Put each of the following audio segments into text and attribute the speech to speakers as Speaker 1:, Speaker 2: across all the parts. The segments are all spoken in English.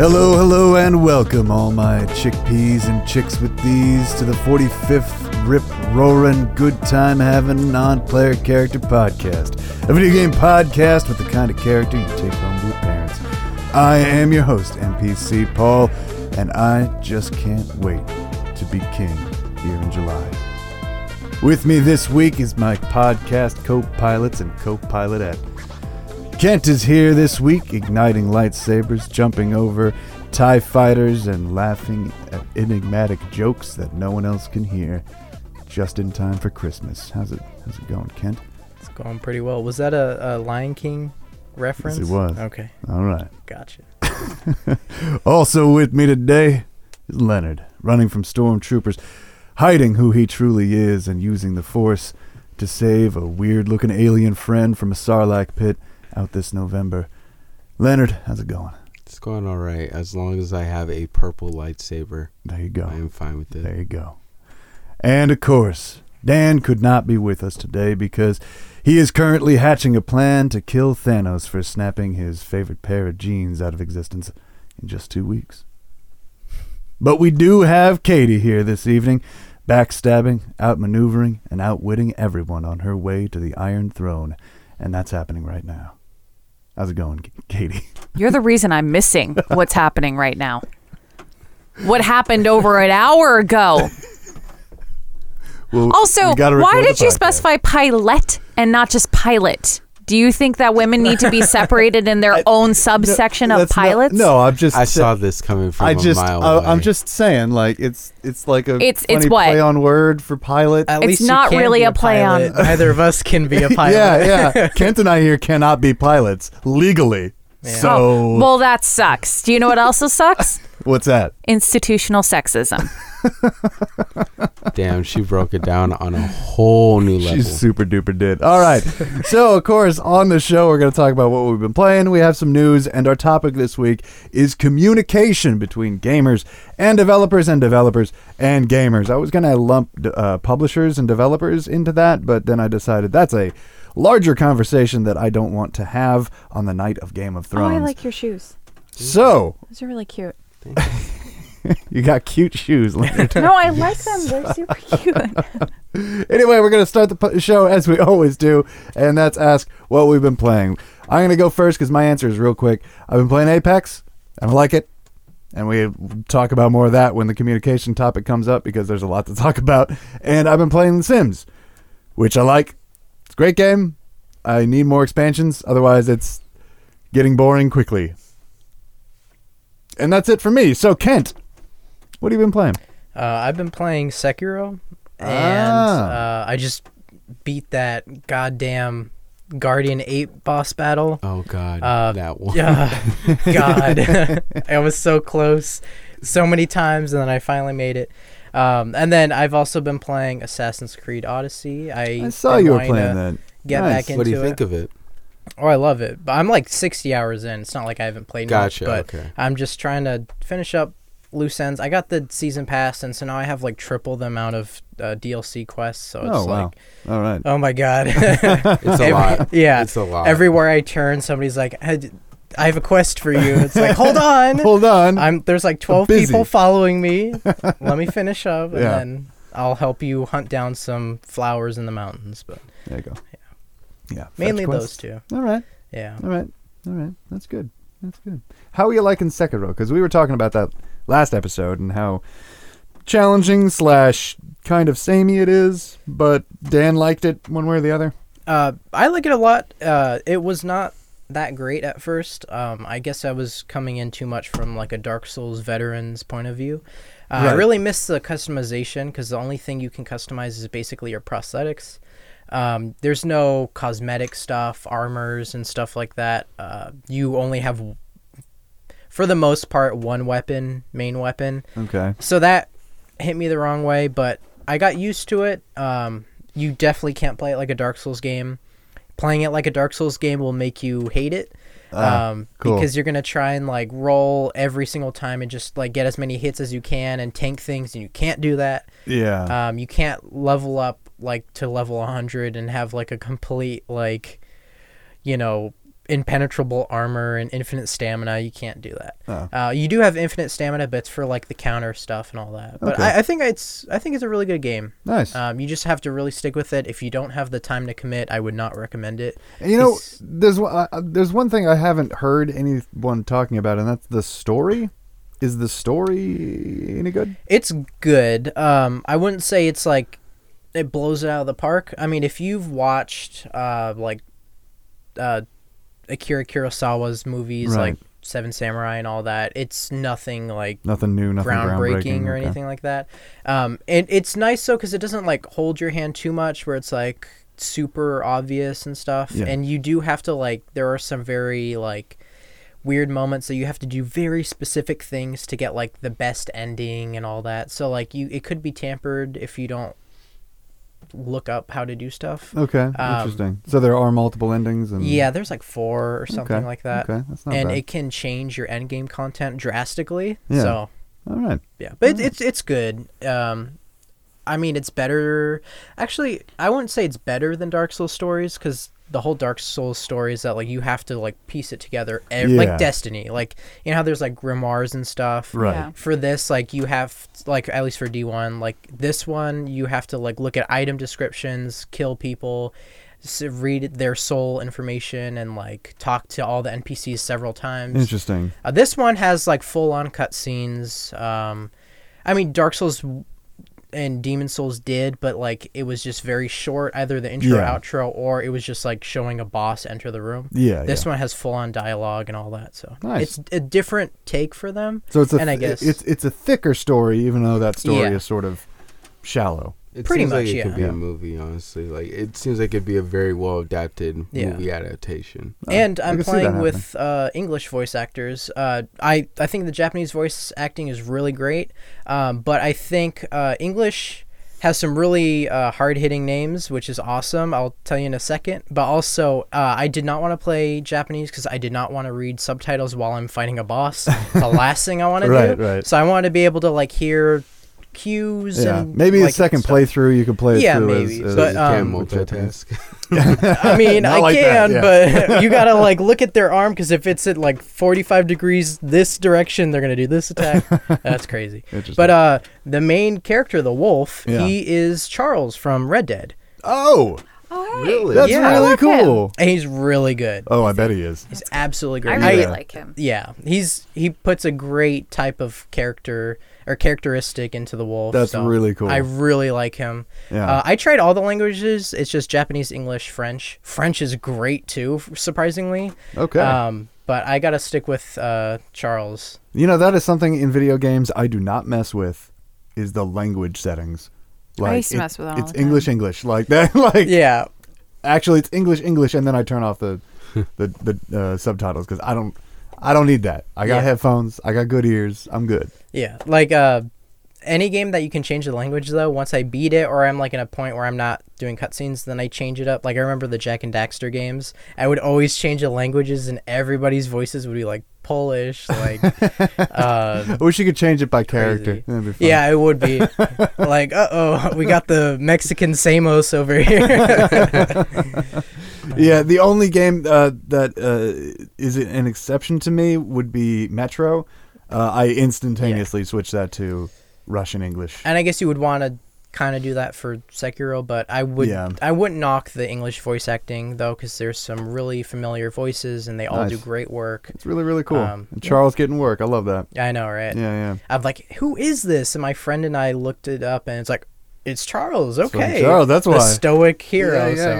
Speaker 1: Hello, hello, and welcome, all my chickpeas and chicks with these, to the 45th Rip Roaring Good Time Having Non Player Character Podcast, a video game podcast with the kind of character you take home to your parents. I am your host, NPC Paul, and I just can't wait to be king here in July. With me this week is my podcast co pilots and co pilot at Kent is here this week, igniting lightsabers, jumping over TIE fighters, and laughing at enigmatic jokes that no one else can hear. Just in time for Christmas. How's it how's it going, Kent?
Speaker 2: It's going pretty well. Was that a, a Lion King reference?
Speaker 1: was.
Speaker 2: Okay,
Speaker 1: All right.
Speaker 2: gotcha.
Speaker 1: Also with me today is Leonard, running from stormtroopers, hiding who he truly is and using the force to save a weird looking alien friend from a sarlacc pit out this November. Leonard, how's it going?
Speaker 3: It's going all right. As long as I have a purple lightsaber,
Speaker 1: There you go.
Speaker 4: Oh,
Speaker 3: I am fine with it.
Speaker 1: There you go. And of course, Dan could not be with us today because he is currently hatching a plan to kill Thanos for snapping his favorite pair of jeans out of existence in just two weeks. But we do have Katie here this evening, backstabbing, outmaneuvering, and outwitting everyone on her way to the Iron Throne. And that's happening right now. How's it going, K- Katie?
Speaker 5: You're the reason I'm missing what's happening right now. What happened over an hour ago?
Speaker 1: Well,
Speaker 5: Also,
Speaker 1: we gotta
Speaker 5: why
Speaker 1: record the
Speaker 5: did you
Speaker 1: podcast.
Speaker 5: specify pilot and not just pilot? Do you think that women need to be separated in their own subsection of
Speaker 4: That's not-
Speaker 5: pilots?
Speaker 4: no, I'm just.
Speaker 3: I saw this coming from
Speaker 4: I
Speaker 3: a
Speaker 4: just.
Speaker 3: mile
Speaker 4: I,
Speaker 3: away.
Speaker 4: I'm just saying, like it's it's like a
Speaker 5: It's-
Speaker 4: funny
Speaker 5: it's what?
Speaker 4: play on word for pilot.
Speaker 2: At
Speaker 5: It's
Speaker 2: least you
Speaker 5: not
Speaker 2: can
Speaker 5: really
Speaker 2: be
Speaker 5: a play on-
Speaker 2: pilot. Neither of us can be a pilot.
Speaker 4: Yeah, yeah. Kent and I here cannot be pilots legally. So
Speaker 5: Oh, well, that sucks. Do you know what also sucks?
Speaker 4: what's that?
Speaker 5: Institutional sexism.
Speaker 3: Damn, she broke it down on a whole new level.
Speaker 4: She's super duper did. All right. so, of course, on the show, we're going to talk about what we've been playing. We have some news, and our topic this week is communication between gamers and developers and developers and gamers. I was going to lump d- uh, publishers and developers into that, but then I decided that's a larger conversation that I don't want to have on the night of Game of Thrones.
Speaker 5: Oh, your shoes.
Speaker 4: so,
Speaker 5: Those are really cute.
Speaker 4: you got cute shoes, Leonard.
Speaker 5: No, I like them. They're super cute.
Speaker 4: Anyway, we're going to start the p- show as we always do, and that's ask what we've been playing. I'm going to go first because my answer is real quick. I've been playing Apex, and I like it. And we talk about more of that when the communication topic comes up because there's a lot to talk about. And I've been playing The Sims, which I like. It's a great game. I need more expansions, otherwise, it's getting boring quickly. And that's it for me. So, Kent, what have you been playing?
Speaker 2: Uh, I've been playing Sekiro, and
Speaker 4: Ah.
Speaker 2: uh, I just beat that goddamn Guardian Ape boss battle.
Speaker 3: oh god,
Speaker 2: Uh,
Speaker 3: that
Speaker 4: Oh.
Speaker 3: one.
Speaker 2: Yeah, God, I was so close, so many times, and then I finally made it. Um, and then I've also been playing Assassin's Creed Odyssey. I,
Speaker 4: I saw
Speaker 2: been
Speaker 4: you were
Speaker 2: wanting to
Speaker 4: playing that.
Speaker 2: Get
Speaker 4: Nice.
Speaker 2: back into
Speaker 3: what do you
Speaker 2: it.
Speaker 3: think of it?
Speaker 2: Oh, I love it. But I'm like 60 hours in. It's not like I haven't played
Speaker 3: Gotcha,
Speaker 2: much. But
Speaker 3: okay.
Speaker 2: I'm just trying to finish up loose ends. I got the season pass, and so now I have like triple the amount of uh, DLC quests. So it's
Speaker 4: Oh, wow.
Speaker 2: like,
Speaker 4: All right.
Speaker 2: oh my god. it's
Speaker 3: It's a lot.
Speaker 2: Yeah.
Speaker 3: It's a lot.
Speaker 2: Everywhere I turn, somebody's like, I d- I have a quest for you. It's like, hold on.
Speaker 4: Hold on.
Speaker 2: I'm there's like 12
Speaker 4: busy.
Speaker 2: people following me. Let me finish up, and
Speaker 4: Yeah.
Speaker 2: then I'll help you hunt down some flowers in the mountains. But
Speaker 4: There you go. Yeah.
Speaker 2: mainly
Speaker 4: fetch
Speaker 2: those
Speaker 4: quest.
Speaker 2: two.
Speaker 4: All right.
Speaker 2: Yeah.
Speaker 4: All right. All right. That's good. That's good. How are you liking Sekiro? Because we were talking about that last episode and how challenging slash kind of samey it is, but Dan liked it one way or the other.
Speaker 2: Uh, I like it a lot. Uh, it was not that great at first. Um, I guess I was coming in too much from like a Dark Souls veteran's point of view. Uh, I
Speaker 4: Right.
Speaker 2: really miss the customization because the only thing you can customize is basically your prosthetics. Um, there's no cosmetic stuff, armors, and stuff like that. Uh, you only have, for the most part, one weapon, main weapon
Speaker 4: Okay.
Speaker 2: so that hit me the wrong way, but I got used to it. Um, you definitely can't play it like a Dark Souls game. Playing it like a Dark Souls game will make you hate it.
Speaker 4: Ah,
Speaker 2: um,
Speaker 4: cool.
Speaker 2: Because you're gonna try and like roll every single time and just like get as many hits as you can and tank things, and you can't do that.
Speaker 4: Yeah.
Speaker 2: Um, you can't level up like to level 100 and have like a complete like, you know, impenetrable armor and infinite stamina. You can't do that. Uh, you do have infinite stamina, but it's for like the counter stuff and all that. But I, I think it's I think it's a really good game.
Speaker 4: Nice.
Speaker 2: Um, you just have to really stick with it. If you don't have the time to commit, I would not recommend it.
Speaker 4: And you know,
Speaker 2: It's-
Speaker 4: there's one, uh, uh, there's one thing I haven't heard anyone talking about, and that's the story. Is the story any good?
Speaker 2: it's good. Um, I wouldn't say it's like it blows it out of the park. I mean, if you've watched uh, like uh, Akira Kurosawa's movies,
Speaker 4: Right.
Speaker 2: like Seven Samurai and all that, it's nothing like
Speaker 4: Nothing new, nothing groundbreaking,
Speaker 2: groundbreaking or
Speaker 4: okay.
Speaker 2: anything like that. Um, and it's nice though because it doesn't like hold your hand too much, where it's like super obvious and stuff.
Speaker 4: Yeah.
Speaker 2: And you do have to like there are some very like weird moments that you have to do very specific things to get like the best ending and all that. So like you, it could be tampered if you don't look up how to do stuff.
Speaker 4: Okay,
Speaker 2: Um,
Speaker 4: interesting. So there are multiple endings, and
Speaker 2: Yeah, there's like four or something
Speaker 4: Um, Okay,
Speaker 2: like that.
Speaker 4: okay, that's not
Speaker 2: and
Speaker 4: bad.
Speaker 2: it can change your end game content drastically.
Speaker 4: Yeah.
Speaker 2: So
Speaker 4: all right.
Speaker 2: yeah but
Speaker 4: Mm.
Speaker 2: it, it's it's good um i mean it's better actually i wouldn't say it's better than dark souls stories because the whole dark souls story is that like you have to like piece it together ev-
Speaker 4: Yeah.
Speaker 2: like destiny like you know how there's like grimoires and stuff
Speaker 4: Right.
Speaker 5: Yeah.
Speaker 2: for this like you have like at least for d1 like this one you have to like look at item descriptions kill people s- read their soul information and like talk to all the npcs several times
Speaker 4: Interesting.
Speaker 2: uh, this one has like full on cutscenes. Um, I mean, Dark Souls and Demon Souls did, but like it was just very short, either the intro,
Speaker 4: Yeah.
Speaker 2: outro, or it was just like showing a boss enter the room.
Speaker 4: Yeah,
Speaker 2: This
Speaker 4: yeah.
Speaker 2: one has full on dialogue and all that, so
Speaker 4: Nice.
Speaker 2: it's a different take for them.
Speaker 4: So it's a
Speaker 2: and I
Speaker 4: th-
Speaker 2: guess
Speaker 4: it's it's a thicker story, even though that story
Speaker 2: Yeah.
Speaker 4: is sort of shallow.
Speaker 3: It
Speaker 2: Pretty
Speaker 3: seems like
Speaker 2: much,
Speaker 3: it
Speaker 2: yeah.
Speaker 3: could be
Speaker 4: Yeah.
Speaker 3: a movie, honestly. Like it seems like it'd be a very well adapted
Speaker 2: Yeah.
Speaker 3: movie adaptation.
Speaker 2: and
Speaker 4: Uh, I
Speaker 2: I'm
Speaker 4: can see that
Speaker 2: playing
Speaker 4: happening.
Speaker 2: with uh, English voice actors. Uh, I I think the Japanese voice acting is really great, um, but I think uh, English has some really uh, hard hitting names, which is awesome. I'll tell you in a second. But also, uh, I did not want to play Japanese because I did not want to read subtitles while I'm fighting a boss. the last thing I want to
Speaker 4: Right,
Speaker 2: do.
Speaker 4: right.
Speaker 2: So I want to be able to like hear cues
Speaker 4: Yeah,
Speaker 2: and
Speaker 4: maybe
Speaker 2: like,
Speaker 4: a second
Speaker 2: stuff.
Speaker 4: playthrough you could play it
Speaker 2: Yeah,
Speaker 4: through
Speaker 2: maybe,
Speaker 4: as, as
Speaker 2: but,
Speaker 3: you can't
Speaker 2: um,
Speaker 3: multitask.
Speaker 2: I mean,
Speaker 4: Not
Speaker 2: I
Speaker 4: like that,
Speaker 2: can, but you gotta like look at their arm because if it's at like 45 degrees this direction, they're gonna do this attack. That's crazy.
Speaker 4: Interesting.
Speaker 2: But uh, the main character, the wolf,
Speaker 4: Yeah.
Speaker 2: he is Charles from Red Dead,
Speaker 4: oh,
Speaker 5: Oh, hey.
Speaker 3: really?
Speaker 4: that's
Speaker 2: Yeah. I
Speaker 4: really
Speaker 5: love him.
Speaker 4: cool.
Speaker 2: and he's really good.
Speaker 4: Oh, I bet he is.
Speaker 2: He's absolutely
Speaker 5: I
Speaker 2: great.
Speaker 5: really
Speaker 4: Yeah.
Speaker 5: like him.
Speaker 2: yeah, he's he puts a great type of character or characteristic into the wolf.
Speaker 4: That's
Speaker 2: so
Speaker 4: really cool.
Speaker 2: I really like him.
Speaker 4: Yeah.
Speaker 2: Uh, I tried all the languages. It's just Japanese, English, French. French is great too, f- surprisingly.
Speaker 4: Okay.
Speaker 2: Um, but I gotta stick with uh, Charles.
Speaker 4: You know, that is something in video games I do not mess with is the language settings. Like,
Speaker 5: used to mess with it all
Speaker 4: It's
Speaker 5: the time.
Speaker 4: English, English. Like that. Like
Speaker 2: Yeah.
Speaker 4: actually, it's English, English, and then I turn off the the the uh, subtitles because I don't I don't need that. I got
Speaker 2: Yeah.
Speaker 4: headphones. I got good ears. I'm good.
Speaker 2: Yeah, like uh, any game that you can change the language though. Once I beat it, or I'm like in a point where I'm not doing cutscenes, then I change it up. Like I remember the Jack and Daxter games. I would always change the languages, and everybody's voices would be like Polish, like uh,
Speaker 4: I wish you could change it by character.
Speaker 2: Crazy.
Speaker 4: That'd be fun.
Speaker 2: yeah, it would be like uh oh, we got the Mexican Samos over here.
Speaker 4: Yeah, the only game uh, that uh, is an exception to me would be Metro. Uh, I instantaneously switched that to Russian English.
Speaker 2: and I guess you would want to kind of do that for Sekiro, but I would
Speaker 4: Yeah.
Speaker 2: I wouldn't knock the English voice acting though, because there's some really familiar voices and they all do
Speaker 4: Nice.
Speaker 2: great work.
Speaker 4: It's really really cool.
Speaker 2: Um,
Speaker 4: and Charles getting work. I love that.
Speaker 2: I know, right?
Speaker 4: Yeah, yeah.
Speaker 2: I'm like, who is this? And my friend and I looked it up, and it's like, it's Charles. Okay,
Speaker 4: Charles, that's
Speaker 2: the
Speaker 4: why.
Speaker 2: stoic
Speaker 4: Yeah,
Speaker 2: hero.
Speaker 4: yeah,
Speaker 2: so,
Speaker 4: yeah.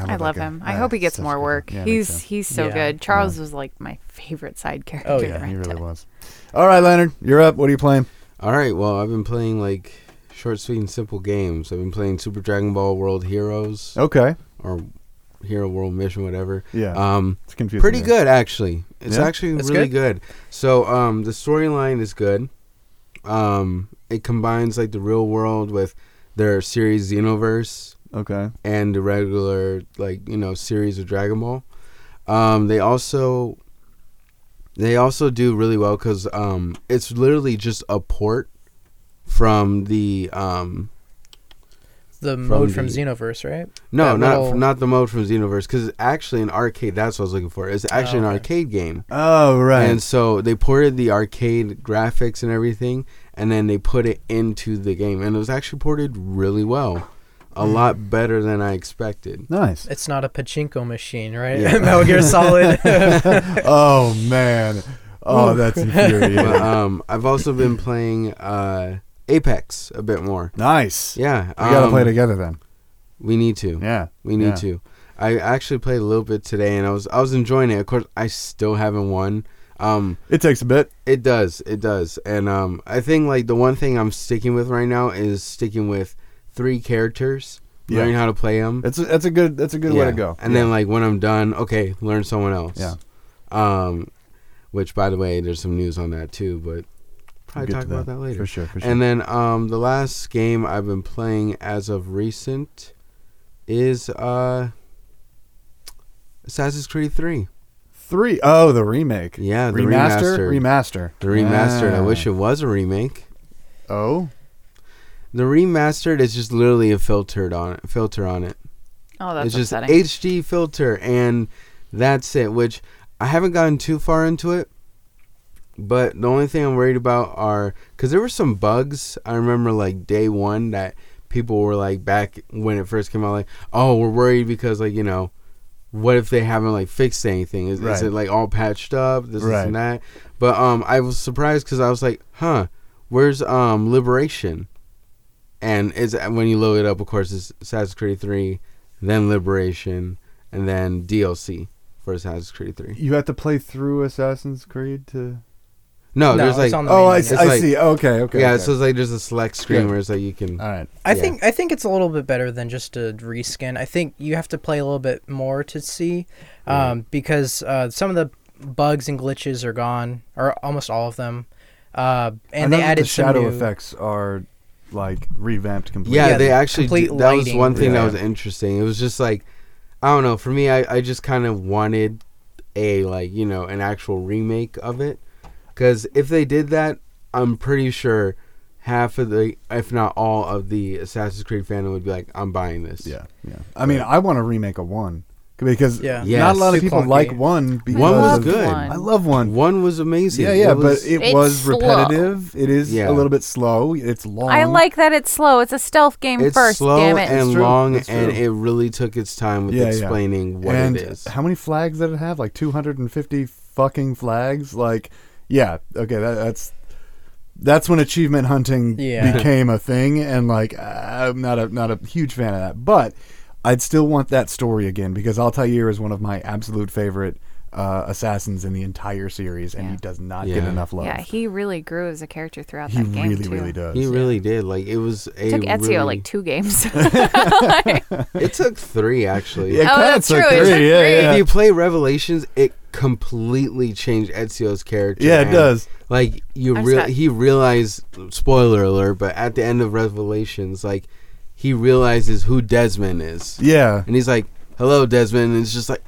Speaker 2: you know.
Speaker 5: I love
Speaker 4: uh,
Speaker 5: him. I hope he gets more work. he's he's so
Speaker 2: Yeah.
Speaker 5: good. Charles was like my favorite side character.
Speaker 2: Oh,
Speaker 5: in
Speaker 2: yeah,
Speaker 4: yeah,
Speaker 5: Red
Speaker 4: he really
Speaker 5: Dead.
Speaker 4: was. All right, Leonard, you're up. What are you playing?
Speaker 3: All right. Well, I've been playing like short, sweet, and simple games. I've been playing Super Dragon Ball World Heroes
Speaker 4: Okay,
Speaker 3: or Hero World Mission, whatever.
Speaker 4: Yeah.
Speaker 3: Um,
Speaker 4: it's confusing.
Speaker 3: pretty
Speaker 4: me.
Speaker 3: good actually. It's
Speaker 4: Yeah?
Speaker 3: actually
Speaker 2: It's
Speaker 3: really good. So, um, the storyline is good. Um, it combines like the real world with their series Xenoverse
Speaker 4: Okay,
Speaker 3: and the regular like you know series of Dragon Ball. Um, they also they also do really well because um, it's literally just a port from the um,
Speaker 2: the mode from
Speaker 3: the-
Speaker 2: Xenoverse, right?
Speaker 3: No,
Speaker 2: That
Speaker 3: not
Speaker 2: little-
Speaker 3: not the mode from Xenoverse, because actually an arcade. That's what I was looking for. It's actually
Speaker 2: Oh,
Speaker 3: an
Speaker 2: okay.
Speaker 3: arcade game,
Speaker 1: Oh right.
Speaker 3: and so they ported the arcade graphics and everything, and then they put it into the game, and it was actually ported really well, a
Speaker 2: Mm.
Speaker 3: lot better than I expected.
Speaker 1: nice.
Speaker 2: It's not a pachinko machine, right?
Speaker 3: Yeah.
Speaker 2: Metal Gear Solid.
Speaker 1: oh man. Oh, that's
Speaker 3: But,
Speaker 1: infuriating.
Speaker 3: um, I've also been playing uh, Apex a bit more.
Speaker 1: nice.
Speaker 3: Yeah,
Speaker 4: We gotta
Speaker 3: um,
Speaker 4: play together then.
Speaker 3: We need to.
Speaker 4: Yeah.
Speaker 3: We need
Speaker 4: Yeah.
Speaker 3: to. I actually played a little bit today, and I was I was enjoying it. Of course, I still haven't won. Um,
Speaker 4: It takes a bit.
Speaker 3: it does, it does, and um, I think like the one thing I'm sticking with right now is sticking with three characters,
Speaker 4: Yeah.
Speaker 3: learning how to play them.
Speaker 4: It's a, that's a good that's a good way to go.
Speaker 3: And then like when I'm done, okay, learn someone else.
Speaker 4: Yeah.
Speaker 3: Um, which by the way, there's some news on that too, but
Speaker 4: We'll
Speaker 3: probably
Speaker 4: get
Speaker 3: talk
Speaker 4: to
Speaker 3: about that later.
Speaker 4: For sure, for sure.
Speaker 3: And then um, the last game I've been playing as of recent is uh, Assassin's Creed 3.
Speaker 4: three oh the remake.
Speaker 3: Yeah, the
Speaker 4: remaster.
Speaker 3: remastered.
Speaker 4: Remaster.
Speaker 3: The remastered. I
Speaker 4: Ah.
Speaker 3: wish it was a remake.
Speaker 4: Oh.
Speaker 3: The remastered is just literally a filtered on it, filter on it.
Speaker 5: Oh, that's
Speaker 3: it's just
Speaker 5: upsetting.
Speaker 3: HD filter, and that's it. Which I haven't gotten too far into it, but the only thing I'm worried about are because there were some bugs. I remember like day one that people were like back when it first came out, like, oh, we're worried because like you know, what if they haven't like fixed anything? Is,
Speaker 4: Right.
Speaker 3: is it like all patched up? This, this
Speaker 4: Right.
Speaker 3: and that. But um, I was surprised because I was like, huh, where's um Liberation? And it's uh, when you load it up, of course, it's Assassin's Creed Three, then Liberation, and then DLC for Assassin's Creed Three.
Speaker 4: You have to play through Assassin's Creed to
Speaker 3: No,
Speaker 2: No,
Speaker 3: there's
Speaker 2: it's
Speaker 3: like
Speaker 2: on the
Speaker 4: Oh,
Speaker 2: main
Speaker 4: I,
Speaker 2: menu.
Speaker 4: see-
Speaker 3: It's
Speaker 4: I
Speaker 3: like-
Speaker 4: see. Okay, okay.
Speaker 3: yeah,
Speaker 4: okay.
Speaker 3: so it's like there's a select screen
Speaker 4: Yeah.
Speaker 3: where it's like you can.
Speaker 2: Uh,
Speaker 4: All right.
Speaker 2: I
Speaker 3: Yeah.
Speaker 2: think I think it's a little bit better than just a reskin. I think you have to play a little bit more to see, um, because uh, some of the bugs and glitches are gone, or almost all of them, uh, and
Speaker 4: I know
Speaker 2: they
Speaker 4: that
Speaker 2: added
Speaker 4: the shadow
Speaker 2: some new,
Speaker 4: effects are like revamped completely.
Speaker 3: Yeah,
Speaker 2: Yeah,
Speaker 3: they
Speaker 2: the
Speaker 3: actually
Speaker 2: complete
Speaker 3: did- that was
Speaker 2: lighting.
Speaker 3: one thing
Speaker 4: Yeah.
Speaker 3: that was interesting. It was just like I don't know. For me, I, I just kind of wanted a like you know an actual remake of it because if they did that, I'm pretty sure half of the if not all of the Assassin's Creed fandom would be like, I'm buying this.
Speaker 4: Yeah, yeah. I mean, I want to remake a one c- because
Speaker 2: Yeah.
Speaker 3: Yes.
Speaker 4: not a lot of
Speaker 2: Too
Speaker 4: people
Speaker 2: clunky.
Speaker 4: like one. Because
Speaker 3: was
Speaker 4: of-
Speaker 3: good.
Speaker 4: I love one.
Speaker 3: One was amazing.
Speaker 4: Yeah, yeah,
Speaker 3: It was-
Speaker 4: but it
Speaker 5: It's
Speaker 4: was
Speaker 5: slow.
Speaker 4: repetitive. It is
Speaker 3: Yeah.
Speaker 4: a little bit slow. It's long.
Speaker 5: I like that it's slow. It's a stealth game
Speaker 3: it's
Speaker 5: first.
Speaker 3: slow
Speaker 5: damn it.
Speaker 3: and
Speaker 4: It's true.
Speaker 3: long,
Speaker 4: It's
Speaker 3: and
Speaker 4: true.
Speaker 3: it really took its time with
Speaker 4: Yeah, yeah.
Speaker 3: explaining what
Speaker 4: and
Speaker 3: it is.
Speaker 4: How many flags did it have? Like two hundred and fifty fucking flags. Like, yeah, okay, that, that's that's when achievement hunting
Speaker 2: Yeah.
Speaker 4: became a thing, and like, I'm not a not a huge fan of that, but I'd still want that story again because Altair is one of my absolute favorite uh, assassins in the entire series, and
Speaker 5: Yeah.
Speaker 4: he does not
Speaker 3: Yeah.
Speaker 4: get enough love.
Speaker 5: yeah, he really grew as a character throughout
Speaker 4: he
Speaker 5: that game
Speaker 4: really,
Speaker 5: too.
Speaker 4: really does.
Speaker 3: He really did. Like it was a
Speaker 5: It took Ezio
Speaker 3: really-
Speaker 5: like two games.
Speaker 3: It took three actually.
Speaker 4: Yeah,
Speaker 5: Oh,
Speaker 4: cats
Speaker 5: that's
Speaker 4: are
Speaker 5: true, it
Speaker 4: great,
Speaker 5: took
Speaker 4: yeah,
Speaker 5: three.
Speaker 4: yeah.
Speaker 3: If you play Revelations, it completely changed Ezio's character.
Speaker 4: Yeah, it
Speaker 3: man.
Speaker 4: does.
Speaker 3: Like you
Speaker 5: I'm
Speaker 3: real
Speaker 5: Scott.
Speaker 3: he realized spoiler alert, but at the end of Revelations, like he realizes who Desmond is.
Speaker 4: Yeah,
Speaker 3: And he's like, Hello Desmond and it's just like,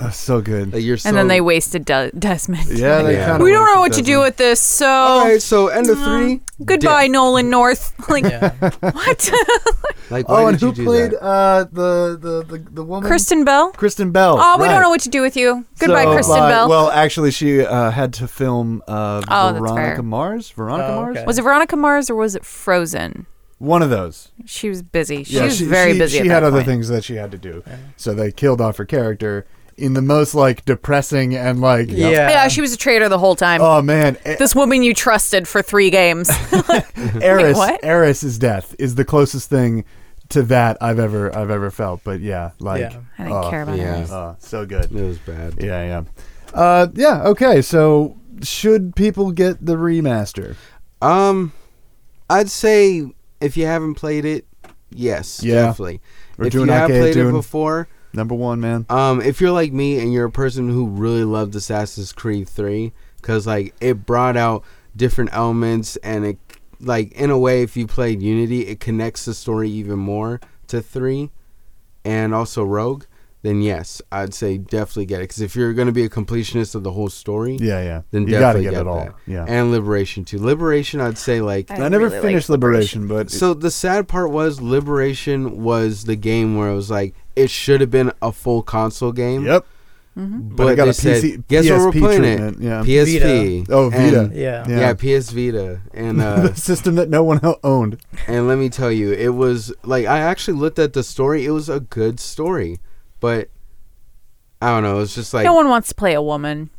Speaker 4: oh, so good.
Speaker 3: like you're so
Speaker 5: and then they wasted De- Desmond.
Speaker 4: Yeah, they
Speaker 3: Yeah.
Speaker 4: kind of.
Speaker 5: we don't know what to do with this, so um,
Speaker 3: Alright, so end of three.
Speaker 5: goodbye,
Speaker 3: Dead.
Speaker 5: Nolan North. Like
Speaker 2: Yeah.
Speaker 5: what?
Speaker 3: Like why
Speaker 4: Oh, and
Speaker 3: did you
Speaker 4: who
Speaker 3: do
Speaker 4: played
Speaker 3: that?
Speaker 4: uh, the, the the the woman?
Speaker 5: Kristen Bell.
Speaker 4: Kristen Bell.
Speaker 5: Oh, we
Speaker 4: right.
Speaker 5: don't know what to do with you. Goodbye,
Speaker 4: So,
Speaker 5: Kristen
Speaker 4: uh,
Speaker 5: Bell.
Speaker 4: Well, actually, she uh, had to film uh,
Speaker 5: Oh, that's
Speaker 4: Veronica
Speaker 5: fair.
Speaker 4: Mars. Veronica
Speaker 2: Oh,
Speaker 4: Mars.
Speaker 2: okay.
Speaker 5: was it Veronica Mars or was it Frozen?
Speaker 4: One of those.
Speaker 5: She was busy. She
Speaker 4: Yeah,
Speaker 5: was very
Speaker 4: she-
Speaker 5: busy.
Speaker 4: She
Speaker 5: at
Speaker 4: had
Speaker 5: that
Speaker 4: other
Speaker 5: point.
Speaker 4: things that she had to do, so they killed off her character in the most like depressing and like.
Speaker 2: Yeah.
Speaker 5: Yeah, she was a traitor the whole time.
Speaker 4: Oh man, E-
Speaker 5: this woman you trusted for three games.
Speaker 4: Eris.
Speaker 5: what?
Speaker 4: Eris's death is the closest thing to that I've ever I've ever felt. But yeah, like.
Speaker 2: Yeah.
Speaker 5: I didn't
Speaker 4: oh,
Speaker 5: care about
Speaker 3: yeah.
Speaker 5: her.
Speaker 4: oh, so good.
Speaker 3: It was bad.
Speaker 4: Yeah, yeah. Uh, yeah. Okay. So, should people get the remaster?
Speaker 3: Um I'd say if you haven't played it, yes,
Speaker 4: Yeah.
Speaker 3: definitely.
Speaker 4: We're
Speaker 3: if you
Speaker 4: doing
Speaker 3: have
Speaker 4: arcade,
Speaker 3: played it
Speaker 4: doing-
Speaker 3: before,
Speaker 4: Number one, man.
Speaker 3: Um, if you're like me and you're a person who really loved Assassin's Creed 3, because like it brought out different elements and it, like in a way, if you played Unity, it connects the story even more to 3 and also Rogue. then yes, I'd say definitely get it. Because if you're going to be a completionist of the whole story,
Speaker 4: Yeah, yeah.
Speaker 3: then
Speaker 4: you gotta
Speaker 3: definitely
Speaker 4: get,
Speaker 3: get,
Speaker 4: it all.
Speaker 3: that.
Speaker 4: Yeah.
Speaker 3: And Liberation too. Liberation, I'd say like.
Speaker 4: I, never
Speaker 5: really like
Speaker 4: finished Liberation, but
Speaker 3: so the sad part was Liberation was the game where it was like it should have been a full console game.
Speaker 4: yep.
Speaker 5: Mm-hmm.
Speaker 3: But,
Speaker 4: it got
Speaker 3: they
Speaker 4: a
Speaker 3: said,
Speaker 4: PC
Speaker 3: guess what we're
Speaker 4: PSP
Speaker 3: playing
Speaker 4: treatment,
Speaker 3: it?
Speaker 4: yeah.
Speaker 3: PSP.
Speaker 4: Vita. Oh, Vita.
Speaker 3: And-
Speaker 2: Yeah.
Speaker 4: Yeah.
Speaker 3: yeah. PS Vita. And uh,
Speaker 4: the system that no one el- owned.
Speaker 3: and let me tell you, it was like I actually looked at the story. It was a good story, but I don't know. It's just like
Speaker 5: no one wants to play a woman.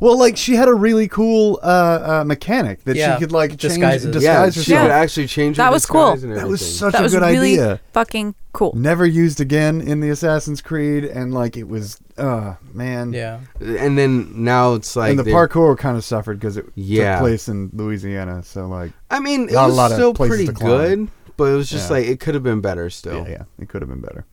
Speaker 4: Well, like she had a really cool uh, uh, mechanic that
Speaker 2: Yeah.
Speaker 4: she could like change,
Speaker 2: Disguises.
Speaker 4: disguise
Speaker 3: yeah, she
Speaker 4: herself.
Speaker 3: would actually change. her
Speaker 5: That was cool.
Speaker 3: disguise and
Speaker 4: That was
Speaker 3: everything.
Speaker 4: such
Speaker 5: that
Speaker 4: a
Speaker 5: was
Speaker 4: good
Speaker 5: really
Speaker 4: idea. Mm.
Speaker 5: fucking cool.
Speaker 4: Never used again in the Assassin's Creed, and like it was, uh man.
Speaker 2: Yeah.
Speaker 3: and then now it's like
Speaker 4: and the
Speaker 3: they-
Speaker 4: parkour kind of suffered because it
Speaker 3: Yeah.
Speaker 4: took place in Louisiana, so like,
Speaker 3: I mean, it
Speaker 4: Not a
Speaker 3: was
Speaker 4: lot of
Speaker 3: still
Speaker 4: places
Speaker 3: pretty
Speaker 4: to climb.
Speaker 3: good, but it was just
Speaker 4: Yeah.
Speaker 3: like it could have been better still.
Speaker 4: yeah, yeah, it could have been better.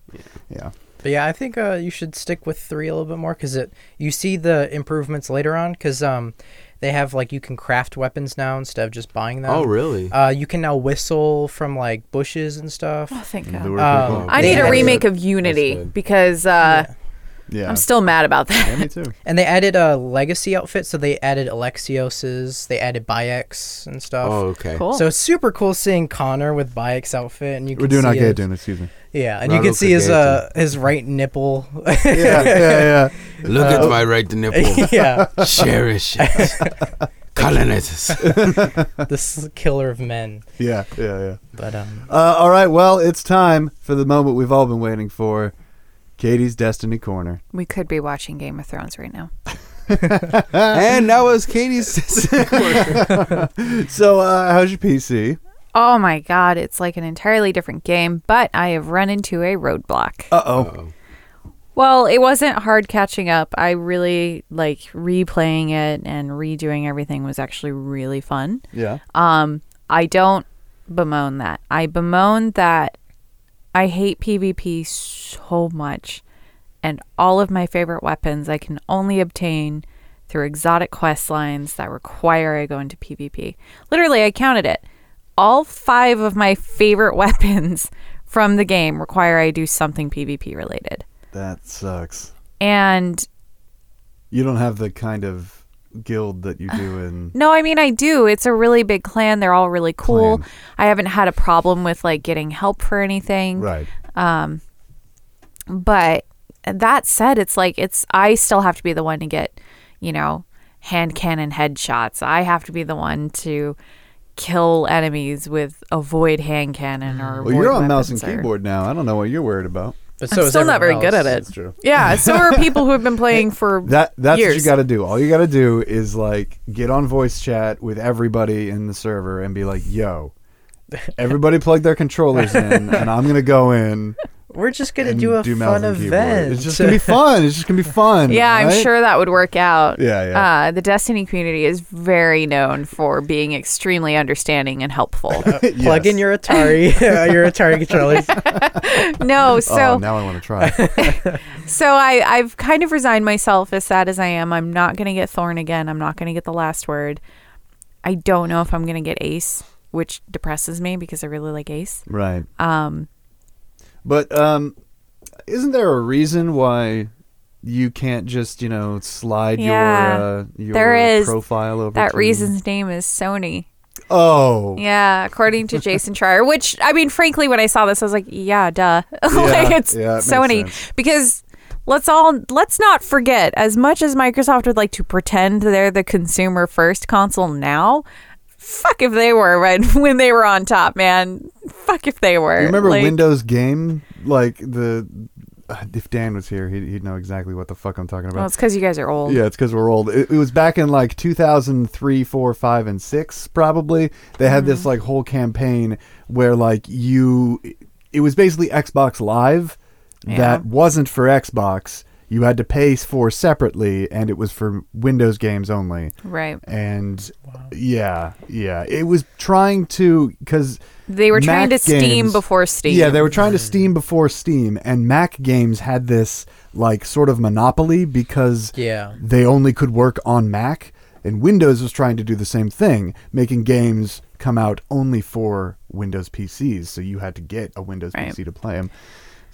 Speaker 4: Yeah,
Speaker 2: But yeah, I think uh, you should stick with three a little bit more because it you see the improvements later on because um they have like you can craft weapons now instead of just buying them.
Speaker 3: Oh, really?
Speaker 2: Uh, you can now whistle from like bushes and stuff.
Speaker 5: Oh,
Speaker 3: Mm,
Speaker 5: thank
Speaker 4: They
Speaker 5: God.
Speaker 4: were
Speaker 2: Um,
Speaker 4: pretty cool.
Speaker 5: I need
Speaker 2: Yeah.
Speaker 5: a remake of
Speaker 3: That's
Speaker 5: Unity
Speaker 3: good.
Speaker 5: because uh,
Speaker 4: Yeah,
Speaker 5: I'm still mad about
Speaker 4: Yeah,
Speaker 5: that.
Speaker 4: me too.
Speaker 2: And they added a legacy outfit, so they added Alexios's, they added Bayek's and stuff.
Speaker 3: Oh, okay.
Speaker 5: Cool.
Speaker 2: So it's super cool seeing Connor with Bayek's outfit, and you
Speaker 4: We're
Speaker 2: can
Speaker 4: doing
Speaker 2: see his,
Speaker 4: Arcade excuse me.
Speaker 2: yeah, and you
Speaker 3: Ronald
Speaker 2: can see his uh
Speaker 3: Kagaton.
Speaker 2: his right nipple,
Speaker 4: Yeah, yeah,
Speaker 3: Look at my right nipple.
Speaker 2: yeah,
Speaker 3: Cherish it. Colonizers.
Speaker 2: this killer of men.
Speaker 4: yeah, yeah, yeah, yeah.
Speaker 2: But um,
Speaker 4: Uh, all right, well, it's time for the moment we've all been waiting for. Katie's Destiny Corner.
Speaker 5: we could be watching Game of Thrones right now.
Speaker 3: and that was Katie's.
Speaker 4: So, uh, how's your PC?
Speaker 5: Oh my God, it's like an entirely different game, but I have run into a roadblock.
Speaker 4: Uh oh.
Speaker 5: Well, it wasn't hard catching up. I really like replaying it and redoing everything was actually really fun.
Speaker 4: Yeah.
Speaker 5: Um, I don't bemoan that. I bemoan that I hate PvP so much, and all of my favorite weapons I can only obtain through exotic quest lines that require I go into PvP. Literally, I counted it. All five of my favorite weapons from the game require I do something PvP related.
Speaker 4: That sucks.
Speaker 5: And
Speaker 4: You don't have the kind of guild that you do in.
Speaker 5: No, I mean I do. It's a really big clan. They're all really cool.
Speaker 4: Clan.
Speaker 5: I haven't had a problem with like getting help for anything.
Speaker 4: Right.
Speaker 5: But that said, it's like it's I still have to be the one to get, you know, hand cannon headshots. I have to be the one to kill enemies with a void hand cannon or
Speaker 4: Well, you're
Speaker 5: void
Speaker 4: on mouse and
Speaker 5: weapons or-
Speaker 4: keyboard now. I don't know what you're worried about.
Speaker 2: but
Speaker 5: I'm
Speaker 2: so is
Speaker 5: still not very
Speaker 2: everyone
Speaker 5: good at
Speaker 2: else.
Speaker 5: it.
Speaker 4: true.
Speaker 5: Yeah, so are people who have been playing for
Speaker 4: That that's what
Speaker 5: years.
Speaker 4: you got to do. All you got to do is like get on voice chat with everybody in the server and be like, "Yo, everybody plug their controllers in, and I'm gonna go in
Speaker 2: We're just gonna
Speaker 4: and
Speaker 2: do a
Speaker 4: mouse
Speaker 2: fun
Speaker 4: and keyboard.
Speaker 2: event.
Speaker 4: It's just gonna be fun. It's just gonna be fun.
Speaker 5: Yeah, I'm
Speaker 4: right?
Speaker 5: sure that would work out.
Speaker 4: Yeah, yeah.
Speaker 5: Uh, the Destiny community is very known for being extremely understanding and helpful.
Speaker 2: Plug in your Atari, your Atari controllers.
Speaker 5: no,
Speaker 4: Oh,
Speaker 5: so
Speaker 4: now I want to try.
Speaker 5: so I I've kind of resigned myself. As sad as I am, I'm not gonna get Thorn again. I'm not gonna get the last word. I don't know if I'm gonna get Ace, which depresses me because I really like Ace.
Speaker 4: right.
Speaker 5: Um,
Speaker 4: But um, isn't there a reason why you can't just you know slide
Speaker 5: Yeah,
Speaker 4: your uh, your
Speaker 5: there is.
Speaker 4: profile over
Speaker 5: that
Speaker 4: to-
Speaker 5: reason's name is Sony.
Speaker 4: Oh,
Speaker 5: Yeah, according to Jason Schreier, which I mean, frankly, when I saw this, I was like, yeah, duh. like
Speaker 4: Yeah,
Speaker 5: it's
Speaker 4: yeah, it makes
Speaker 5: Sony
Speaker 4: sense.
Speaker 5: because let's all let's not forget as much as Microsoft would like to pretend they're the consumer first console now. Fuck if they were right when they were on top, man. Fuck if they were.
Speaker 4: You remember
Speaker 5: Like,
Speaker 4: Windows Game? Like the uh, if Dan was here, he'd, he'd know exactly what the fuck I'm talking
Speaker 5: Well,
Speaker 4: about.
Speaker 5: it's because you guys are old.
Speaker 4: yeah, it's because we're old. It, it was back in like 2003, 4, 5, and 6, probably. They had
Speaker 5: Mm-hmm.
Speaker 4: this like whole campaign where like you, it was basically Xbox Live
Speaker 5: Yeah.
Speaker 4: that wasn't for Xbox. You had to pay for separately, and it was for Windows games only.
Speaker 5: Right.
Speaker 4: And yeah, yeah, it was trying to because
Speaker 5: They were trying
Speaker 4: Mac
Speaker 5: to Steam
Speaker 4: games-
Speaker 5: before Steam.
Speaker 4: Yeah, they were trying to Steam before Steam, and Mac games had this like sort of monopoly because
Speaker 2: Yeah.
Speaker 4: they only could work on Mac, and Windows was trying to do the same thing, making games come out only for Windows PCs. So you had to get a Windows
Speaker 5: Right.
Speaker 4: PC to play them.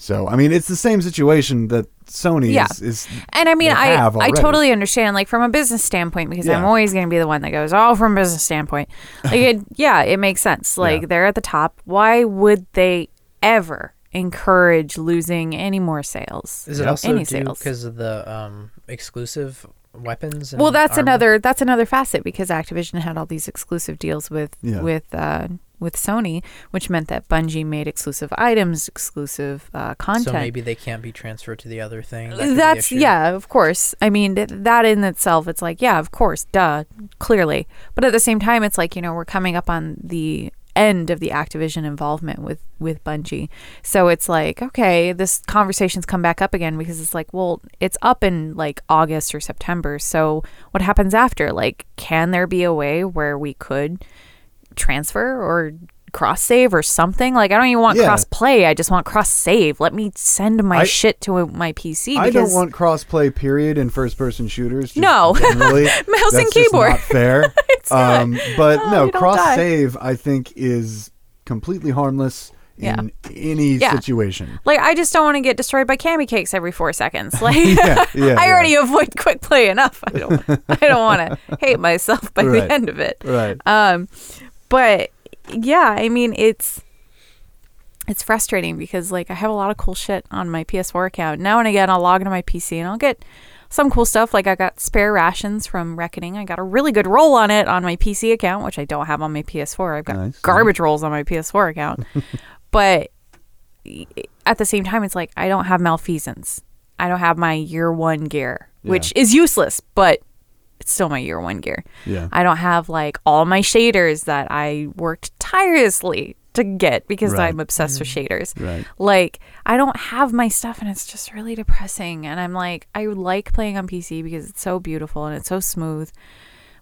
Speaker 4: So I mean, it's the same situation that Sony
Speaker 5: Yeah.
Speaker 4: is, is.
Speaker 5: And I mean,
Speaker 4: they
Speaker 5: I
Speaker 4: have
Speaker 5: I
Speaker 4: already.
Speaker 5: totally understand, like from a business standpoint, because I'm
Speaker 4: Yeah.
Speaker 5: always going to be the one that goes, oh, from a business standpoint, like it, yeah, it makes sense. Like
Speaker 4: Yeah.
Speaker 5: they're at the top. Why would they ever encourage losing any more sales?
Speaker 2: Is it
Speaker 5: Any
Speaker 2: also due
Speaker 5: sales.
Speaker 2: because of the um, exclusive weapons? And
Speaker 5: Well, that's
Speaker 2: armor?
Speaker 5: another that's another facet because Activision had all these exclusive deals with
Speaker 4: Yeah.
Speaker 5: with uh, with Sony, which meant that Bungie made exclusive items, exclusive uh, content.
Speaker 2: So maybe they can't be transferred to the other thing. That could be the
Speaker 5: that's
Speaker 2: issue.
Speaker 5: yeah, of course. I mean th- that in itself, it's like yeah, of course, duh, clearly. But at the same time, it's like you know we're coming up on the end of the Activision involvement with with Bungie, so it's like okay, this conversation's come back up again because it's like well, it's up in like August or September. So what happens after? Like, can there be a way where we could transfer or cross save or something like i don't even want
Speaker 4: Yeah.
Speaker 5: cross play i just want cross save let me send my
Speaker 4: I-
Speaker 5: shit to my pc
Speaker 4: I don't
Speaker 5: because-
Speaker 4: want crossplay. Period in first-person shooters. just
Speaker 5: No.
Speaker 4: generally.
Speaker 5: Mouse and
Speaker 4: That's just
Speaker 5: keyboard.
Speaker 4: not fair. Um,
Speaker 5: It's not.
Speaker 4: but
Speaker 5: Oh,
Speaker 4: no,
Speaker 5: you don't
Speaker 4: cross
Speaker 5: die.
Speaker 4: save I think is completely harmless
Speaker 5: Yeah.
Speaker 4: in any
Speaker 5: Yeah.
Speaker 4: situation.
Speaker 5: Like I just don't want to get destroyed by cami cakes every four seconds. Like
Speaker 4: Yeah, yeah,
Speaker 5: I
Speaker 4: yeah.
Speaker 5: already avoid quick play enough. I don't. I don't want to hate myself by
Speaker 4: Right.
Speaker 5: the end of it.
Speaker 4: Right.
Speaker 5: Um, but yeah, I mean it's it's frustrating because like I have a lot of cool shit on my PS4 account now and again. I'll log into my PC and I'll get some cool stuff. Like I got spare rations from Reckoning. I got a really good roll on it on my PC account, which I don't have on my PS4. I've got
Speaker 4: Nice,
Speaker 5: garbage rolls on my PS4 account, but at the same time, it's like I don't have malfeasance. I don't have my year one gear, which is useless, but it's still my year one gear.
Speaker 4: Yeah.
Speaker 5: I don't have like all my shaders that I worked tirelessly to get because
Speaker 4: Right.
Speaker 5: I'm obsessed with shaders.
Speaker 4: Right.
Speaker 5: Like I don't have my stuff and it's just really depressing and I'm like I like playing on PC because it's so beautiful and it's so smooth.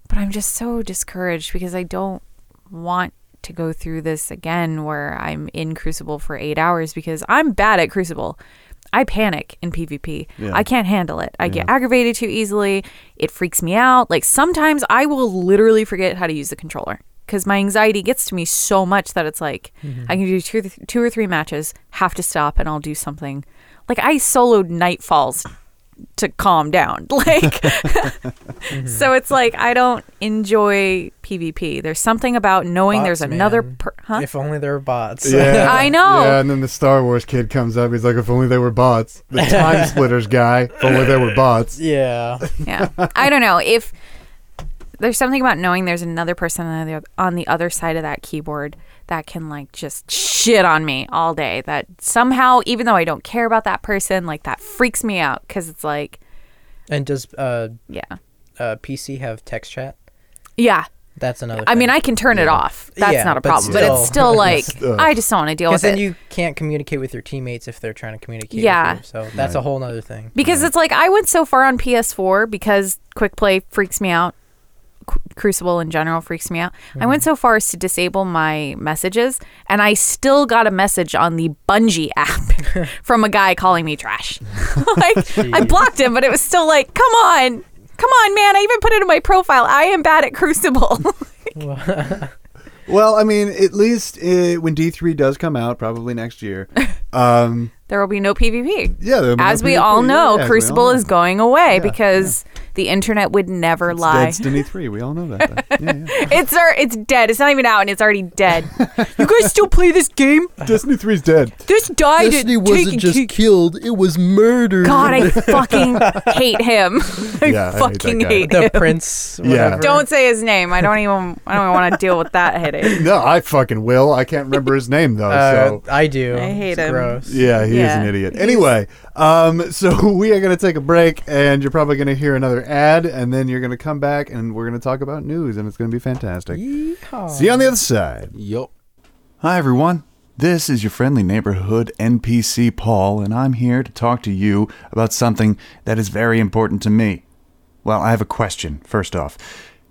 Speaker 5: But I'm just so discouraged because I don't want to go through this again where I'm in Crucible for 8 hours because I'm bad at Crucible. I panic in PvP.
Speaker 4: Yeah.
Speaker 5: I can't handle it. I get aggravated too easily. It freaks me out. Like sometimes I will literally forget how to use the controller because my anxiety gets to me so much that it's like I can do two, two or three matches, have to stop, and I'll do something. Like I soloed Nightfalls to calm down. Like, so it's like I don't enjoy PvP. There's something about knowing there's
Speaker 2: Bots,
Speaker 5: another.
Speaker 2: man.
Speaker 5: Per- huh?
Speaker 2: If only there were bots.
Speaker 4: Yeah,
Speaker 5: I know.
Speaker 4: Yeah, and then the Star Wars kid comes up. He's like, "If only they were bots." The time splitters guy. If only they were bots.
Speaker 2: yeah.
Speaker 5: yeah i don't know if there's something about knowing there's another person on the, on the other side of that keyboard that can like just shit on me all day that somehow even though i don't care about that person like that freaks me out because it's like
Speaker 2: And does uh,
Speaker 5: yeah
Speaker 2: uh, PC have text chat?
Speaker 5: yeah
Speaker 2: That's another.
Speaker 5: i mean
Speaker 2: thing.
Speaker 5: i can turn it off that's
Speaker 2: Yeah,
Speaker 5: not a
Speaker 2: but
Speaker 5: problem but it's
Speaker 2: still.
Speaker 5: still like
Speaker 4: Still.
Speaker 5: i just don't want to deal
Speaker 2: because
Speaker 5: with
Speaker 2: then
Speaker 5: it
Speaker 2: you can't communicate with your teammates if they're trying to communicate.
Speaker 5: Yeah.
Speaker 2: With you, so that's a whole nother thing.
Speaker 5: because it's like I went so far on PS4 because quick play freaks me out. Cru- Crucible in general freaks me out. I went
Speaker 4: Mm-hmm.
Speaker 5: so far as to disable my messages, and I still got a message on the Bungie app from a guy calling me trash. like I blocked him, but it was still like, come on, come on, man! I even put it in my profile. I am bad at Crucible.
Speaker 4: Well, I mean, at least uh when D three does come out, probably next year. Um,
Speaker 5: there will be no PvP.
Speaker 4: yeah, there'll be
Speaker 5: As
Speaker 4: no
Speaker 5: we
Speaker 4: PvP.
Speaker 5: all know,
Speaker 4: Yeah, as we
Speaker 5: Crucible
Speaker 4: all know.
Speaker 5: is going away because the internet would never
Speaker 4: It's
Speaker 5: lie.
Speaker 4: Destiny three. We all know that. yeah, yeah.
Speaker 5: It's er, it's dead. It's not even out, and it's already dead. you guys still play this game?
Speaker 4: Destiny 3's dead.
Speaker 5: This died.
Speaker 6: Destiny
Speaker 5: at Taken
Speaker 6: wasn't just
Speaker 5: King-
Speaker 6: killed, it was murdered.
Speaker 5: God, I fucking hate him.
Speaker 4: Yeah, I
Speaker 5: I
Speaker 4: hate that
Speaker 5: fucking
Speaker 4: guy.
Speaker 5: hate,
Speaker 2: the
Speaker 5: him.
Speaker 2: prince.
Speaker 4: Yeah.
Speaker 2: Whatever.
Speaker 5: Don't say his name. I don't even. I don't even want to deal with that headache.
Speaker 4: No, I fucking will. I can't remember his name though.
Speaker 2: Uh,
Speaker 4: so
Speaker 2: I do.
Speaker 5: I hate
Speaker 2: it's
Speaker 5: him.
Speaker 2: Gross.
Speaker 4: yeah, he is
Speaker 5: yeah.
Speaker 4: an idiot. Anyway, um, so we are going to take a break, and you're probably going to hear another ad, and then you're going to come back, and we're going to talk about news, and it's going to be fantastic. See you on the other side.
Speaker 3: Yup.
Speaker 1: Hi, everyone. This is your friendly neighborhood NPC Paul, and I'm here to talk to you about something that is very important to me. Well, I have a question, first off.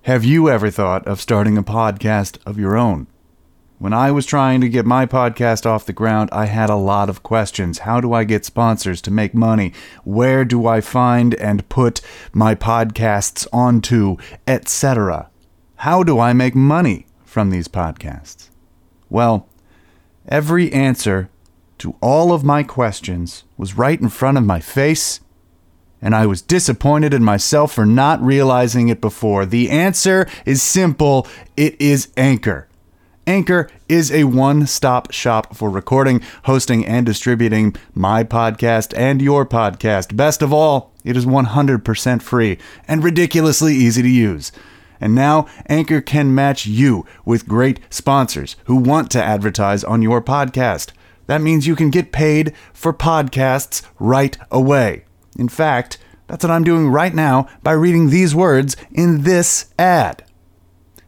Speaker 1: Have you ever thought of starting a podcast of your own? When I was trying to get my podcast off the ground, I had a lot of questions. How do I get sponsors to make money? Where do I find and put my podcasts onto, etc.? How do I make money from these podcasts? Well, every answer
Speaker 4: to all of my questions was right in front of my face, and I was disappointed in myself for not realizing it before. The answer is simple it is Anchor. Anchor is a one stop shop for recording, hosting, and distributing my podcast and your podcast. Best of all, it is 100% free and ridiculously easy to use. And now, Anchor can match you with great sponsors who want to advertise on your podcast. That means you can get paid for podcasts right away. In fact, that's what I'm doing right now by reading these words in this ad.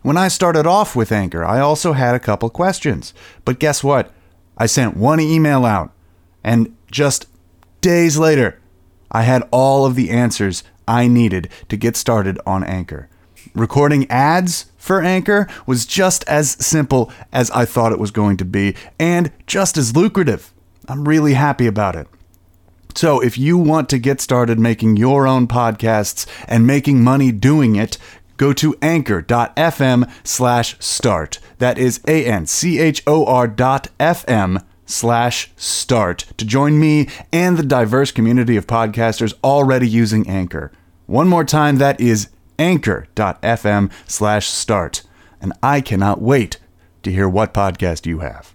Speaker 4: When I started off with Anchor, I also had a couple questions. But guess what? I sent one email out, and just days later, I had all of the answers I needed to get started on Anchor. Recording ads for Anchor was just as simple as I thought it was going to be, and just as lucrative. I'm really happy about it. So, if you want to get started making your own podcasts and making money doing it, go to anchor.fm slash start. That is A N C H O R dot FM slash start to join me and the diverse community of podcasters already using Anchor. One more time, that is anchor.fm slash start. And I cannot wait to hear what podcast you have.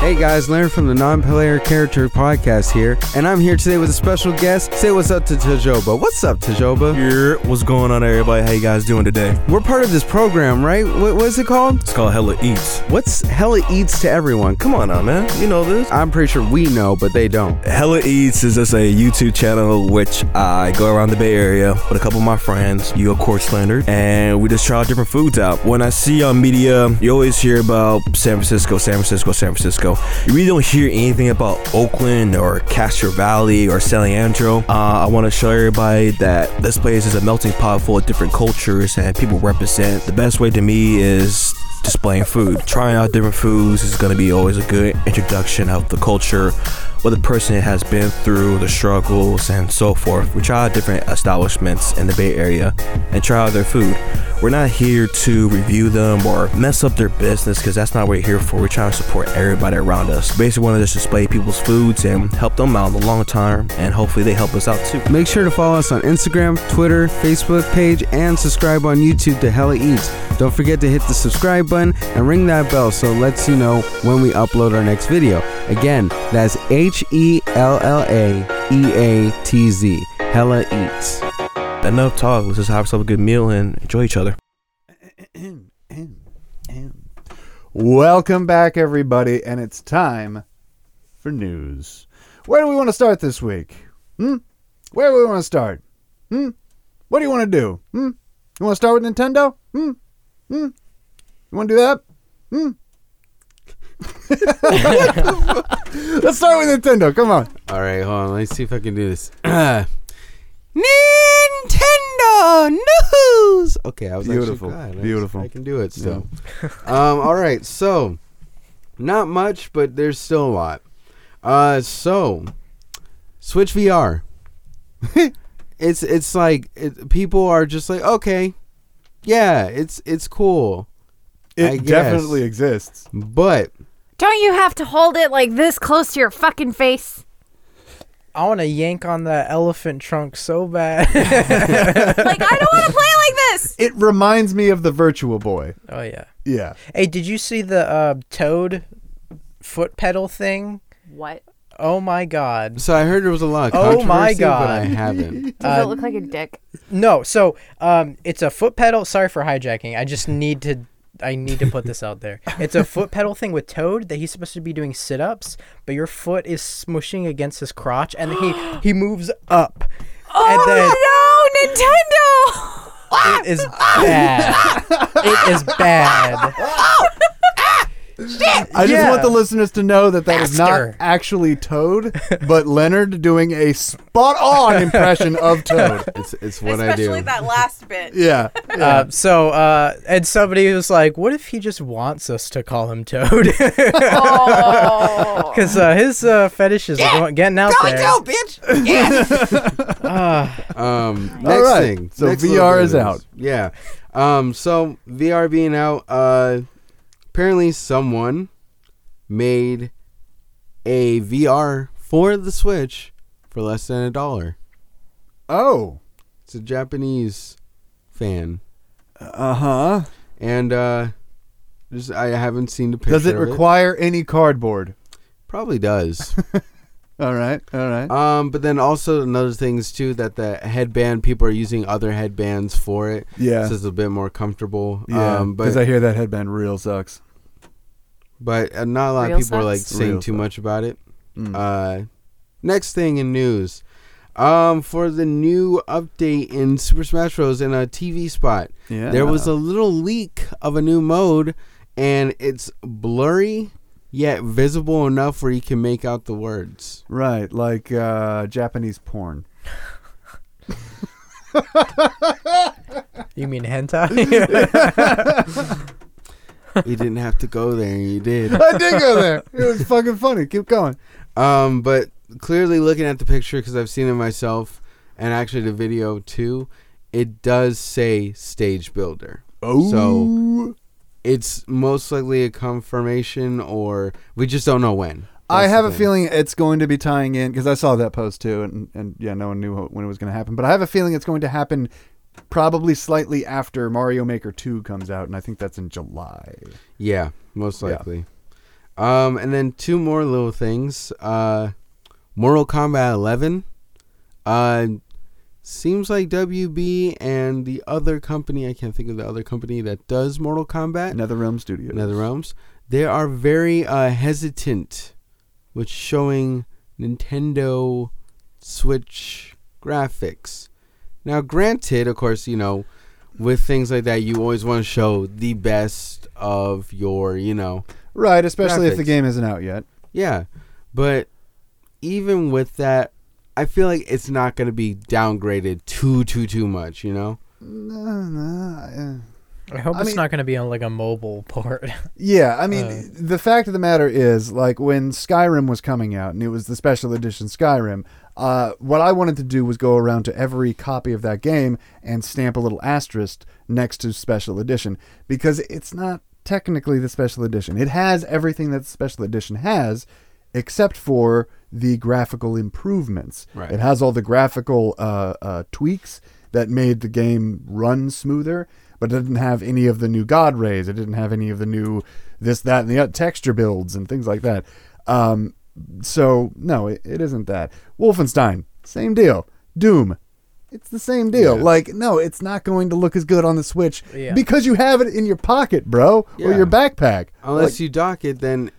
Speaker 3: Hey guys, Leonard from the Non-Player Character Podcast here, and I'm here today with a special guest. Say what's up to Tajoba. What's up, Tajoba?
Speaker 6: Here, what's going on, everybody? How you guys doing today?
Speaker 3: We're part of this program, right? What, what is it called?
Speaker 6: It's called Hella Eats.
Speaker 3: What's Hella Eats to everyone? Come
Speaker 6: Come on now, man. You know this.
Speaker 3: on. I'm pretty sure we know, but they don't.
Speaker 6: Hella Eats is just a YouTube channel which I go around the Bay Area with a couple of my friends, you of course Leonard, and we just try out different foods out. When I see on media, you always hear about San Francisco, San Francisco, San Francisco. You really don't hear anything about Oakland or Castro Valley or San Leandro. Uh, I want to show everybody that this place is a melting pot full of different cultures and people represent. The best way to me is displaying food. Trying out different foods is going to be always a good introduction of the culture, what the person has been through, the struggles, and so forth. We try out different establishments in the Bay Area and try out their food. We're not here to review them or mess up their business because that's not what we're here for. We're trying to support everybody around us. Basically, want to just display people's foods and help them out in the long term, and hopefully, they help us out too.
Speaker 3: Make sure to follow us on Instagram, Twitter, Facebook page, and subscribe on YouTube to Hella Eats. Don't forget to hit the subscribe button and ring that bell so it lets you know when we upload our next video. Again, that's H E L L A E A T Z. Hella Eats.
Speaker 6: Enough talk. Let's just have ourselves a good meal and enjoy each other.
Speaker 4: Welcome back, everybody, and it's time for news. Where do we want to start this week? Hmm? Where do we want to start? Hmm? What do you want to do? Hmm? You want to start with Nintendo? Hmm? Hmm? You want to do that? Hmm? Let's start with Nintendo. Come on.
Speaker 3: All right, hold on. Let's see if I can do this. Nintendo news. Okay, I was actually
Speaker 4: Beautiful,
Speaker 3: glad. I was-
Speaker 4: beautiful.
Speaker 3: I can do it still. um, all right, so not much, but there's still a lot. Uh, so Switch VR. it's it's like it, people are just like, okay, yeah, it's it's cool, I
Speaker 4: It
Speaker 3: guess.
Speaker 4: definitely exists.
Speaker 3: but
Speaker 5: Don't you have to hold it like this close to your fucking face?
Speaker 2: I want to yank on that elephant trunk so bad.
Speaker 5: Like, I don't want to play like this.
Speaker 4: It reminds me of the Virtual Boy.
Speaker 2: oh yeah.
Speaker 4: Yeah.
Speaker 2: Hey, did you see the uh, toad foot pedal thing?
Speaker 5: What?
Speaker 2: Oh my god.
Speaker 3: so I heard there was a lot. Of
Speaker 2: Oh my
Speaker 3: controversy,
Speaker 2: God.
Speaker 3: But I haven't.
Speaker 5: Does it look like a dick?
Speaker 2: No, so um, it's a foot pedal. Sorry for hijacking. I just need to. I need to put this out there. It's a foot pedal thing with Toad that he's supposed to be doing sit ups, but your foot is smushing against his crotch, and he he moves up. and then
Speaker 5: Oh no,
Speaker 2: it
Speaker 5: Nintendo!
Speaker 2: is bad. it is bad.
Speaker 4: I just
Speaker 2: Yeah.
Speaker 4: want the listeners to know that that is
Speaker 2: Faster.
Speaker 4: not actually Toad, but Leonard doing a spot on impression of Toad.
Speaker 3: It's it's what I
Speaker 5: Especially
Speaker 3: do.
Speaker 5: that last bit.
Speaker 4: Yeah.
Speaker 2: Uh, so uh, and somebody was like, "What if he just wants us to call him Toad?"
Speaker 5: Oh.
Speaker 2: Because uh, his uh, fetishes are going, getting out there.
Speaker 3: bitch.
Speaker 2: Ah,
Speaker 3: Um, next
Speaker 4: right.
Speaker 3: thing.
Speaker 4: So VR
Speaker 3: next little
Speaker 4: is
Speaker 3: bit of
Speaker 4: out.
Speaker 3: news. Yeah. Um, so VR being out, uh, apparently someone made a VR for the Switch for less than a dollar.
Speaker 4: Oh.
Speaker 3: It's a Japanese fan,
Speaker 4: Uh huh.
Speaker 3: and uh, just I haven't seen the picture.
Speaker 4: Does it
Speaker 3: of
Speaker 4: require any cardboard?
Speaker 3: Probably does.
Speaker 4: All right. All right.
Speaker 3: um, but then also another things too that the headband people are using other headbands for it.
Speaker 4: yeah.
Speaker 3: So it's a bit more comfortable.
Speaker 4: Yeah.
Speaker 3: Um,
Speaker 4: Because
Speaker 3: but
Speaker 4: I hear that headband real sucks.
Speaker 3: but uh, not a lot
Speaker 5: Real
Speaker 3: of people are like
Speaker 5: sucks?
Speaker 3: saying
Speaker 4: Real
Speaker 3: too
Speaker 4: sucks.
Speaker 3: much about it.
Speaker 4: Mm.
Speaker 3: Uh, next thing in news, um, for the new update in Super Smash Bros. in a TV spot,
Speaker 4: yeah.
Speaker 3: there was a little leak of a new mode, and it's blurry yet visible enough where you can make out the words.
Speaker 4: Right, like uh, Japanese porn.
Speaker 2: you mean hentai?
Speaker 3: you didn't have to go there, you did.
Speaker 4: I did go there. It was fucking funny. Keep going.
Speaker 3: Um, but clearly, looking at the picture because I've seen it myself, and actually the video too, it does say stage builder.
Speaker 4: Oh,
Speaker 3: So- It's most likely a confirmation, or we just don't know when.
Speaker 4: I
Speaker 3: That's the
Speaker 4: have a
Speaker 3: thing.
Speaker 4: feeling it's going to be tying in because I saw that post too, and, and yeah, no one knew wh- when it was going to happen. But I have a feeling it's going to happen probably slightly after Mario Maker Two comes out, and I think that's in July.
Speaker 3: Yeah, most
Speaker 4: Yeah.
Speaker 3: likely. Um, and then two more little things. Uh, Mortal Kombat 11. Uh, seems like WB and the other company, I can't think of the other company that does Mortal Kombat.
Speaker 4: NetherRealm Studios.
Speaker 3: NetherRealms, they are very uh, hesitant with showing Nintendo Switch graphics. Now, granted, of course, you know, with things like that, you always want to show the best of your, you know,
Speaker 4: Right, especially if the
Speaker 3: Graphics.
Speaker 4: game isn't out yet.
Speaker 3: yeah. But even with that, I feel like it's not going to be downgraded too, too, too much, you know?
Speaker 4: No, no, eh.
Speaker 2: I hope
Speaker 4: I
Speaker 2: it's
Speaker 4: mean-
Speaker 2: not going to be on like a mobile port.
Speaker 4: Yeah, I mean,
Speaker 2: Uh.
Speaker 4: the fact of the matter is, like when Skyrim was coming out and it was the special edition Skyrim, uh, what I wanted to do was go around to every copy of that game and stamp a little asterisk next to special edition because it's not technically the special edition. It has everything that the special edition has, except for the graphical improvements.
Speaker 3: Right.
Speaker 4: It has all the graphical uh, uh, tweaks that made the game run smoother, but it didn't have any of the new God rays. It didn't have any of the new this, that, and the other texture builds and things like that. Um, so, no, it, it isn't that. Wolfenstein, same deal. Doom, it's the same deal.
Speaker 3: Yeah.
Speaker 4: Like, no, it's not going to look as good on the Switch
Speaker 2: Yeah.
Speaker 4: because you have it in your pocket, bro, or
Speaker 3: Yeah.
Speaker 4: your backpack.
Speaker 3: Unless you dock it, then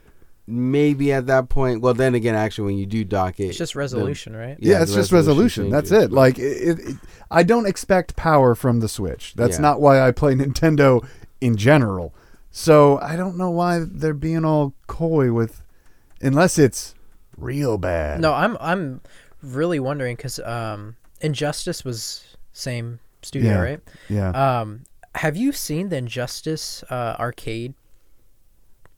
Speaker 3: maybe at that point, well, then again, actually, when you do dock it,
Speaker 2: It's just
Speaker 3: then-
Speaker 2: resolution, right?
Speaker 4: yeah,
Speaker 3: the
Speaker 4: it's just resolution.
Speaker 3: changes.
Speaker 4: That's it. Like it, it, I don't expect power from the Switch. That's
Speaker 3: Yeah.
Speaker 4: not why I play Nintendo in general. So I don't know why they're being all coy with, unless it's real bad.
Speaker 2: No, I'm I'm really wondering because um, Injustice was same studio,
Speaker 4: Yeah.
Speaker 2: right?
Speaker 4: Yeah.
Speaker 2: Um, have you seen the Injustice uh, arcade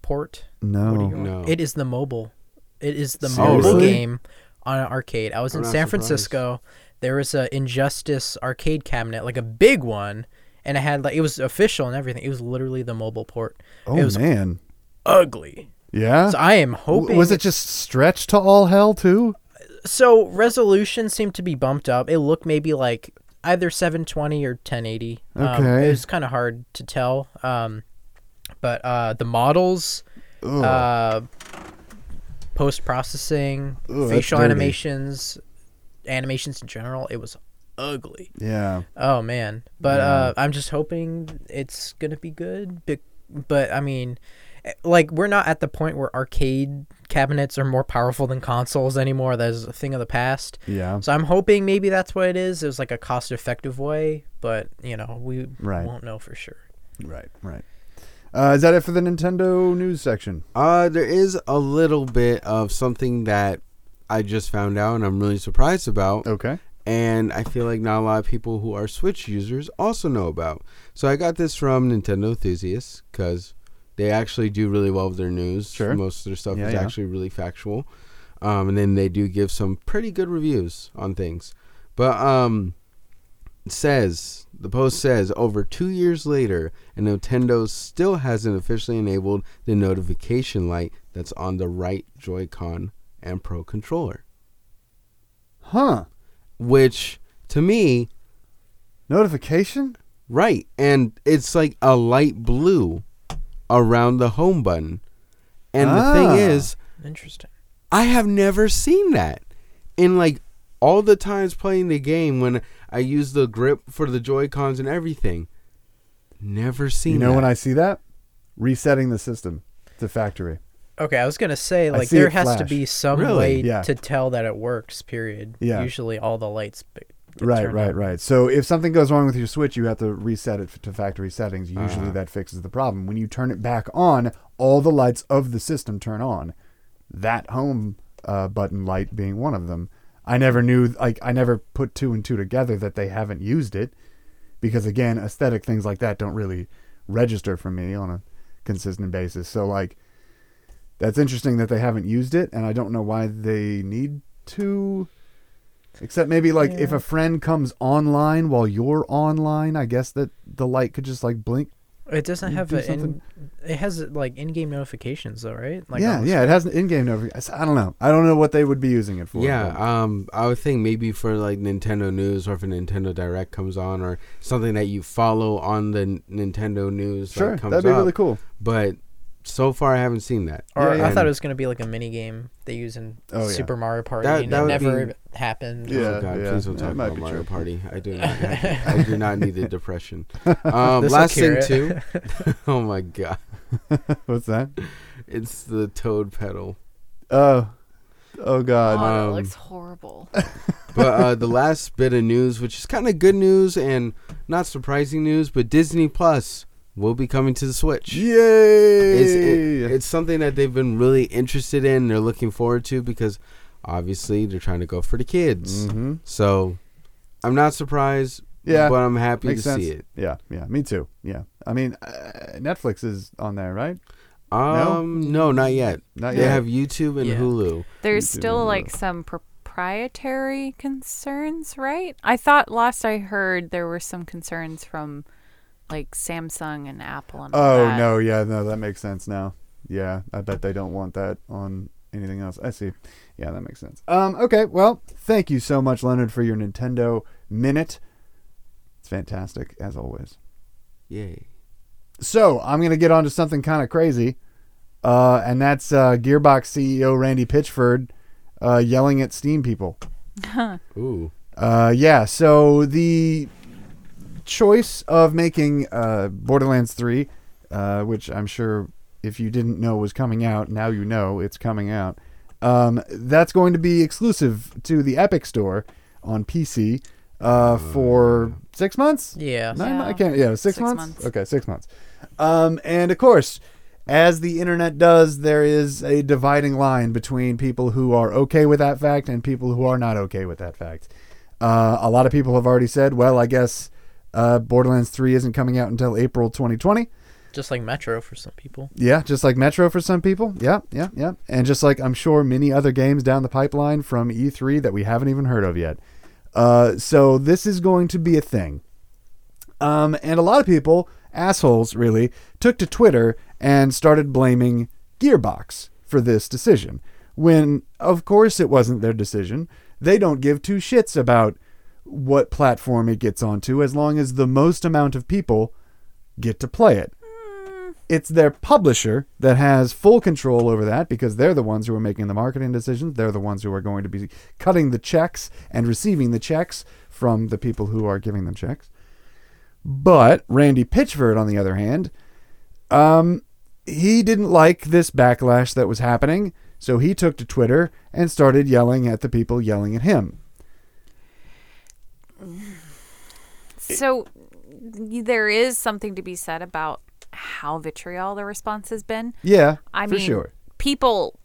Speaker 2: port? What do you
Speaker 4: no.
Speaker 2: call it?
Speaker 3: No.
Speaker 2: It is the mobile. It is the mobile
Speaker 4: Seriously?
Speaker 2: game on an arcade. I was
Speaker 3: I'm
Speaker 2: in
Speaker 3: not
Speaker 2: San
Speaker 3: surprised.
Speaker 2: Francisco. There was a Injustice arcade cabinet, like a big one, and it had like it was official and everything. It was literally the mobile port. it
Speaker 4: Oh
Speaker 2: was
Speaker 4: man.
Speaker 2: ugly.
Speaker 4: Yeah.
Speaker 2: So I am
Speaker 4: W-
Speaker 2: hoping.
Speaker 4: was it just stretched to all hell too?
Speaker 2: so resolution seemed to be bumped up. It looked maybe like either 720 or 1080. Um,
Speaker 4: Okay.
Speaker 2: it was kind of hard to tell. Um, but uh, the models, uh, post processing,
Speaker 4: Ooh, that's
Speaker 2: facial
Speaker 4: dirty.
Speaker 2: animations, animations in general, it was ugly.
Speaker 4: Yeah.
Speaker 2: Oh man! But uh, I'm just hoping it's gonna be good. But, but I mean, eh, like we're not at the point where arcade cabinets are more powerful than consoles anymore. That is a thing of the past.
Speaker 4: Yeah.
Speaker 2: So I'm hoping maybe that's what it is. It was like a cost-effective way, but you know we
Speaker 4: Right.
Speaker 2: won't know for sure.
Speaker 4: Right. Right. Uh, is that it for the Nintendo news section?
Speaker 3: Uh, there is a little bit of something that I just found out and I'm really surprised about.
Speaker 4: Okay.
Speaker 3: And I feel like not a lot of people who are Switch users also know about. So I got this from Nintendo Enthusiasts because they actually do really well with their news.
Speaker 4: Sure.
Speaker 3: Most of their stuff
Speaker 4: Yeah,
Speaker 3: is
Speaker 4: yeah.
Speaker 3: actually really factual. Um, and then they do give some pretty good reviews on things. But um, it says the post says over two years later, and Nintendo still hasn't officially enabled the notification light that's on the right Joy-Con and Pro controller.
Speaker 4: Huh.
Speaker 3: Which to me,
Speaker 4: Notification?
Speaker 3: right, and it's like a light blue around the home button. And the
Speaker 4: Ah.
Speaker 3: thing is,
Speaker 2: Interesting.
Speaker 3: I have never seen that. In like all the times playing the game when I use the grip for the Joy Cons and everything, never seen.
Speaker 4: You know
Speaker 3: that.
Speaker 4: when I see that? Resetting the system to factory.
Speaker 2: Okay, I was gonna say
Speaker 4: I
Speaker 2: like
Speaker 4: see
Speaker 2: there
Speaker 4: it
Speaker 2: has to
Speaker 4: flash.
Speaker 2: be some
Speaker 3: Really?
Speaker 2: way
Speaker 4: Yeah.
Speaker 2: to tell that it works. Period.
Speaker 4: Yeah.
Speaker 2: Usually all the lights. b- get
Speaker 4: Right,
Speaker 2: turned
Speaker 4: right,
Speaker 2: on.
Speaker 4: right. So if something goes wrong with your Switch, you have to reset it f- to factory settings. Usually
Speaker 3: Uh-huh.
Speaker 4: that fixes the problem. When you turn it back on, all the lights of the system turn on. That home uh, button light being one of them. I never knew, like, I never put two and two together that they haven't used it because, again, aesthetic things like that don't really register for me on a consistent basis. So, like, that's interesting that they haven't used it, and I don't know why they need to. Except maybe like if a friend comes online while you're online, I guess that the light could just like blink.
Speaker 2: It doesn't
Speaker 4: You
Speaker 2: have
Speaker 4: do
Speaker 2: a in,
Speaker 4: something-
Speaker 2: it has like in-game notifications though, right? Like
Speaker 4: yeah,
Speaker 2: on the
Speaker 4: yeah, it has an in-game notification. I don't know. I don't know what they would be using it for.
Speaker 3: yeah, um, I would think maybe for like Nintendo News or if a Nintendo Direct comes on or something that you follow on the N- Nintendo News.
Speaker 4: but- sure,
Speaker 3: like, comes
Speaker 4: that'd be
Speaker 3: up,
Speaker 4: really cool.
Speaker 3: But so far, I haven't seen that.
Speaker 2: Or
Speaker 4: Yeah,
Speaker 2: I
Speaker 4: yeah.
Speaker 2: thought it was gonna be like a mini game they use in
Speaker 4: Oh, yeah.
Speaker 2: Super Mario Party,
Speaker 3: That-
Speaker 2: and
Speaker 3: that
Speaker 2: it
Speaker 3: would
Speaker 2: never
Speaker 3: be-
Speaker 2: happened.
Speaker 4: Yeah.
Speaker 3: oh God, please don't
Speaker 4: yeah,
Speaker 3: talk
Speaker 4: it might
Speaker 3: about
Speaker 4: be
Speaker 3: Mario
Speaker 4: true.
Speaker 3: Party. I do not. Have, I do not need the depression. Um,
Speaker 2: This'll
Speaker 3: last
Speaker 2: cure
Speaker 3: thing
Speaker 2: it.
Speaker 3: too. oh my God,
Speaker 4: What's that?
Speaker 3: it's the Toad pedal.
Speaker 4: Oh, oh God.
Speaker 5: Oh,
Speaker 3: um,
Speaker 5: that looks horrible.
Speaker 3: but uh, the last bit of news, which is kind of good news and not surprising news, but Disney Plus will be coming to the Switch.
Speaker 4: Yay!
Speaker 3: It's, it- it's something that they've been really interested in. They're looking forward to because obviously they're trying to go for the kids.
Speaker 4: mm-hmm.
Speaker 3: So I'm not surprised,
Speaker 4: Yeah,
Speaker 3: but I'm happy
Speaker 4: makes
Speaker 3: to
Speaker 4: sense.
Speaker 3: see it.
Speaker 4: Yeah, yeah. Me too. Yeah. I mean, uh, Netflix is on there, right?
Speaker 3: Um, no, not yet.
Speaker 4: Not
Speaker 3: They
Speaker 4: yet.
Speaker 3: have YouTube and
Speaker 2: Yeah.
Speaker 3: Hulu.
Speaker 5: There's
Speaker 4: do
Speaker 5: still
Speaker 4: remember
Speaker 5: like some proprietary concerns, right? I thought last I heard there were some concerns from like Samsung and Apple and all
Speaker 4: Oh
Speaker 5: that.
Speaker 4: no, yeah, no, that makes sense now. Yeah, I bet they don't want that on anything else. I see. Yeah, that makes sense. Um, okay, well, thank you so much, Leonard, for your Nintendo minute. It's fantastic as always.
Speaker 3: Yay.
Speaker 4: So I'm gonna get onto something kind of crazy, uh, and that's uh, Gearbox CEO Randy Pitchford uh, yelling at Steam people.
Speaker 3: Ooh.
Speaker 4: Uh, yeah, so the choice of making uh, Borderlands 3, uh, which I'm sure if you didn't know was coming out, now you know it's coming out, um, that's going to be exclusive to the Epic Store on PC uh, for six months?
Speaker 2: Yeah.
Speaker 4: Nine
Speaker 5: Yeah.
Speaker 4: months? I can't. Yeah, six,
Speaker 5: Six
Speaker 4: months?
Speaker 5: months.
Speaker 4: Okay, six months. Um, and of course, as the internet does, there is a dividing line between people who are okay with that fact and people who are not okay with that fact. Uh, a lot of people have already said, well, I guess uh, Borderlands 3 isn't coming out until April 2020.
Speaker 2: Just like Metro for some people.
Speaker 4: Yeah, just like Metro for some people. Yeah, yeah, yeah. And just like I'm sure many other games down the pipeline from E3 that we haven't even heard of yet. Uh, so this is going to be a thing. Um, and a lot of people, assholes really, took to Twitter and started blaming Gearbox for this decision. When, of course, it wasn't their decision. They don't give two shits about what platform it gets onto as long as the most amount of people get to play it it's their publisher that has full control over that because they're the ones who are making the marketing decisions. They're the ones who are going to be cutting the checks and receiving the checks from the people who are giving them checks. But Randy Pitchford, on the other hand, um, he didn't like this backlash that was happening, so he took to Twitter and started yelling at the people yelling at him.
Speaker 5: So y- there is something to be said about how vitriol the response has been.
Speaker 4: Yeah,
Speaker 5: I
Speaker 4: for
Speaker 5: mean,
Speaker 4: sure.
Speaker 5: people,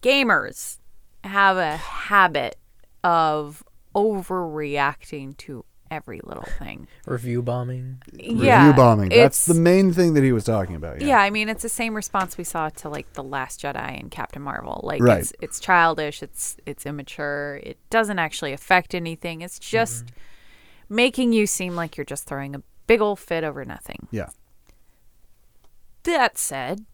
Speaker 5: gamers, have a habit of overreacting to every little thing.
Speaker 2: Review bombing.
Speaker 5: yeah,
Speaker 4: Review bombing. That's
Speaker 5: it's-
Speaker 4: the main thing that he was talking about.
Speaker 5: Yeah.
Speaker 4: Yeah.
Speaker 5: I mean, it's the same response we saw to like the Last Jedi and Captain Marvel. Like,
Speaker 4: Right.
Speaker 5: it's it's childish, it's it's immature, it doesn't actually affect anything. It's just
Speaker 4: Mm-hmm.
Speaker 5: making you seem like you're just throwing a big old fit over nothing.
Speaker 4: Yeah.
Speaker 5: That said,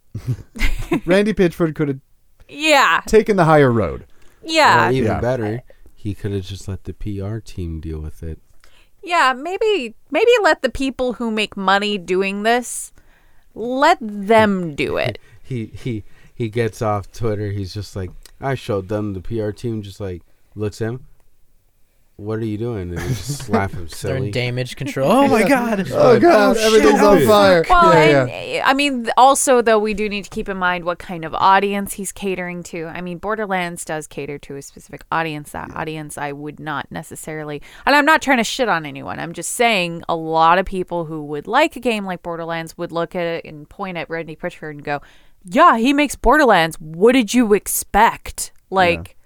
Speaker 4: Randy Pitchford could have
Speaker 5: yeah,
Speaker 4: taken the higher road.
Speaker 5: yeah,
Speaker 3: or even
Speaker 4: Yeah.
Speaker 3: better, he could have just let the PR team deal with it.
Speaker 5: yeah. Maybe maybe let the people who make money doing this let them do it.
Speaker 3: He he he gets off Twitter. He's just like, I showed them. The PR team just like looks at him. What are you doing? And they just slap him
Speaker 2: They're
Speaker 3: silly.
Speaker 2: in damage control. Oh my god.
Speaker 4: Oh God, everything's on fire.
Speaker 5: Well,
Speaker 4: yeah, yeah.
Speaker 5: and uh, I mean, th- also though, we do need to keep in mind what kind of audience he's catering to. I mean, Borderlands does cater to a specific audience. That audience, I would not necessarily, and I'm not trying to shit on anyone. I'm just saying a lot of people who would like a game like Borderlands would look at it and point at Randy Pritchard and go, "Yeah, he makes Borderlands. What did you expect?" Like,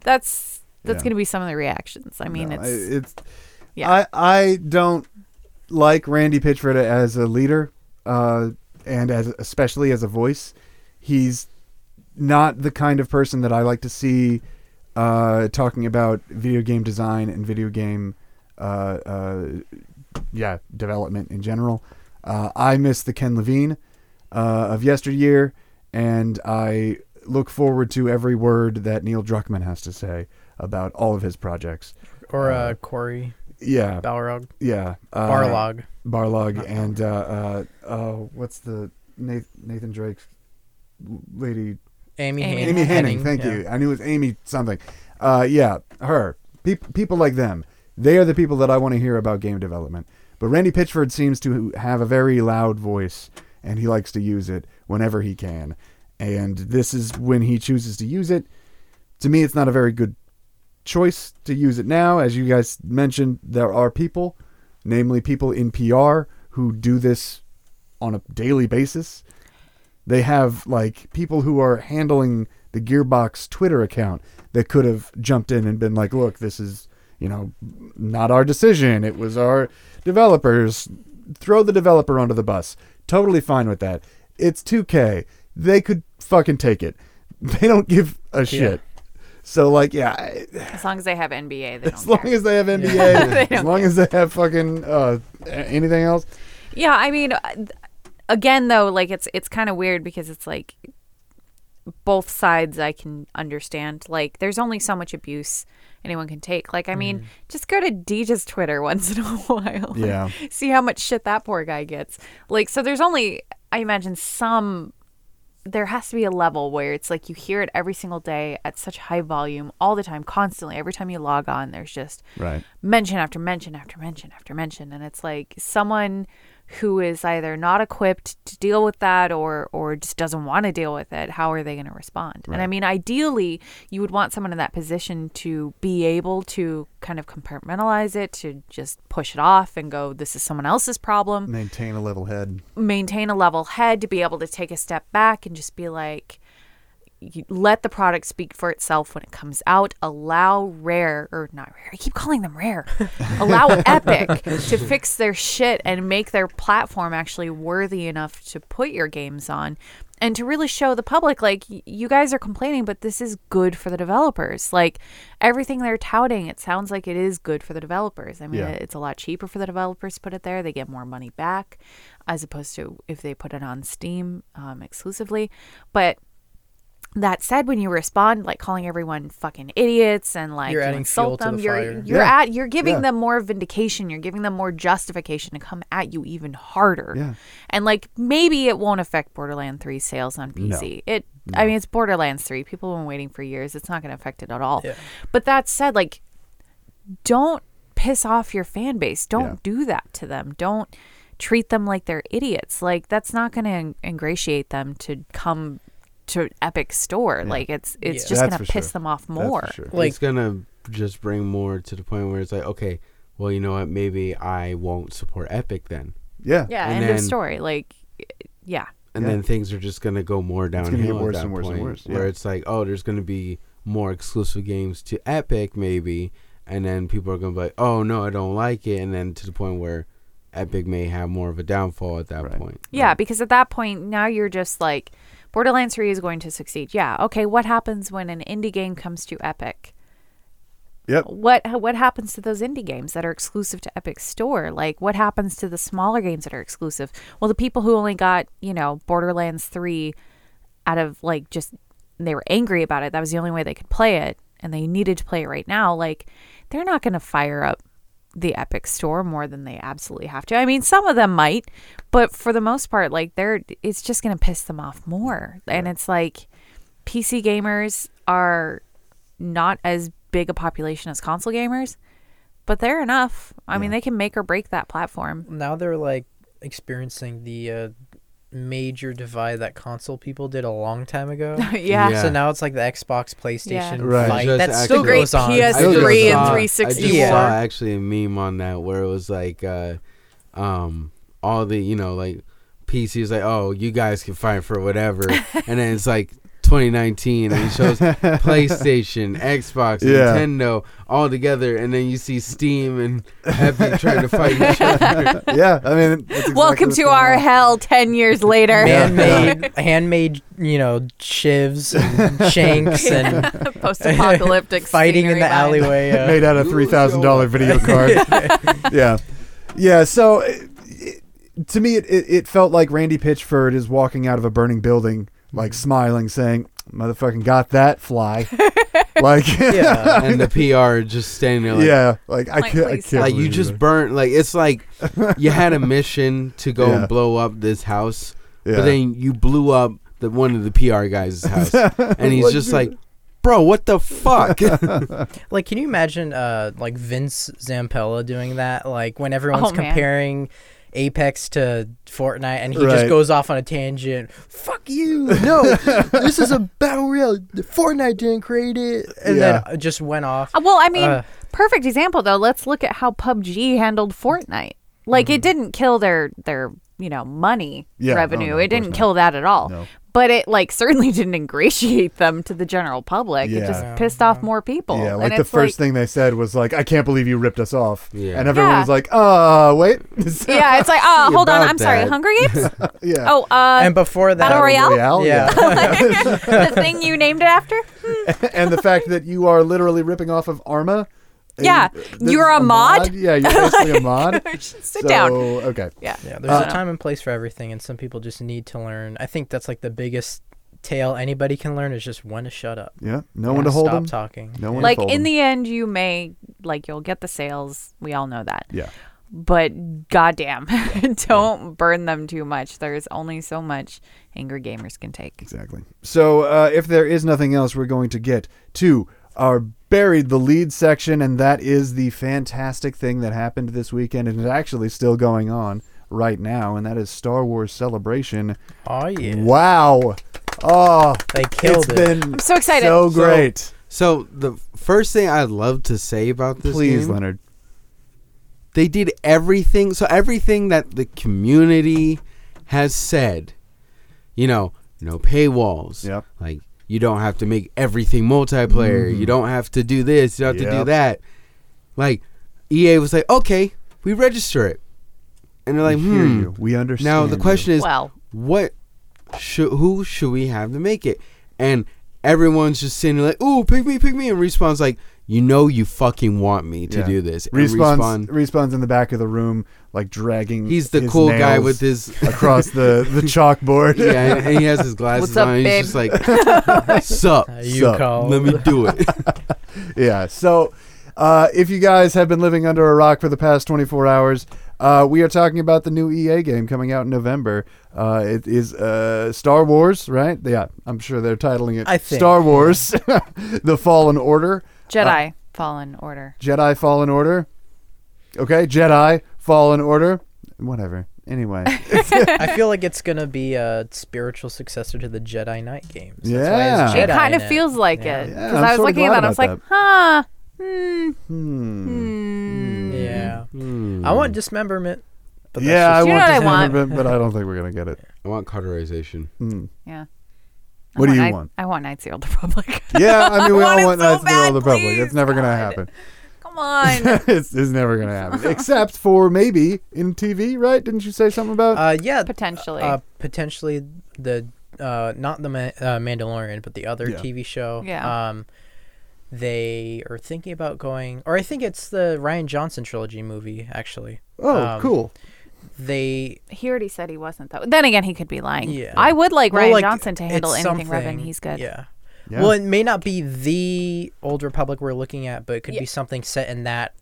Speaker 5: that's that's
Speaker 4: Yeah.
Speaker 5: going to be some of the reactions. I mean,
Speaker 4: No,
Speaker 5: it's,
Speaker 4: I- it's
Speaker 5: yeah.
Speaker 4: I I don't like Randy Pitchford as a leader, uh, and as especially as a voice. He's not the kind of person that I like to see uh, talking about video game design and video game, uh, uh, yeah, development in general. Uh, I miss the Ken Levine uh, of yesteryear, and I look forward to every word that Neil Druckmann has to say about all of his projects.
Speaker 2: Or uh, Corey
Speaker 4: Yeah,
Speaker 2: Balrog.
Speaker 4: yeah, uh,
Speaker 2: Barlog.
Speaker 4: Barlog, and uh, uh, oh, what's the Nathan, Nathan Drake's lady?
Speaker 2: Amy,
Speaker 5: Amy
Speaker 2: Henning.
Speaker 4: Amy Henning.
Speaker 2: Henning,
Speaker 4: Thank
Speaker 2: yeah.
Speaker 4: you. I knew it was Amy something. Uh, yeah, her. Peop people like them. They are the people that I want to hear about game development. But Randy Pitchford seems to have a very loud voice, and he likes to use it whenever he can. And this is when he chooses to use it. To me, it's not a very good choice to use it now. As you guys mentioned, there are people, namely people in PR, who do this on a daily basis. They have like people who are handling the Gearbox Twitter account that could have jumped in and been like, look, this is, you know, not our decision. It was our developers. Throw the developer under the bus. Totally fine with that. It's 2K. They could fucking take it. They don't give a shit. So, like, yeah, I-
Speaker 5: as long as they have NBA, they
Speaker 4: as
Speaker 5: don't care.
Speaker 4: long as they have NBA,
Speaker 5: They
Speaker 4: as
Speaker 5: don't
Speaker 4: long as they have fucking uh, a- anything else.
Speaker 5: Yeah, I mean, uh, th- again though, like it's it's kind of weird because it's like both sides I can understand. Like there's only so much abuse anyone can take. Like I mean, just go to Deja's Twitter once in a while. Like,
Speaker 4: Yeah.
Speaker 5: see how much shit that poor guy gets. Like so there's only I imagine some there has to be a level where it's like you hear it every single day at such high volume all the time constantly every time you log on there's just
Speaker 4: Right.
Speaker 5: mention after mention after mention after mention and it's like someone who is either not equipped to deal with that or or just doesn't want to deal with it how are they going to respond and i mean ideally you would want someone in that position to be able to kind of compartmentalize it to just push it off and go this is someone else's problem
Speaker 4: Maintain a level head.
Speaker 5: maintain a level head to be able to take a step back and just be like you- let the product speak for itself when it comes out allow rare or not rare i keep calling them rare allow epic to fix their shit and make their platform actually worthy enough to put your games on and to really show the public like y- you guys are complaining but this is good for the developers like everything they're touting it sounds like it is good for the developers i mean
Speaker 4: Yeah.
Speaker 5: it- it's a lot cheaper for the developers to put it there they get more money back as opposed to if they put it on steam um, exclusively but that said, when you respond, like calling everyone fucking idiots and like
Speaker 2: You're
Speaker 5: you
Speaker 2: adding fuel
Speaker 5: insult
Speaker 2: to the
Speaker 5: them, you're
Speaker 2: fire.
Speaker 5: you're
Speaker 4: Yeah.
Speaker 5: at you're giving
Speaker 4: Yeah.
Speaker 5: them more vindication. You're giving them more justification to come at you even harder.
Speaker 4: Yeah.
Speaker 5: And like maybe it won't affect Borderland Three sales on PC. It I mean it's Borderlands Three. People have been waiting for years. It's not going to affect it at all.
Speaker 2: Yeah.
Speaker 5: But that said, like don't piss off your fan base. Don't
Speaker 4: Yeah.
Speaker 5: do that to them. Don't treat them like they're idiots. Like that's not going to ingratiate them to come to an Epic Store. Like it's it's
Speaker 2: Yeah.
Speaker 5: just
Speaker 4: That's
Speaker 5: going to
Speaker 4: for
Speaker 5: piss
Speaker 4: sure.
Speaker 5: them off
Speaker 4: That's for
Speaker 5: more.
Speaker 4: sure.
Speaker 2: Like
Speaker 3: it's gonna just bring more to the point where it's like, okay, well, you know what? Maybe I won't support Epic then,
Speaker 4: Yeah.
Speaker 5: Yeah,
Speaker 3: And
Speaker 5: end of
Speaker 3: then-
Speaker 5: story. Like yeah.
Speaker 3: and
Speaker 4: Yeah.
Speaker 3: then things are just gonna go more
Speaker 4: gonna
Speaker 3: downhill.
Speaker 4: get
Speaker 3: at
Speaker 4: worse
Speaker 3: that
Speaker 4: and worse and
Speaker 3: point,
Speaker 4: worse, yeah.
Speaker 3: Where it's like, oh, there's gonna be more exclusive games to Epic maybe, and then people are gonna be like, "Oh no, I don't like it," and then to the point where Epic may have more of a downfall at that
Speaker 4: Right.
Speaker 3: point.
Speaker 5: Yeah, because at that point, now you're just like, Borderlands 3 is going to succeed. Yeah, okay, what happens when an indie game comes to Epic?
Speaker 4: Yep.
Speaker 5: What what happens to those indie games that are exclusive to Epic Store? Like what happens to the smaller games that are exclusive? Well, the people who only got, you know, Borderlands 3 out of like just they were angry about it. That was the only way they could play it and they needed to play it right now. Like they're not going to fire up the Epic Store more than they absolutely have to. I mean, some of them might, but for the most part, like they're it's just going to piss them off more. And it's like PC gamers are not as big a population as console gamers, but they're enough. I mean, they can make or break that platform.
Speaker 2: now they're like experiencing the uh, major divide that console people did a long time ago.
Speaker 5: yeah.
Speaker 3: Yeah.
Speaker 2: So now it's like the Xbox,
Speaker 5: Yeah.
Speaker 2: PlayStation
Speaker 4: Right.
Speaker 2: fight
Speaker 3: Just
Speaker 2: that
Speaker 3: actually-
Speaker 2: still
Speaker 3: So great
Speaker 2: goes on.
Speaker 5: PS3
Speaker 3: I just
Speaker 5: Three and
Speaker 3: saw-
Speaker 5: 360.
Speaker 3: I just saw
Speaker 2: Yeah.
Speaker 3: actually a meme on that where it was like, uh, um, all the you know like PCs like, oh, you guys can fight for whatever, and then it's like 2019 and it shows PlayStation, Xbox,
Speaker 4: Yeah.
Speaker 3: Nintendo all together, and then you see Steam and Epic trying to fight each other.
Speaker 4: yeah, I mean, that's exactly
Speaker 5: Welcome
Speaker 4: what's
Speaker 5: to
Speaker 4: going
Speaker 5: our
Speaker 4: on.
Speaker 5: hell 10 years later.
Speaker 2: Handmade, handmade, you know, shivs and shanks and
Speaker 5: Post-apocalyptic
Speaker 2: fighting in
Speaker 5: scenery
Speaker 2: the
Speaker 5: behind-
Speaker 2: alleyway. uh,
Speaker 4: made out of
Speaker 3: You
Speaker 4: three thousand dollar video card. yeah, yeah. So it, it- to me, it, it, it felt like Randy Pitchford is walking out of a burning building, like smiling, saying, "Motherfucking got that fly." like,
Speaker 2: yeah.
Speaker 3: and the PR just standing there like,
Speaker 4: yeah, like I
Speaker 5: Like,
Speaker 4: can't, I
Speaker 5: please
Speaker 4: can't
Speaker 5: stop.
Speaker 3: like you
Speaker 4: believe
Speaker 3: just
Speaker 4: it.
Speaker 3: burnt like it's like you had a mission to go
Speaker 4: Yeah.
Speaker 3: and blow up this house
Speaker 4: yeah.
Speaker 3: but then you blew up the one of the pr guys house and he's
Speaker 4: Like,
Speaker 3: just like bro what the fuck
Speaker 2: Like, can you imagine, uh, like Vince Zampella doing that? Like when everyone's
Speaker 5: Oh, man.
Speaker 2: comparing Apex to Fortnite, and he
Speaker 4: Right.
Speaker 2: just goes off on a tangent. Fuck you! No, this is a battle royale. Fortnite didn't create it, and
Speaker 4: Yeah.
Speaker 2: then then just went off.
Speaker 5: Uh, Well, I mean,
Speaker 2: Uh.
Speaker 5: perfect example though. Let's look at how PUBG handled Fortnite. Like it didn't kill their their you know money
Speaker 4: Mm-hmm. Yeah,
Speaker 5: revenue.
Speaker 4: oh, no, of
Speaker 5: it
Speaker 4: course
Speaker 5: didn't
Speaker 4: not.
Speaker 5: kill that at all.
Speaker 4: No.
Speaker 5: But it like certainly didn't ingratiate them to the general public. It just
Speaker 2: Yeah.
Speaker 5: pissed off more people.
Speaker 4: yeah,
Speaker 5: And
Speaker 4: like the
Speaker 5: it's
Speaker 4: first thing they said was like, "I can't believe you ripped us off,"
Speaker 3: Yeah.
Speaker 4: and everyone
Speaker 5: Yeah.
Speaker 4: was like, "Uh, wait,
Speaker 5: Yeah, it's like oh,
Speaker 3: See
Speaker 5: hold on,
Speaker 3: about
Speaker 5: I'm sorry,
Speaker 3: that.
Speaker 5: Hunger Games.
Speaker 4: yeah."
Speaker 5: oh, uh,
Speaker 2: and before that,
Speaker 5: Battle Royale?
Speaker 4: yeah.
Speaker 5: the thing you named it after.
Speaker 4: and the fact that you are literally ripping off of Arma. and
Speaker 5: Yeah,
Speaker 4: this
Speaker 5: you're
Speaker 4: is
Speaker 5: a mod?
Speaker 4: Yeah, you're basically a mod.
Speaker 5: Sit
Speaker 4: So,
Speaker 5: down.
Speaker 4: Okay.
Speaker 5: Yeah.
Speaker 2: Yeah, there's a time and place for everything, and some people just need to learn. I think that's like the biggest tale anybody can learn is just when to shut up.
Speaker 4: Yeah. No
Speaker 2: when
Speaker 4: one to hold
Speaker 2: stop
Speaker 4: them.
Speaker 2: talking.
Speaker 4: No one
Speaker 5: Like
Speaker 4: fold
Speaker 5: in
Speaker 4: 'em.
Speaker 5: the end, you may like you'll get the sales. We all know that.
Speaker 4: Yeah.
Speaker 5: but goddamn, don't burn them too much. There's only so much angry gamers can take.
Speaker 4: Exactly. So uh, if there is nothing else, we're going to get to our buried the lead section, and that is the fantastic thing that happened this weekend, and is actually still going on right now, and that is Star Wars Celebration.
Speaker 2: Oh yeah,
Speaker 4: Wow. Oh,
Speaker 2: they
Speaker 4: it's
Speaker 2: killed it.
Speaker 4: been
Speaker 5: I'm so excited.
Speaker 4: so
Speaker 3: So-
Speaker 4: great.
Speaker 3: so the first thing i'd love to say about this
Speaker 4: Please,
Speaker 3: game,
Speaker 4: Leonard.
Speaker 3: they did everything so everything that the community has said you know no paywalls
Speaker 4: Yep.
Speaker 3: like you don't have to make everything multiplayer you don't have to do this you don't have to do
Speaker 4: Mm-hmm. Yep.
Speaker 3: that like ea was like okay we register it and they're like
Speaker 4: we hear
Speaker 3: hmm
Speaker 4: you. We understand.
Speaker 3: now the
Speaker 4: you.
Speaker 3: question is
Speaker 5: Well,
Speaker 4: uh,
Speaker 3: what should who should we have to make it and everyone's just sitting there like ooh pick me pick me and respawn's like you know you fucking want me to
Speaker 4: Yeah.
Speaker 3: do this and
Speaker 4: Respawn's, respawn's in the back of the room, like dragging.
Speaker 3: he's the
Speaker 4: his
Speaker 3: cool guy
Speaker 4: nails
Speaker 3: with his
Speaker 4: across the the chalkboard.
Speaker 3: yeah, and, and he has his glasses
Speaker 5: What's up,
Speaker 3: on. and He's just like, "Sup?
Speaker 2: Uh, you
Speaker 4: Sup.
Speaker 2: call.
Speaker 3: Let me do it."
Speaker 4: Yeah. So, uh, if you guys have been living under a rock for the past 24 hours, uh, we are talking about the new EA game coming out in November. Uh, it is uh, Star Wars, right? Yeah, I'm sure they're titling it
Speaker 2: I think.
Speaker 4: Star Wars: The Fallen Order,
Speaker 5: Jedi Fallen Order.
Speaker 4: Jedi Fallen Order. Okay, Jedi Fallen Order. Whatever. Anyway.
Speaker 2: I feel like it's gonna be a spiritual successor to the Jedi Knight games. That's why
Speaker 4: Yeah.
Speaker 5: It
Speaker 2: it's Jedi
Speaker 5: kind
Speaker 2: in
Speaker 5: of feels like
Speaker 2: Yeah.
Speaker 5: it
Speaker 4: Yeah,
Speaker 5: because
Speaker 4: I'm
Speaker 5: I was
Speaker 4: sorta
Speaker 5: looking at
Speaker 4: glad
Speaker 5: that. and I was
Speaker 4: about
Speaker 5: like, huh. Hmm.
Speaker 4: Hmm.
Speaker 5: hmm.
Speaker 2: Yeah, Hmm. I want dismemberment. But that's
Speaker 4: Mm. yeah, I
Speaker 5: just- You know
Speaker 4: want
Speaker 5: what I
Speaker 4: to
Speaker 5: want?
Speaker 4: remember, but I don't think we're gonna get it.
Speaker 3: I want cauterization.
Speaker 4: Mm.
Speaker 5: Yeah. I
Speaker 4: What do you
Speaker 5: Knight-
Speaker 4: want?
Speaker 5: I want Knights of the Old Republic.
Speaker 4: Yeah, I mean, we
Speaker 5: I
Speaker 4: all
Speaker 5: want it
Speaker 4: want
Speaker 5: so
Speaker 4: Knights of the Old
Speaker 5: bad,
Speaker 4: Republic. It's
Speaker 5: please,
Speaker 4: never gonna
Speaker 5: God.
Speaker 4: happen.
Speaker 5: Come Come on.
Speaker 4: it's, it's never gonna happen, except for maybe in TV, right? Didn't you say something about?
Speaker 2: Uh, yeah,
Speaker 5: Potentially.
Speaker 2: uh, potentially the uh, not the Ma- uh, Mandalorian, but the other
Speaker 4: Yeah.
Speaker 2: TV show.
Speaker 5: Yeah.
Speaker 2: Um, they are thinking about going, or I think it's the Ryan Johnson trilogy movie. Actually,
Speaker 4: oh,
Speaker 2: um,
Speaker 4: cool.
Speaker 2: they
Speaker 5: he already said he wasn't though. Then again, he could be lying.
Speaker 2: Yeah.
Speaker 5: I would like
Speaker 2: well,
Speaker 5: Ryan
Speaker 2: like,
Speaker 5: Johnson to handle
Speaker 2: it's
Speaker 5: anything Revan.
Speaker 2: something-
Speaker 5: He's good.
Speaker 2: Yeah.
Speaker 4: Yeah.
Speaker 2: Well, it may not be the old Republic we're looking at, but it could be something set in that.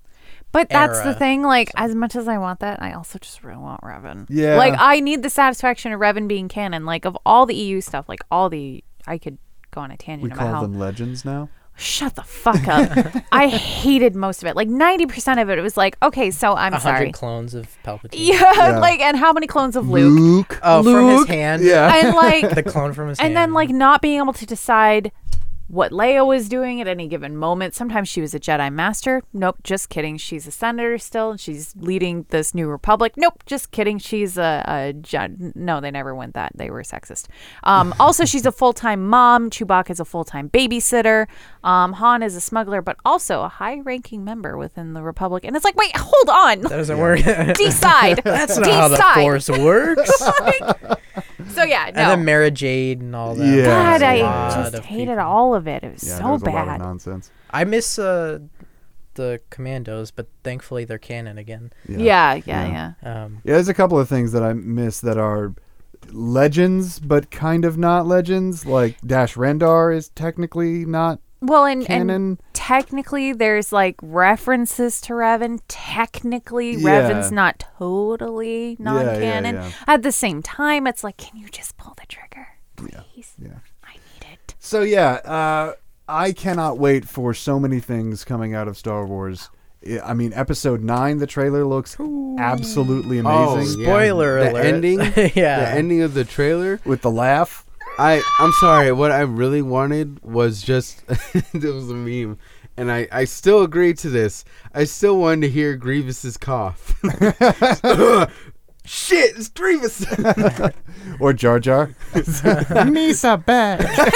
Speaker 5: But that's the
Speaker 2: era,
Speaker 5: thing. Like, as much as I want that, I also just really want Revan.
Speaker 4: Yeah.
Speaker 5: Like, I need the satisfaction of Revan being canon. Like, of all the EU stuff, like all the I could go on a tangent
Speaker 4: we
Speaker 5: about
Speaker 4: call
Speaker 5: how
Speaker 4: them legends now.
Speaker 5: shut the fuck up. I hated most of it. Like ninety percent of it, it was like, okay, so I'm
Speaker 2: A
Speaker 5: sorry.
Speaker 2: hundred clones of Palpatine.
Speaker 5: yeah, Like, and how many clones of Luke?
Speaker 4: Luke.
Speaker 2: Oh, from his
Speaker 5: Luke?
Speaker 2: hand.
Speaker 4: Yeah.
Speaker 5: And like,
Speaker 2: The clone from his hand.
Speaker 5: and then like not being able to decide what Leia was doing at any given moment. Sometimes she was a Jedi Master. Nope, just kidding. She's a senator still, and she's leading this new republic. Nope, just kidding. She's a, a Jedi. No, they never went that. They were sexist. Um, also, she's a full time mom. Chewbacca's a full time babysitter. Um, Han is a smuggler, but also a high ranking member within the Republic. And it's like, wait, hold
Speaker 2: that
Speaker 5: on.
Speaker 2: doesn't work. That's
Speaker 5: Decide. That's
Speaker 2: not how the Force works.
Speaker 5: So yeah, no.
Speaker 2: And then Mara Jade and all that.
Speaker 4: Yeah.
Speaker 5: God,
Speaker 2: There's a
Speaker 5: I
Speaker 2: lot
Speaker 5: just
Speaker 2: of
Speaker 5: hated
Speaker 2: people.
Speaker 5: all of it. It was
Speaker 4: Yeah,
Speaker 5: so
Speaker 4: there's a lot of
Speaker 5: bad.
Speaker 4: nonsense.
Speaker 2: I miss uh, the Commandos, but thankfully they're canon again.
Speaker 5: Yeah, yeah, yeah.
Speaker 2: Um,
Speaker 4: Yeah, there's a couple of things that I miss that are legends, but kind of not legends. Like Dash Rendar is technically not
Speaker 5: Well, and,
Speaker 4: Canon.
Speaker 5: and technically, there's like references to Revan. Technically,
Speaker 4: Yeah.
Speaker 5: Revan's not totally
Speaker 4: yeah,
Speaker 5: non canon.
Speaker 4: yeah.
Speaker 5: At the same time, it's like, can you just pull the trigger? Please.
Speaker 4: yeah.
Speaker 5: I need it.
Speaker 4: So yeah, uh, I cannot wait for so many things coming out of Star Wars. I- I mean, Episode Nine, the trailer looks absolutely
Speaker 3: Oh,
Speaker 4: amazing
Speaker 3: yeah.
Speaker 2: Spoiler
Speaker 3: the
Speaker 2: alert.
Speaker 3: Ending,
Speaker 2: Yeah.
Speaker 3: The ending of the trailer.
Speaker 4: with the laugh.
Speaker 3: I I'm sorry. What I really wanted was just it was a meme, and I I still agree to this. I still wanted to hear Grievous's cough. Shit, it's Grievous.
Speaker 4: Or Jar Jar, Misa bad.
Speaker 5: Oh,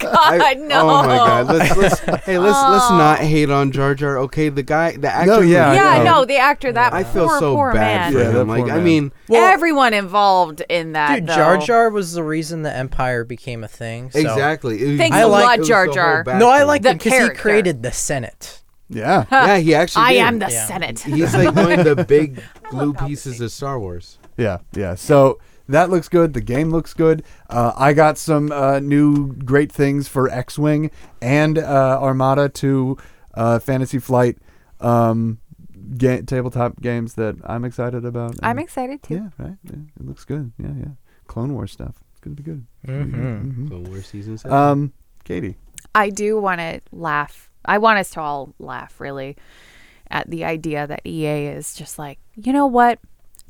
Speaker 5: God,
Speaker 3: I-
Speaker 5: no.
Speaker 3: Oh my god. Let's, let's hey let's let's not hate on Jar Jar. Okay, the guy, the actor.
Speaker 4: No,
Speaker 3: who-
Speaker 4: yeah,
Speaker 5: Yeah,
Speaker 4: I know.
Speaker 5: no, the actor, that
Speaker 3: I
Speaker 5: poor,
Speaker 3: feel so
Speaker 5: poor
Speaker 3: bad
Speaker 5: man.
Speaker 3: for
Speaker 4: Yeah, that
Speaker 3: him. Like
Speaker 4: poor
Speaker 3: I
Speaker 4: man.
Speaker 3: mean,
Speaker 5: Everyone involved in that.
Speaker 2: Dude, Jar
Speaker 5: though.
Speaker 2: Jar was the reason the Empire became a thing. So.
Speaker 3: exactly. It was-
Speaker 5: Thanks
Speaker 2: I a like- lot,
Speaker 3: it was
Speaker 5: Jar
Speaker 3: the whole
Speaker 5: Jar.
Speaker 3: back
Speaker 2: No, I
Speaker 3: thing.
Speaker 2: like
Speaker 5: The
Speaker 2: him because he
Speaker 5: character.
Speaker 2: created the Senate.
Speaker 4: Yeah,
Speaker 3: Yeah, he actually.
Speaker 5: I
Speaker 3: did.
Speaker 5: am the
Speaker 2: Yeah.
Speaker 5: Senate.
Speaker 3: He's like one of the big blue pieces of Star Wars.
Speaker 4: yeah, yeah. So that looks good. The game looks good. Uh, I got some uh, new great things for X-wing and uh, Armada to uh, Fantasy Flight um, ga- tabletop games that I'm excited about.
Speaker 5: I'm
Speaker 4: And-
Speaker 5: excited too.
Speaker 4: Yeah, right. Yeah, it looks good. Yeah, yeah. Clone Wars stuff. It's gonna be good.
Speaker 2: Mm-hmm.
Speaker 3: Clone Wars season seven.
Speaker 4: Um, Katie.
Speaker 5: I do want to laugh. I want us to all laugh really at the idea that EA is just like, you know what?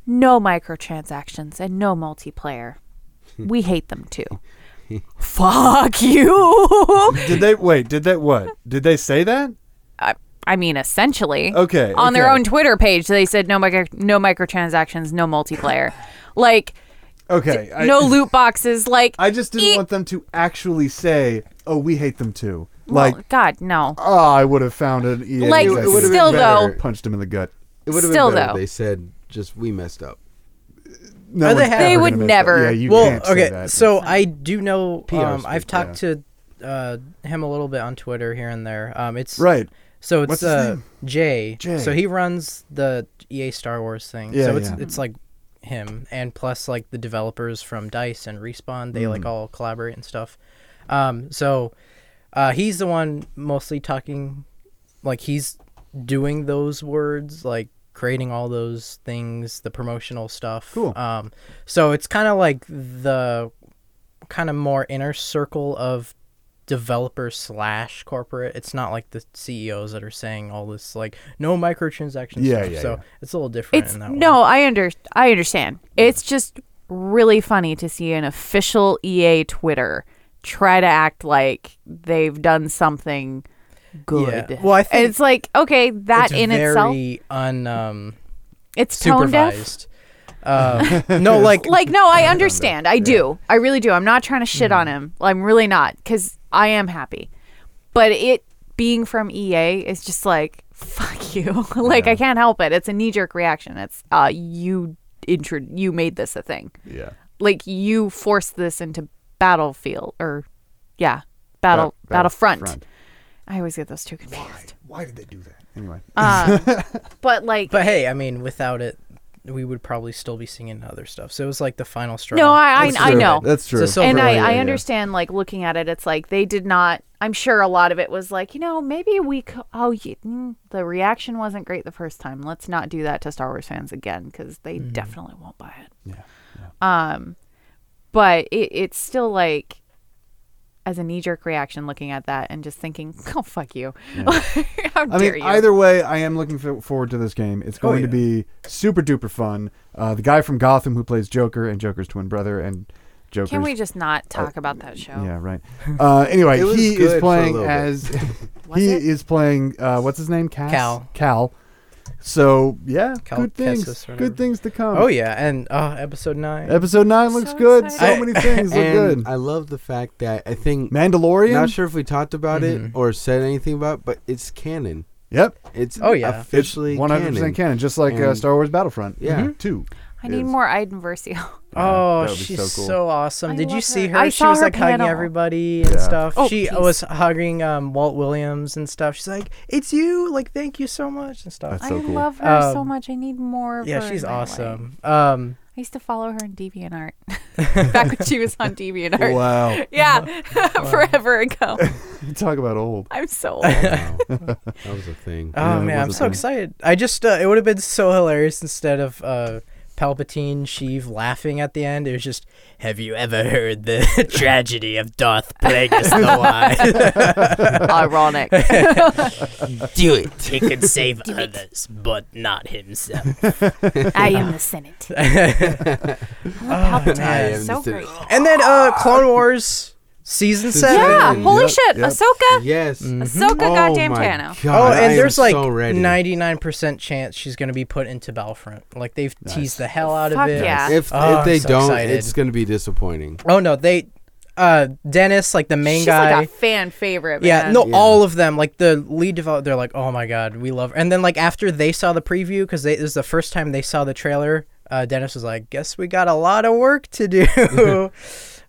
Speaker 5: No microtransactions and no multiplayer. We hate them too. Fuck you.
Speaker 4: Did they wait? Did that what? Did they say that?
Speaker 5: I, I mean, essentially.
Speaker 4: Okay,
Speaker 5: On their
Speaker 4: okay.
Speaker 5: own Twitter page, they said no micro, no microtransactions, no multiplayer. like
Speaker 4: Okay. I-
Speaker 5: no E loot boxes. Like
Speaker 4: I just didn't
Speaker 5: Eek.
Speaker 4: want them to actually say, "Oh, we hate them too."
Speaker 5: well,
Speaker 4: Like,
Speaker 5: God, no.
Speaker 4: oh, I would have found an E EA
Speaker 5: Like,
Speaker 4: executive
Speaker 3: would've been
Speaker 5: still
Speaker 3: better.
Speaker 5: though,
Speaker 4: and punched him in the gut.
Speaker 3: It would have
Speaker 5: Still,
Speaker 3: been better. if
Speaker 5: though.
Speaker 3: They said just we messed up.
Speaker 4: No
Speaker 2: Are they
Speaker 4: one's
Speaker 2: happy? They
Speaker 4: ever
Speaker 5: would
Speaker 4: gonna miss
Speaker 5: never-
Speaker 4: That. Yeah, you
Speaker 2: Well,
Speaker 4: can't say
Speaker 2: okay.
Speaker 4: that.
Speaker 2: So I do know.
Speaker 4: PR
Speaker 2: Um,
Speaker 4: speak,
Speaker 2: I've talked to uh, him a little bit on Twitter here and there. Um, it's
Speaker 4: right.
Speaker 2: So it's
Speaker 4: What's his
Speaker 2: uh,
Speaker 4: name?
Speaker 2: Jay.
Speaker 4: Jay.
Speaker 2: So he runs the EA Star Wars thing.
Speaker 4: Yeah,
Speaker 2: so it's
Speaker 4: yeah.
Speaker 2: it's like him and plus like the developers from Dice and Respawn, they
Speaker 4: Mm.
Speaker 2: like all collaborate and stuff. Um, so uh, he's the one mostly talking like he's doing those words like creating all those things the promotional stuff
Speaker 4: Cool.
Speaker 2: um so it's kind of like the kind of more inner circle of developer slash corporate it's not like the ceos that are saying all this like no microtransactions
Speaker 4: Yeah,
Speaker 2: stuff.
Speaker 4: yeah,
Speaker 2: so
Speaker 4: yeah.
Speaker 2: it's a little different
Speaker 5: It's
Speaker 2: in that
Speaker 5: no, I under I understand. It's just really funny to see an official EA Twitter try to act like they've done something good.
Speaker 2: Well, I think
Speaker 5: it's like okay,
Speaker 2: one.
Speaker 5: that
Speaker 2: it's
Speaker 5: in itself,
Speaker 2: very un um
Speaker 5: it's tone deaf.
Speaker 2: supervised uh, no like
Speaker 5: Like no, I understand. I do. I
Speaker 2: Mm.
Speaker 5: really do. I'm not trying to shit on him. I'm really not because I am happy, but it being from EA is just like fuck you. like I can't help it. It's a knee jerk reaction. It's uh you intro you made this a thing.
Speaker 4: Yeah.
Speaker 5: Like you forced this into Battlefield or yeah, Battle Battlefront.
Speaker 4: Battlefront.
Speaker 5: I always get those two confused.
Speaker 4: Why did they do that? Anyway.
Speaker 5: But like
Speaker 2: But hey, I mean, without it, we would probably still be singing other stuff. So it was like the final straw.
Speaker 5: No, I um, I,
Speaker 4: That's
Speaker 5: I
Speaker 4: true.
Speaker 5: know.
Speaker 4: That's true.
Speaker 2: It's a silver
Speaker 5: and I,
Speaker 2: lining,
Speaker 5: I
Speaker 2: yeah.
Speaker 5: understand like looking at it it's like they did not i'm sure a lot of it was like you know maybe we c oh yeah, mm, the reaction wasn't great the first time let's not do that to star wars fans again because they
Speaker 4: Mm-hmm.
Speaker 5: definitely won't buy it yeah, um but it, it's still like as a knee-jerk reaction looking at that and just thinking oh fuck you how
Speaker 4: I
Speaker 5: dare
Speaker 4: mean,
Speaker 5: you
Speaker 4: either way, I am looking for, forward to this game. It's going to be super duper fun. Uh, the guy from Gotham who plays Joker and Joker's twin brother and Joker's.
Speaker 5: can we just not talk about that show
Speaker 4: uh, Yeah, right. Uh, anyway,
Speaker 3: It was
Speaker 4: he
Speaker 3: good for
Speaker 4: is
Speaker 3: a
Speaker 4: playing
Speaker 3: little bit.
Speaker 4: as
Speaker 5: Was
Speaker 4: he
Speaker 5: it?
Speaker 4: is playing. Uh, what's his name? Cass?
Speaker 2: Cal.
Speaker 4: Cal. So yeah,
Speaker 2: Cal
Speaker 4: good things.
Speaker 2: Kessis or whatever.
Speaker 4: good things to come.
Speaker 2: Oh yeah, and uh, episode nine.
Speaker 4: Episode nine looks
Speaker 5: So
Speaker 4: good.
Speaker 5: excited.
Speaker 4: So many things look
Speaker 3: And
Speaker 4: good.
Speaker 3: I love the fact that I think
Speaker 4: Mandalorian.
Speaker 3: not sure if we talked about it
Speaker 5: Mm-hmm.
Speaker 3: or said anything about, it, but it's canon.
Speaker 4: Yep.
Speaker 3: It's
Speaker 2: Oh, yeah. It's
Speaker 3: officially
Speaker 4: One hundred
Speaker 3: canon.
Speaker 4: percent canon, just like uh,
Speaker 3: And-
Speaker 4: Star Wars Battlefront.
Speaker 3: Yeah.
Speaker 4: Two.
Speaker 5: i need
Speaker 4: is.
Speaker 5: more iden versio
Speaker 2: oh,
Speaker 4: that would be
Speaker 2: she's
Speaker 4: so
Speaker 2: so,
Speaker 4: cool.
Speaker 2: awesome.
Speaker 5: I
Speaker 2: Did you
Speaker 5: love
Speaker 2: see
Speaker 5: her.
Speaker 2: her?
Speaker 5: I
Speaker 2: she
Speaker 5: saw
Speaker 2: was
Speaker 5: her
Speaker 2: like
Speaker 5: panel.
Speaker 2: hugging everybody and
Speaker 4: Yeah.
Speaker 2: stuff.
Speaker 5: Oh,
Speaker 2: she
Speaker 5: peace.
Speaker 2: was hugging um, Walt Williams and stuff. She's like, "It's you! Like, thank you so much and stuff."
Speaker 4: That's
Speaker 5: i
Speaker 4: so cool.
Speaker 5: love her so
Speaker 2: Um,
Speaker 5: much i need more of
Speaker 2: yeah,
Speaker 5: her
Speaker 2: she's
Speaker 5: in my life.
Speaker 2: awesome. Um,
Speaker 5: I used to follow her on DeviantArt. Back when she was on DeviantArt.
Speaker 4: Wow.
Speaker 5: Yeah, forever ago.
Speaker 4: Talk about old.
Speaker 5: I'm so old.
Speaker 3: Wow. that was a thing.
Speaker 2: oh
Speaker 4: Yeah, it
Speaker 2: man, I'm
Speaker 4: was a
Speaker 2: so
Speaker 4: thing.
Speaker 2: excited. I just uh, it would have been so hilarious instead of uh, Palpatine Sheev laughing at the end. It was just, "Have you ever heard the tragedy of Darth Plagueis the Wise?"
Speaker 5: Ironic.
Speaker 2: Do it. He can save others, but not himself.
Speaker 5: I am the Senate.
Speaker 2: Oh,
Speaker 3: I am
Speaker 5: so
Speaker 3: the-
Speaker 5: great.
Speaker 2: And then uh Clone Wars season seven.
Speaker 5: Yeah,
Speaker 3: Yep,
Speaker 5: holy shit.
Speaker 4: yep.
Speaker 5: Ahsoka.
Speaker 3: Yes.
Speaker 5: Ahsoka
Speaker 3: Oh
Speaker 5: goddamn
Speaker 3: my
Speaker 5: Tano.
Speaker 2: Oh,
Speaker 3: God, I
Speaker 2: and
Speaker 3: am
Speaker 2: there's like
Speaker 3: so ready.
Speaker 2: ninety nine percent chance she's gonna be put into Battlefront. Like they've teased the hell out of
Speaker 5: Fuck
Speaker 2: it.
Speaker 5: yeah.
Speaker 3: If,
Speaker 2: Oh,
Speaker 3: if they
Speaker 2: I'm so
Speaker 3: don't,
Speaker 2: excited.
Speaker 3: it's going to be disappointing.
Speaker 2: Oh no, they uh Dennis, like the main
Speaker 5: She's
Speaker 2: guy.
Speaker 5: like a fan favorite.
Speaker 2: yeah,
Speaker 5: man.
Speaker 2: no,
Speaker 3: Yeah.
Speaker 2: all of them. Like the lead developer, they're like, "Oh my god, we love." Her. And then like after they saw the preview, because this is the first time they saw the trailer, uh, Dennis was like, "Guess we got a lot of work to do." oh,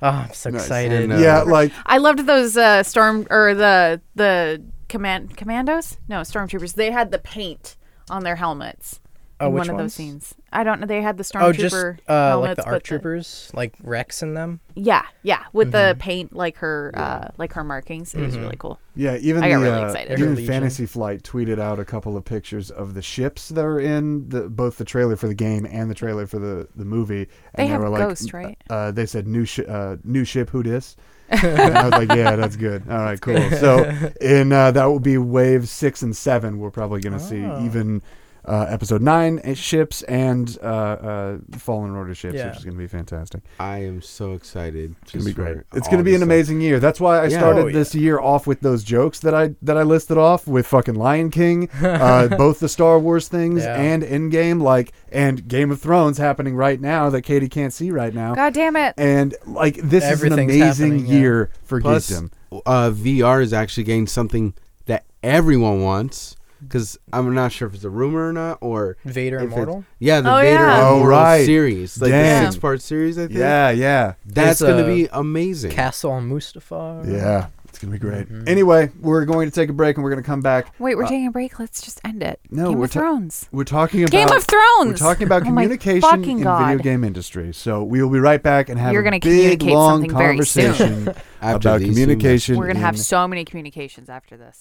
Speaker 2: I'm so excited.
Speaker 3: And, uh,
Speaker 4: Yeah, like
Speaker 5: I loved those uh, storm or the the command commandos. No, stormtroopers. They had the paint on their helmets.
Speaker 2: Oh,
Speaker 5: in
Speaker 2: which
Speaker 5: one of those
Speaker 2: ones?
Speaker 5: scenes. I don't know. They had the stormtrooper
Speaker 2: Oh, just uh,
Speaker 5: helmets,
Speaker 2: like the
Speaker 5: but
Speaker 2: ARC troopers, like Rex and them.
Speaker 5: Yeah, yeah, with
Speaker 2: Mm-hmm.
Speaker 5: the paint like her, uh, like her markings. It was really cool.
Speaker 4: yeah, even
Speaker 5: I
Speaker 4: the
Speaker 5: got really
Speaker 4: uh,
Speaker 5: excited.
Speaker 4: even
Speaker 2: Legion.
Speaker 4: Fantasy Flight tweeted out a couple of pictures of the ships that are in the, both the trailer for the game and the trailer for the, the movie. And
Speaker 5: They have
Speaker 4: were
Speaker 5: Ghost, right?
Speaker 4: Uh, they said new shi uh, new ship. Who dis? and I was like, yeah, that's good. All right, cool. So in uh, that will be wave six and seven. We're probably going to
Speaker 2: Oh.
Speaker 4: see even. Uh, episode nine uh, ships and uh, uh, Fallen Order ships,
Speaker 2: Yeah.
Speaker 4: which is going to be fantastic.
Speaker 3: I am so excited.
Speaker 4: It's
Speaker 3: It's
Speaker 4: gonna be great. It's gonna be an amazing year. That's why I
Speaker 3: Yeah.
Speaker 4: started
Speaker 2: Oh, yeah.
Speaker 4: this year off with those jokes that I that I listed off with fucking Lion King, uh, both the Star Wars things
Speaker 2: Yeah.
Speaker 4: and Endgame, like and Game of Thrones happening right now that Katie can't see right now.
Speaker 5: God damn it!
Speaker 4: And like this is an
Speaker 2: Everything's
Speaker 4: amazing
Speaker 2: happening, yeah.
Speaker 4: year for
Speaker 3: Plus,
Speaker 4: geekdom.
Speaker 3: uh, VR is actually getting something that everyone wants because I'm not sure if it's a rumor or not, or
Speaker 2: Vader
Speaker 3: if it's-
Speaker 2: Immortal?
Speaker 3: Yeah, the
Speaker 5: Oh,
Speaker 3: Vader
Speaker 5: yeah.
Speaker 4: Oh,
Speaker 3: Immortal
Speaker 4: right.
Speaker 3: series, like
Speaker 4: Damn.
Speaker 3: the six part series. I think.
Speaker 4: Yeah, uh, yeah,
Speaker 3: that's
Speaker 2: There's
Speaker 3: gonna
Speaker 2: a
Speaker 3: be amazing.
Speaker 2: Castle on Mustafar.
Speaker 4: yeah. It's gonna be great.
Speaker 2: Mm-hmm.
Speaker 4: Anyway, we're going to take a break and we're gonna come back.
Speaker 5: Wait, we're taking a break. Let's just end it.
Speaker 4: Uh, No,
Speaker 5: Game
Speaker 4: we're
Speaker 5: of
Speaker 4: ta-
Speaker 5: Thrones.
Speaker 4: We're talking about
Speaker 5: Game of
Speaker 4: We're
Speaker 5: Thrones.
Speaker 4: talking about
Speaker 5: Oh my
Speaker 4: communication in
Speaker 5: fucking
Speaker 4: video
Speaker 5: God.
Speaker 4: game industry. So we will be right back and have
Speaker 5: You're
Speaker 4: a
Speaker 5: gonna
Speaker 4: big
Speaker 5: communicate
Speaker 4: long
Speaker 5: something very soon.
Speaker 4: conversation
Speaker 3: After
Speaker 4: about
Speaker 3: these two
Speaker 4: communication.
Speaker 5: We're gonna have
Speaker 4: in-
Speaker 5: so many communications after this.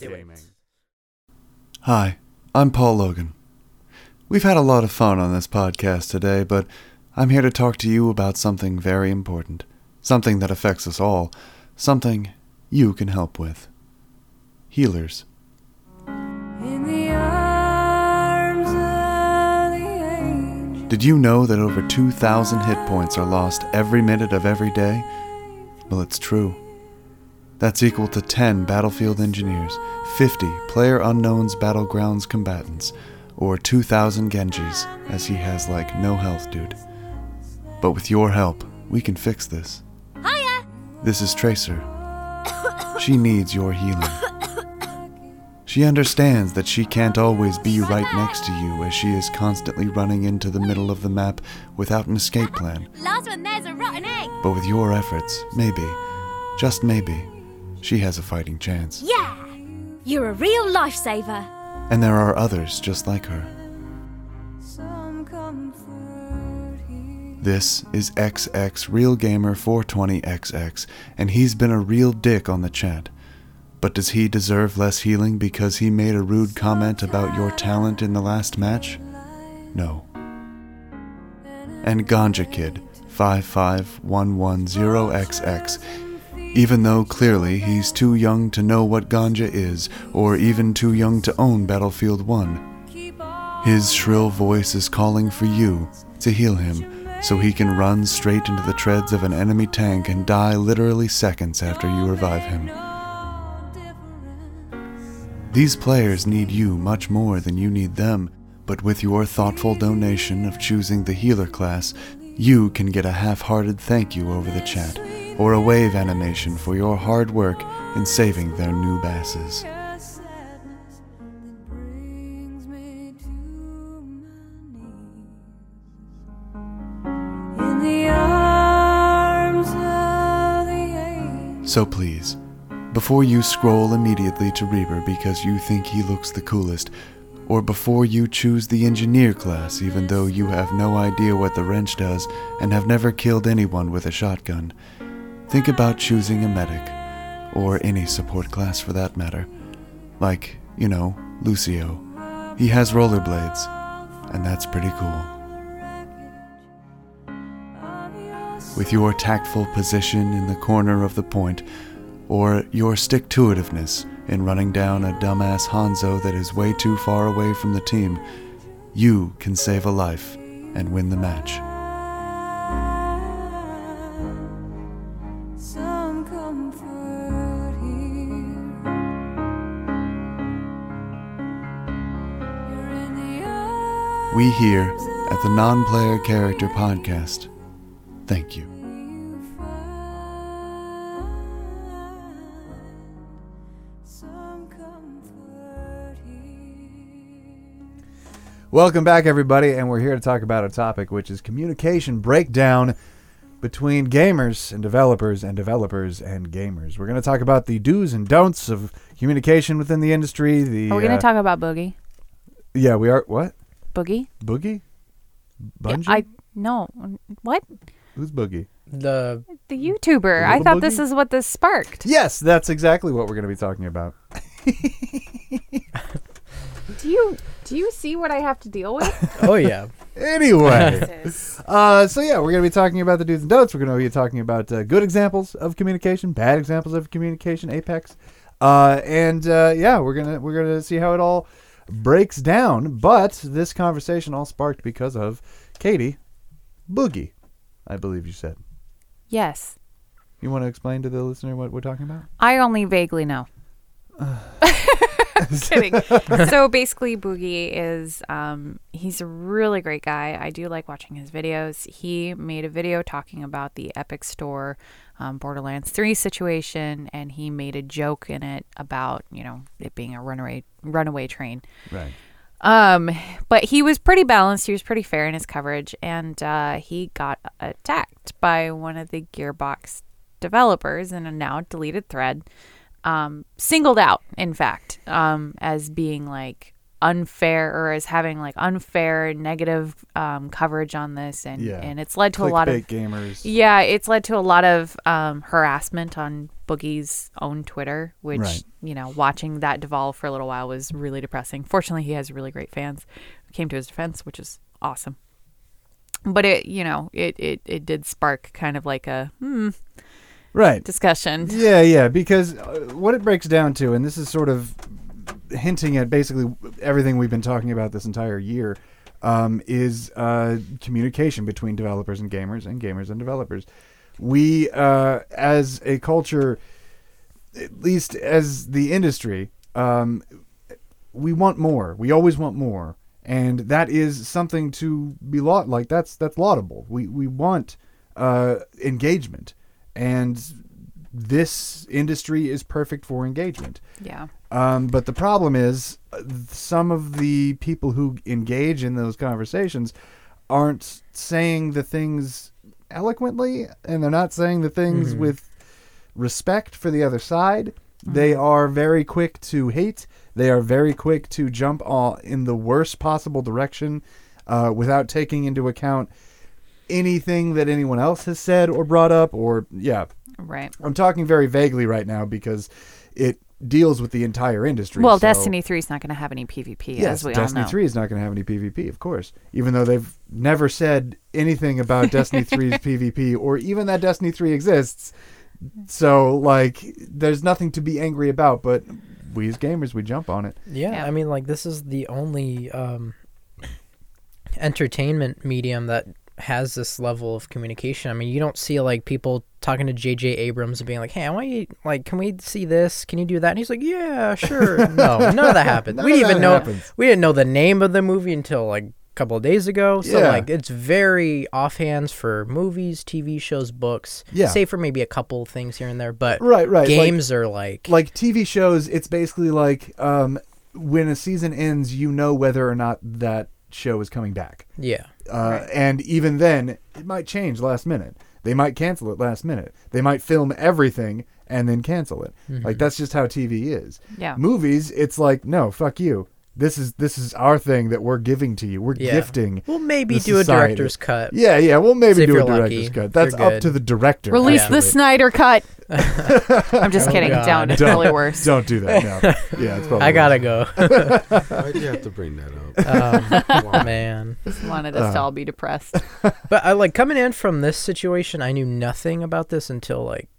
Speaker 1: Hi, I'm Paul Logan. We've had a lot of fun on this podcast today, but I'm here to talk to you about something very important, something that affects us all, something you can help with. Healers. Did you know that over 2,000 hit points are lost every minute of every day? Well, it's true. That's equal to 10 battlefield engineers, 50 player unknowns battlegrounds combatants, or 2,000 Genjis, as he has like no health, dude. But with your help, we can fix this. Hiya! This is Tracer. She needs your healing. She understands that she can't always be right next to you as she is constantly running into the middle of the map without an escape plan.
Speaker 7: Last one there's a rotten egg.
Speaker 1: But with your efforts, maybe, just maybe, she has a fighting chance.
Speaker 7: Yeah! You're a real lifesaver.
Speaker 1: And there are others just like her. This is XX Real Gamer 420XX, and he's been a real dick on the chat. But does he deserve less healing because he made a rude comment about your talent in the last match? No. And Ganja Kid 55110XX, even though clearly he's too young to know what ganja is, or even too young to own Battlefield 1, his shrill voice is calling for you to heal him so he can run straight into the treads of an enemy tank and die literally seconds after you revive him. These players need you much more than you need them, but with your thoughtful donation of choosing the healer class, you can get a half hearted thank you over the chat, or a wave animation for your hard work in saving their new asses. So please, before you scroll immediately to Reaper because you think he looks the coolest, or before you choose the engineer class even though you have no idea what the wrench does and have never killed anyone with a shotgun, think about choosing a medic, or any support class for that matter. Like, you know, Lucio. He has rollerblades, and that's pretty cool. With your tactful position in the corner of the point, or your stick to itiveness in running down a dumbass Hanzo that is way too far away from the team, you can save a life and win the match. We here at the Non Player Character Podcast thank you.
Speaker 4: Welcome back, everybody, and we're here to talk about a topic which is communication breakdown between gamers and developers and developers and gamers. We're going to talk about the do's and don'ts of communication within the industry. The
Speaker 5: Are we going
Speaker 4: uh,
Speaker 5: to talk about Boogie?
Speaker 4: Yeah, we are. What
Speaker 5: Boogie?
Speaker 4: boogie?
Speaker 5: Yeah,
Speaker 4: Bungie?
Speaker 5: I no. What?
Speaker 4: Who's boogie?
Speaker 2: The
Speaker 5: The YouTuber.
Speaker 4: The
Speaker 5: I
Speaker 4: little
Speaker 5: thought this
Speaker 4: Boogie?
Speaker 5: is what this sparked.
Speaker 4: Yes, that's exactly what we're going to be talking about.
Speaker 5: Do you do you see what I have to deal with?
Speaker 2: oh yeah,
Speaker 4: Anyway. Uh, so yeah, we're gonna be talking about the do's and don'ts. We're gonna be talking about uh, good examples of communication, bad examples of communication, apex, uh, and uh, yeah, we're gonna we're gonna see how it all breaks down. But this conversation all sparked because of Katie Boogie, I believe you said.
Speaker 5: yes.
Speaker 4: You want to explain to the listener what we're talking about?
Speaker 5: I only vaguely know. Kidding. so basically, Boogie is um, he's a really great guy. I do like watching his videos. He made a video talking about the Epic Store um, Borderlands 3 situation, and he made a joke in it about you know it being a runaway runaway train.
Speaker 4: Right.
Speaker 5: Um, but he was pretty balanced. He was pretty fair in his coverage, and uh, he got attacked by one of the Gearbox developers in a now deleted thread. Um, singled out, in fact, um, as being like unfair or as having like unfair negative um, coverage on this, and
Speaker 4: Yeah.
Speaker 5: and it's led to a
Speaker 4: Clickbait
Speaker 5: lot of
Speaker 4: gamers.
Speaker 5: yeah, it's led to a lot of um, harassment on Boogie's own Twitter, which,
Speaker 4: Right.
Speaker 5: you know, watching that devolve for a little while was really depressing. Fortunately, he has really great fans who came to his defense, which is awesome. But it, you know, it, it, it did spark kind of like a hmm,
Speaker 4: Right.
Speaker 5: discussion.
Speaker 4: Yeah, yeah, because uh, what it breaks down to, and this is sort of hinting at basically everything we've been talking about this entire year, um, is uh, communication between developers and gamers, and gamers and developers. We, uh, as a culture, at least as the industry, um, we want more. We always want more, and that is something to be laud. Like that's that's laudable. We we want uh, engagement, and this industry is perfect for engagement.
Speaker 5: Yeah.
Speaker 4: Um, but the problem is, uh, some of the people who engage in those conversations aren't s- saying the things eloquently, and they're not saying the things with respect for the other side. They are very quick to hate. They are very quick to jump all in the worst possible direction uh, without taking into account anything that anyone else has said or brought up, or, yeah,
Speaker 5: Right.
Speaker 4: I'm talking very vaguely right now because it deals with the entire industry.
Speaker 5: Well,
Speaker 4: so-
Speaker 5: Destiny 3 is not going to have any PvP,
Speaker 4: Yes,
Speaker 5: as we
Speaker 4: Destiny
Speaker 5: all know.
Speaker 4: 3 is not going to have any PvP, of course. Even though they've never said anything about Destiny 3's PvP or even that Destiny 3 exists. So, like, there's nothing to be angry about, but we as gamers, we jump on it.
Speaker 2: Yeah,
Speaker 5: Yeah.
Speaker 2: I mean, like this is the only um, entertainment medium that has this level of communication. I mean, you don't see like people talking to J.J. Abrams and being like, "Hey, I want you like, can we see this? Can you do that?" And he's like, "Yeah, sure." no, none of that happened.
Speaker 4: None
Speaker 2: we
Speaker 4: of
Speaker 2: didn't
Speaker 4: that
Speaker 2: even know
Speaker 4: happens.
Speaker 2: we didn't know the name of the movie until like a couple of days ago. So
Speaker 4: Yeah.
Speaker 2: like, it's very offhands for movies, TV shows, books.
Speaker 4: Yeah.
Speaker 2: Save for maybe a couple of things here and there, but
Speaker 4: Right, right.
Speaker 2: games are like
Speaker 4: like TV shows, it's basically like um, when a season ends, you know whether or not that show is coming back.
Speaker 2: yeah.
Speaker 4: Uh, And even then, it might change last minute. They might cancel it last minute. They might film everything and then cancel it.
Speaker 2: Mm-hmm.
Speaker 4: Like that's just how TV is.
Speaker 5: Yeah.
Speaker 4: Movies, it's like no, fuck you. This is this is our thing that we're giving to you. We're
Speaker 2: Yeah.
Speaker 4: gifting.
Speaker 2: We'll maybe
Speaker 4: the
Speaker 2: do a
Speaker 4: society.
Speaker 2: director's cut.
Speaker 4: Yeah, yeah. We'll maybe
Speaker 2: See if
Speaker 4: do a
Speaker 2: you're
Speaker 4: director's
Speaker 2: lucky.
Speaker 4: cut. That's
Speaker 2: You're
Speaker 4: up
Speaker 2: good.
Speaker 4: to the director.
Speaker 5: Release the
Speaker 4: actually.
Speaker 5: Snyder Cut. I'm just
Speaker 2: Oh,
Speaker 5: kidding.
Speaker 2: God.
Speaker 5: Don't. It's
Speaker 4: Don't.
Speaker 5: really worse.
Speaker 4: Don't do that. No. yeah, it's probably
Speaker 2: I gotta go.
Speaker 3: Why'd you have to bring that
Speaker 4: Uh,
Speaker 3: up?
Speaker 2: Um,
Speaker 3: Come on.
Speaker 2: man.
Speaker 5: Just wanted us to all be depressed.
Speaker 2: But I like coming in from this situation. I knew nothing about this until like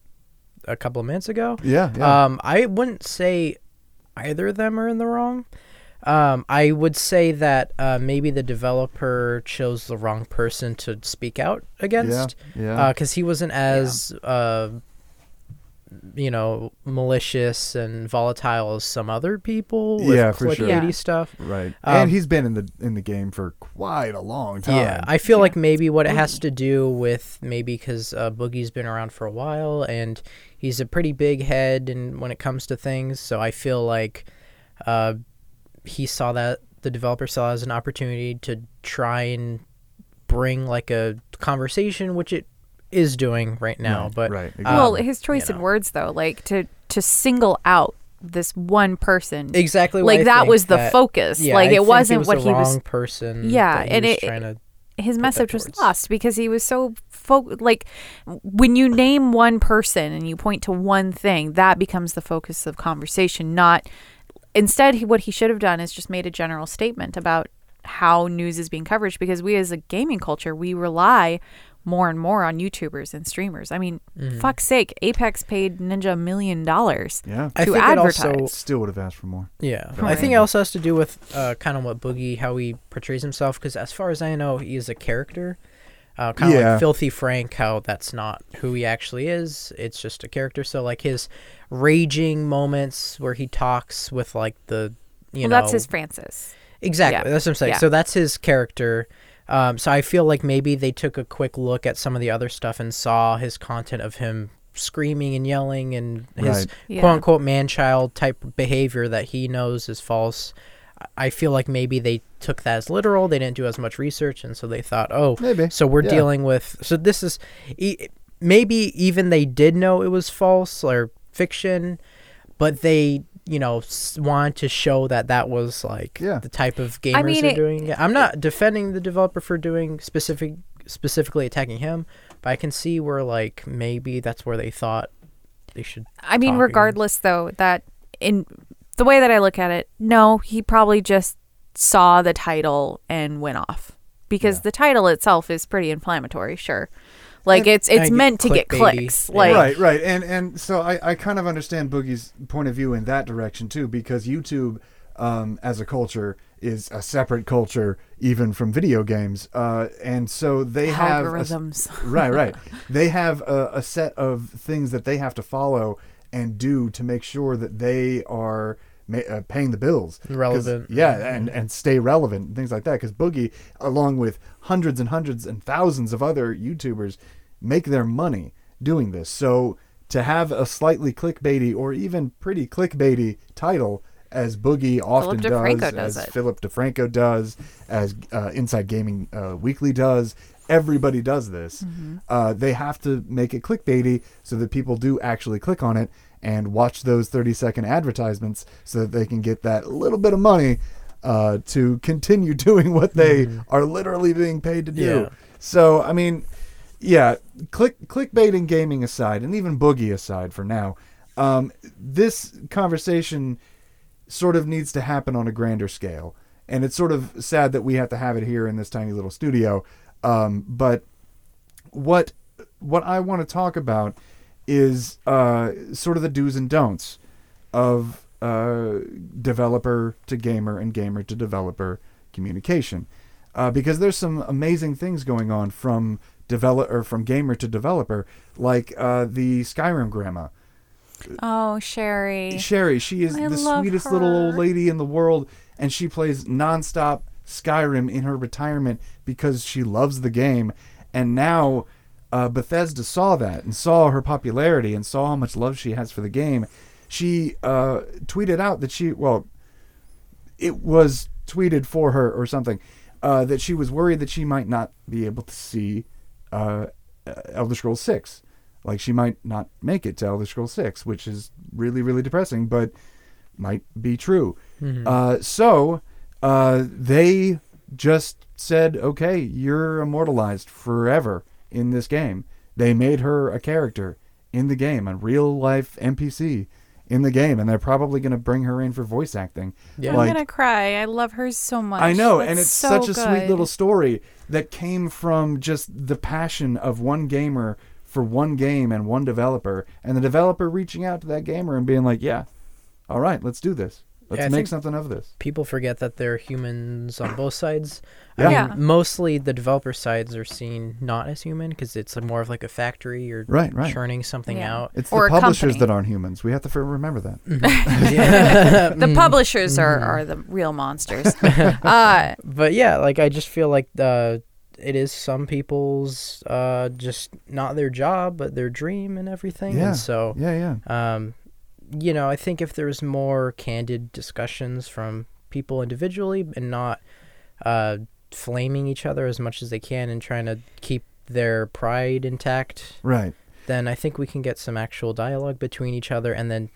Speaker 2: a couple of minutes ago.
Speaker 4: Yeah,
Speaker 3: Uh,
Speaker 4: yeah.
Speaker 2: Um, I wouldn't say either of them are in the wrong. Um, I would say that uh, maybe the developer chose the wrong person to speak out against.
Speaker 4: yeah.
Speaker 2: Because he wasn't as, uh, you know, malicious and volatile as some other people. With
Speaker 4: Yeah, for sure.
Speaker 2: clickbaity
Speaker 5: Yeah.
Speaker 2: stuff.
Speaker 4: right.
Speaker 2: um,
Speaker 4: and he's been in the in the game for quite a long time.
Speaker 2: Yeah, I feel like maybe what it has to do with maybe because uh, Boogie's been around for a while and he's a pretty big head and when it comes to things, so I feel like uh, he saw that the developer saw it as an opportunity to try and bring like a conversation, which it is doing right now. but
Speaker 4: right,
Speaker 2: um,
Speaker 5: well, his choice
Speaker 2: you
Speaker 5: in
Speaker 2: know.
Speaker 5: words, though, like to to single out this one person.
Speaker 2: exactly what
Speaker 5: Like
Speaker 2: I
Speaker 5: that
Speaker 2: think
Speaker 5: was the
Speaker 2: that-
Speaker 5: focus.
Speaker 2: Yeah, I
Speaker 5: like
Speaker 2: think
Speaker 5: it
Speaker 2: he
Speaker 5: wasn't
Speaker 2: was
Speaker 5: what
Speaker 2: the
Speaker 5: he was
Speaker 2: wrong person.
Speaker 5: Yeah,
Speaker 2: that he
Speaker 5: and
Speaker 2: was
Speaker 5: it-
Speaker 2: trying to
Speaker 5: his message was
Speaker 2: towards.
Speaker 5: lost because he was so fo- like when you name one person and you point to one thing that becomes the focus of conversation not instead he, what he should have done is just made a general statement about how news is being covered because we as a gaming culture we rely more and more on YouTubers and streamers. I mean,
Speaker 2: Mm-hmm.
Speaker 5: fuck's sake, Apex paid Ninja a million dollars
Speaker 4: Yeah.
Speaker 2: I
Speaker 5: to
Speaker 2: think it also-
Speaker 5: advertise.
Speaker 4: Still would have asked for more.
Speaker 2: Yeah, I think it also has to do with uh, kind of what Boogie, how he portrays himself, because as far as I know, he is a character, uh, kind of
Speaker 4: Yeah.
Speaker 2: like Filthy Frank. How that's not who he actually is; it's just a character. So like his raging moments where he talks with like the you
Speaker 5: well,
Speaker 2: know
Speaker 5: that's his Francis.
Speaker 2: Exactly.
Speaker 5: Yeah.
Speaker 2: That's what I'm saying.
Speaker 5: Yeah.
Speaker 2: So that's his character. Um, so I feel like maybe they took a quick look at some of the other stuff and saw his content of him screaming and yelling and his
Speaker 4: Right.
Speaker 5: Yeah.
Speaker 2: quote unquote man child type behavior that he knows is false. I- I feel like maybe they took that as literal. They didn't do as much research. And so they thought, oh,
Speaker 4: Maybe.
Speaker 2: so we're
Speaker 4: Yeah.
Speaker 2: dealing with. So this is. E- maybe even they did know it was false or fiction, but they. You know, s- wanted to show that that was like
Speaker 4: Yeah.
Speaker 2: the type of gamers
Speaker 5: I mean,
Speaker 2: are
Speaker 5: it-
Speaker 2: doing. I'm not defending the developer for doing specific, specifically attacking him, but I can see where like maybe that's where they thought they should.
Speaker 5: I mean,
Speaker 2: talking.
Speaker 5: regardless, though, that in the way that I look at it, no, he probably just saw the title and went off because the title itself is pretty inflammatory. Sure, like it's it's
Speaker 2: I get
Speaker 5: meant to get
Speaker 2: clickbaity.
Speaker 5: clicks.
Speaker 2: Yeah.
Speaker 5: Like
Speaker 4: right, right, and and so I, I kind of understand Boogie's point of view in that direction too, because YouTube, um, as a culture, is a separate culture even from video games, uh, and so they have a s-
Speaker 5: algorithms.
Speaker 4: right, right. They have a, a set of things that they have to follow and do to make sure that they are ma- uh, paying the bills. 'Cause-
Speaker 2: Relevant.
Speaker 4: Yeah, and, and stay relevant and things like that. Because Boogie, along with hundreds and hundreds and thousands of other YouTubers, make their money doing this. So to have a slightly clickbaity or even pretty clickbaity title as Boogie often does,
Speaker 5: DeFranco does
Speaker 4: as
Speaker 5: it.
Speaker 4: Philip DeFranco does, as uh, Inside Gaming uh, Weekly does. Everybody does this. Uh, they have to make it clickbaity so that people do actually click on it and watch those 30 second advertisements so that they can get that little bit of money uh, to continue doing what they are literally being paid to do.
Speaker 2: Yeah.
Speaker 4: So, I mean, yeah, click clickbait and gaming aside, and even boogie aside for now, um, this conversation sort of needs to happen on a grander scale, and it's sort of sad that we have to have it here in this tiny little studio. Um, but what what I want to talk about is uh, sort of the do's and don'ts of uh, developer to gamer and gamer to developer communication, uh, because there's some amazing things going on from develop or from gamer to developer, like uh, the Skyrim grandma.
Speaker 5: Oh, Sherry.
Speaker 4: Sherry, she is
Speaker 5: I
Speaker 4: the
Speaker 5: love
Speaker 4: sweetest little old
Speaker 5: her.
Speaker 4: lady in the world, and she plays nonstop Skyrim in her retirement because she loves the game. And now uh, Bethesda saw that and saw her popularity and saw how much love she has for the game. She uh, tweeted out that she, well, it was tweeted for her or something uh, that she was worried that she might not be able to see uh, Elder Scrolls Six, like she might not make it to Elder Scrolls Six, which is really really depressing, but might be true. Uh, so uh, they just said, "Okay, you're immortalized forever in this game." They made her a character in the game, a real life NPC in the game, and they're probably going to bring her in for voice acting.
Speaker 2: Yeah.
Speaker 5: I'm gonna cry. I love her so much.
Speaker 4: I know,
Speaker 5: That's
Speaker 4: and it's
Speaker 5: so
Speaker 4: such a sweet
Speaker 5: good.
Speaker 4: little story that came from just the passion of one gamer for one game and one developer, and the developer reaching out to that gamer and being like, "Yeah, all right, let's do this. Let's
Speaker 2: Yeah, I
Speaker 4: make
Speaker 2: think-
Speaker 4: something of this."
Speaker 2: people forget that they're humans on both sides. I
Speaker 4: Yeah.
Speaker 2: mean,
Speaker 5: Yeah.
Speaker 2: mostly the developer sides are seen not as human because it's like more of like a factory or
Speaker 4: Right, right.
Speaker 2: churning something
Speaker 5: Yeah.
Speaker 2: out.
Speaker 4: It's
Speaker 5: Or a
Speaker 4: the publishers
Speaker 5: company. Mm.
Speaker 4: that aren't humans. We have to f- remember that.
Speaker 2: Mm-hmm.
Speaker 5: the publishers are, are the real monsters. uh,
Speaker 2: But yeah, like I just feel like uh, it is some people's uh, just not their job, but their dream and everything.
Speaker 4: Yeah.
Speaker 2: And so
Speaker 4: Yeah, yeah.
Speaker 2: um, you know, I think if there's more candid discussions from people individually and not uh, flaming each other as much as they can and trying to keep their pride intact,
Speaker 4: Right.
Speaker 2: then I think we can get some actual dialogue between each other and then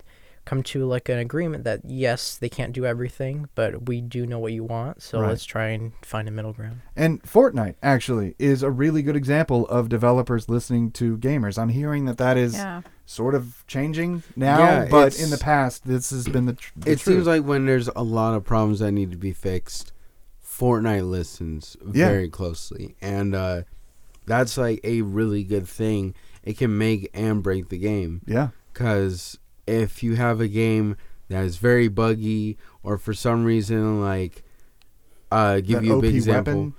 Speaker 2: come to like an agreement that yes, they can't do everything, but we do know what you want, so
Speaker 4: Right.
Speaker 2: let's try and find a middle ground.
Speaker 4: And Fortnite actually is a really good example of developers listening to gamers. I'm hearing that that is
Speaker 5: yeah.
Speaker 4: sort of changing now,
Speaker 3: Yeah,
Speaker 4: but
Speaker 3: it's-
Speaker 4: in the past, this has been the, tr- the
Speaker 3: it
Speaker 4: truth.
Speaker 3: seems like when there's a lot of problems that need to be fixed, Fortnite listens
Speaker 4: Yeah.
Speaker 3: very closely, and uh, that's like a really good thing. It can make and break the game
Speaker 4: yeah.
Speaker 3: because if you have a game that is very buggy or for some reason like uh give
Speaker 4: That
Speaker 3: you a big
Speaker 4: OP
Speaker 3: example
Speaker 4: weapon.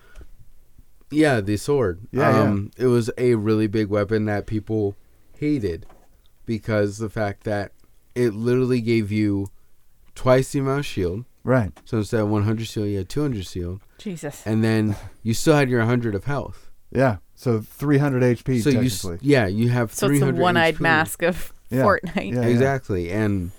Speaker 3: yeah the sword Um,
Speaker 4: Yeah, yeah.
Speaker 3: it was a really big weapon that people hated because the fact that it literally gave you twice the amount of shield
Speaker 4: Right.
Speaker 3: so instead of 100 shield you had 200 shield
Speaker 5: Jesus.
Speaker 3: and then you still had your 100 of health
Speaker 4: Yeah. So 300 HP
Speaker 3: so you s-
Speaker 4: technically.
Speaker 3: yeah you have
Speaker 5: So it's
Speaker 3: 300
Speaker 5: the one-eyed
Speaker 3: HP.
Speaker 5: mask of
Speaker 4: Yeah.
Speaker 5: Fortnite.
Speaker 4: Yeah, yeah.
Speaker 3: exactly. And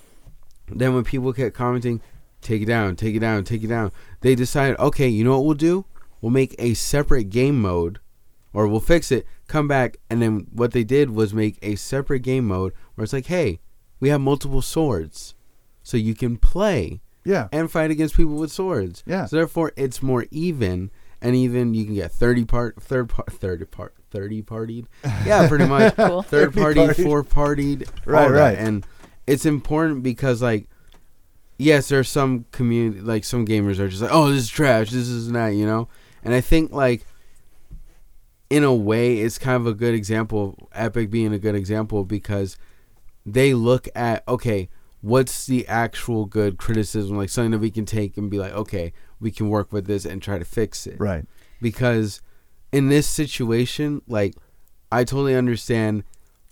Speaker 3: then when people kept commenting, take it down, take it down, take it down, they decided, okay, you know what we'll do? We'll make a separate game mode, or we'll fix it, come back, and then what they did was make a separate game mode where it's like, hey, we have multiple swords, so you can play
Speaker 4: Yeah.
Speaker 3: and fight against people with swords.
Speaker 4: Yeah.
Speaker 3: So therefore, it's more even, and even you can get thirty part, third part, thirty part, thirty partied. Yeah, pretty much.
Speaker 5: Cool.
Speaker 3: Third party,
Speaker 4: Thirty-partied.
Speaker 3: four partied.
Speaker 4: Right,
Speaker 3: all that.
Speaker 4: right.
Speaker 3: And it's important because like. Yes, there are some community like some gamers are just like, oh, this is trash, this is not, you know. And I think like, in a way, it's kind of a good example. of Epic being a good example because they look at okay what's the actual good criticism like something that we can take and be like okay we can work with this and try to fix it
Speaker 4: Right.
Speaker 3: because in this situation like i totally understand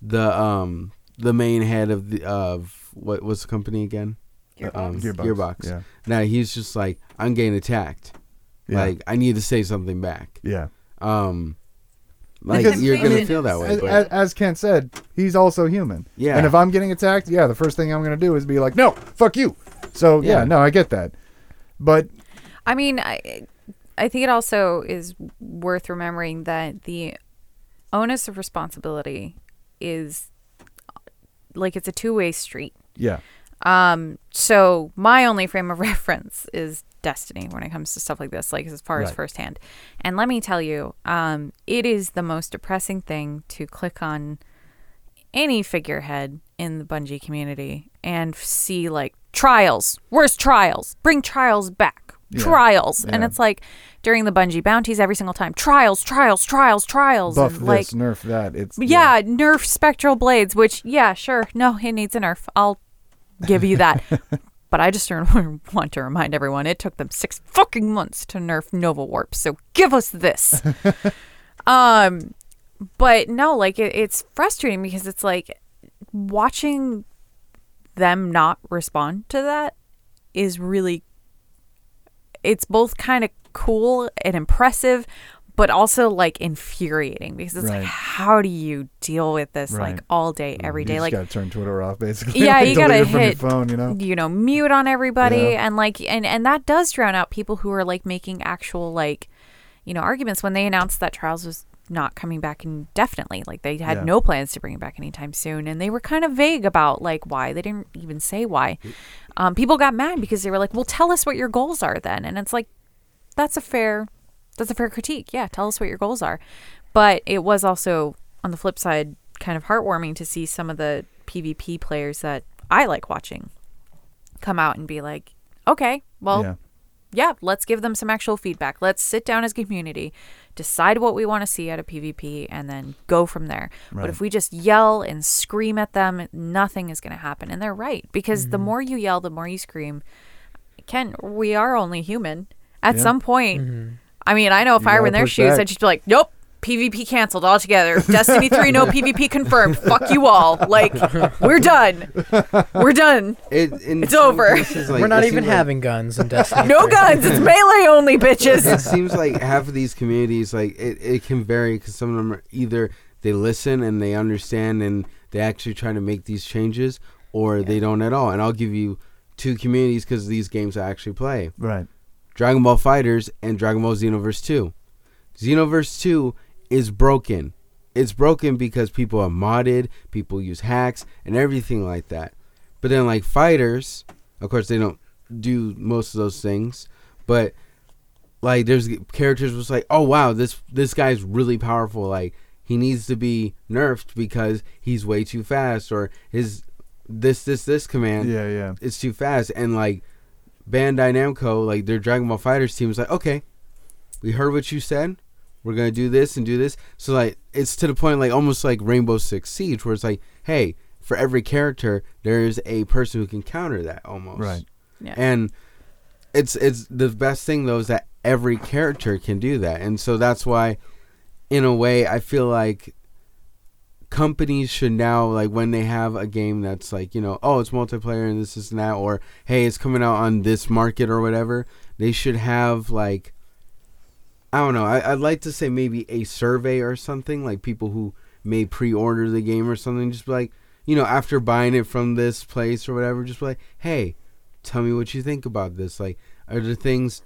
Speaker 3: the um the main head of the of what was the company again um, Gearbox.
Speaker 4: Yeah.
Speaker 3: now he's just like i'm getting attacked
Speaker 4: Yeah.
Speaker 3: like i need to say something back
Speaker 4: Yeah.
Speaker 3: um Like
Speaker 4: Because-
Speaker 3: you're
Speaker 5: I
Speaker 3: gonna
Speaker 5: mean,
Speaker 3: feel that way.
Speaker 4: As,
Speaker 3: But
Speaker 4: as, as Kent said, he's also human.
Speaker 3: Yeah.
Speaker 4: And if I'm getting attacked, yeah, the first thing I'm going to do is be like, no, fuck you. So, yeah,
Speaker 3: Yeah.
Speaker 4: no, I get that. But
Speaker 5: I mean, I I think it also is worth remembering that the onus of responsibility is like it's a two-way street.
Speaker 4: yeah.
Speaker 5: Um, so my only frame of reference is Destiny when it comes to stuff like this, like as far as
Speaker 4: Right.
Speaker 5: firsthand. And let me tell you, um, it is the most depressing thing to click on any figurehead in the Bungie community and see like trials, where's trials? Bring trials back. Trials. And
Speaker 4: Yeah.
Speaker 5: it's like during the Bungie bounties every single time, trials, trials, trials, trials.
Speaker 4: Buff
Speaker 5: and,
Speaker 4: this,
Speaker 5: like
Speaker 4: nerf that. It's
Speaker 5: yeah, nerf spectral blades, which yeah, sure. No, it needs a nerf. I'll give you that. but I just want to remind everyone it took them 6 fucking months to nerf Nova Warp. So give us this. um but no, like it, it's frustrating because it's like watching them not respond to that is really it's both kind of cool and impressive but also like infuriating because it's
Speaker 4: Right.
Speaker 5: like how do you deal with this
Speaker 4: Right.
Speaker 5: like all day every day
Speaker 4: You just
Speaker 5: like
Speaker 4: gotta turn Twitter off, basically.
Speaker 5: yeah you
Speaker 4: Delete
Speaker 5: gotta
Speaker 4: it from
Speaker 5: hit
Speaker 4: your phone, you know.
Speaker 5: you know mute on everybody
Speaker 4: Yeah.
Speaker 5: and like and and that does drown out people who are like making actual like you know arguments when they announced that trials was not coming back indefinitely like they had
Speaker 4: Yeah.
Speaker 5: no plans to bring it back anytime soon and they were kind of vague about like why they didn't even say why um, people got mad because they were like well tell us what your goals are then and it's like that's a fair that's a fair critique. Yeah, tell us what your goals are. But it was also on the flip side kind of heartwarming to see some of the PvP players that I like watching come out and be like, "Okay, well,
Speaker 4: yeah.
Speaker 5: yeah, let's give them some actual feedback. Let's sit down as a community, decide what we want to see out of PvP, and then go from there. But if we just yell and scream at them, nothing is going to happen. And they're right because the more you yell, the more you scream. Ken, we are only human. At some point, I mean, I know if I
Speaker 4: Mm-hmm.
Speaker 5: were
Speaker 4: gotta
Speaker 5: in their
Speaker 4: push
Speaker 5: shoes,
Speaker 4: back.
Speaker 5: I'd just be like, nope. PvP canceled altogether. Destiny 3, no PvP confirmed. Fuck you all. Like, we're done. We're done.
Speaker 3: it, in
Speaker 5: It's
Speaker 3: some
Speaker 5: over.
Speaker 3: cases, like,
Speaker 2: We're
Speaker 3: it
Speaker 2: not
Speaker 3: seems
Speaker 2: even
Speaker 3: like-
Speaker 2: having guns in Destiny.
Speaker 5: No
Speaker 2: 3.
Speaker 5: guns. It's melee only, bitches.
Speaker 3: it seems like half of these communities like it, it can vary because some of them are either they listen and they understand and they actually try to make these changes or they don't at all and i'll give you two communities because these games i actually play
Speaker 4: Right.
Speaker 3: dragon ball fighters and dragon ball xenoverse 2 xenoverse 2 is broken it's broken because people are modded people use hacks and everything like that but then like fighters of course they don't do most of those things but like there's characters was like oh wow this this guy's really powerful like he needs to be nerfed because he's way too fast or his this this this command
Speaker 4: Yeah, yeah.
Speaker 3: it's too fast and like Bandai Namco like their Dragon Ball Fighters team was like okay we heard what you said we're gonna do this and do this so like it's to the point like almost like Rainbow Six Siege where it's like hey for every character there is a person who can counter that almost
Speaker 4: Right.
Speaker 5: Yeah.
Speaker 3: and it's it's the best thing though is that every character can do that and so that's why in a way I feel like companies should now like when they have a game that's like you know oh it's multiplayer and this is and that or hey it's coming out on this market or whatever they should have like i don't know I, i'd like to say maybe a survey or something like people who may pre-order the game or something just be like you know after buying it from this place or whatever just be like hey tell me what you think about this like are there things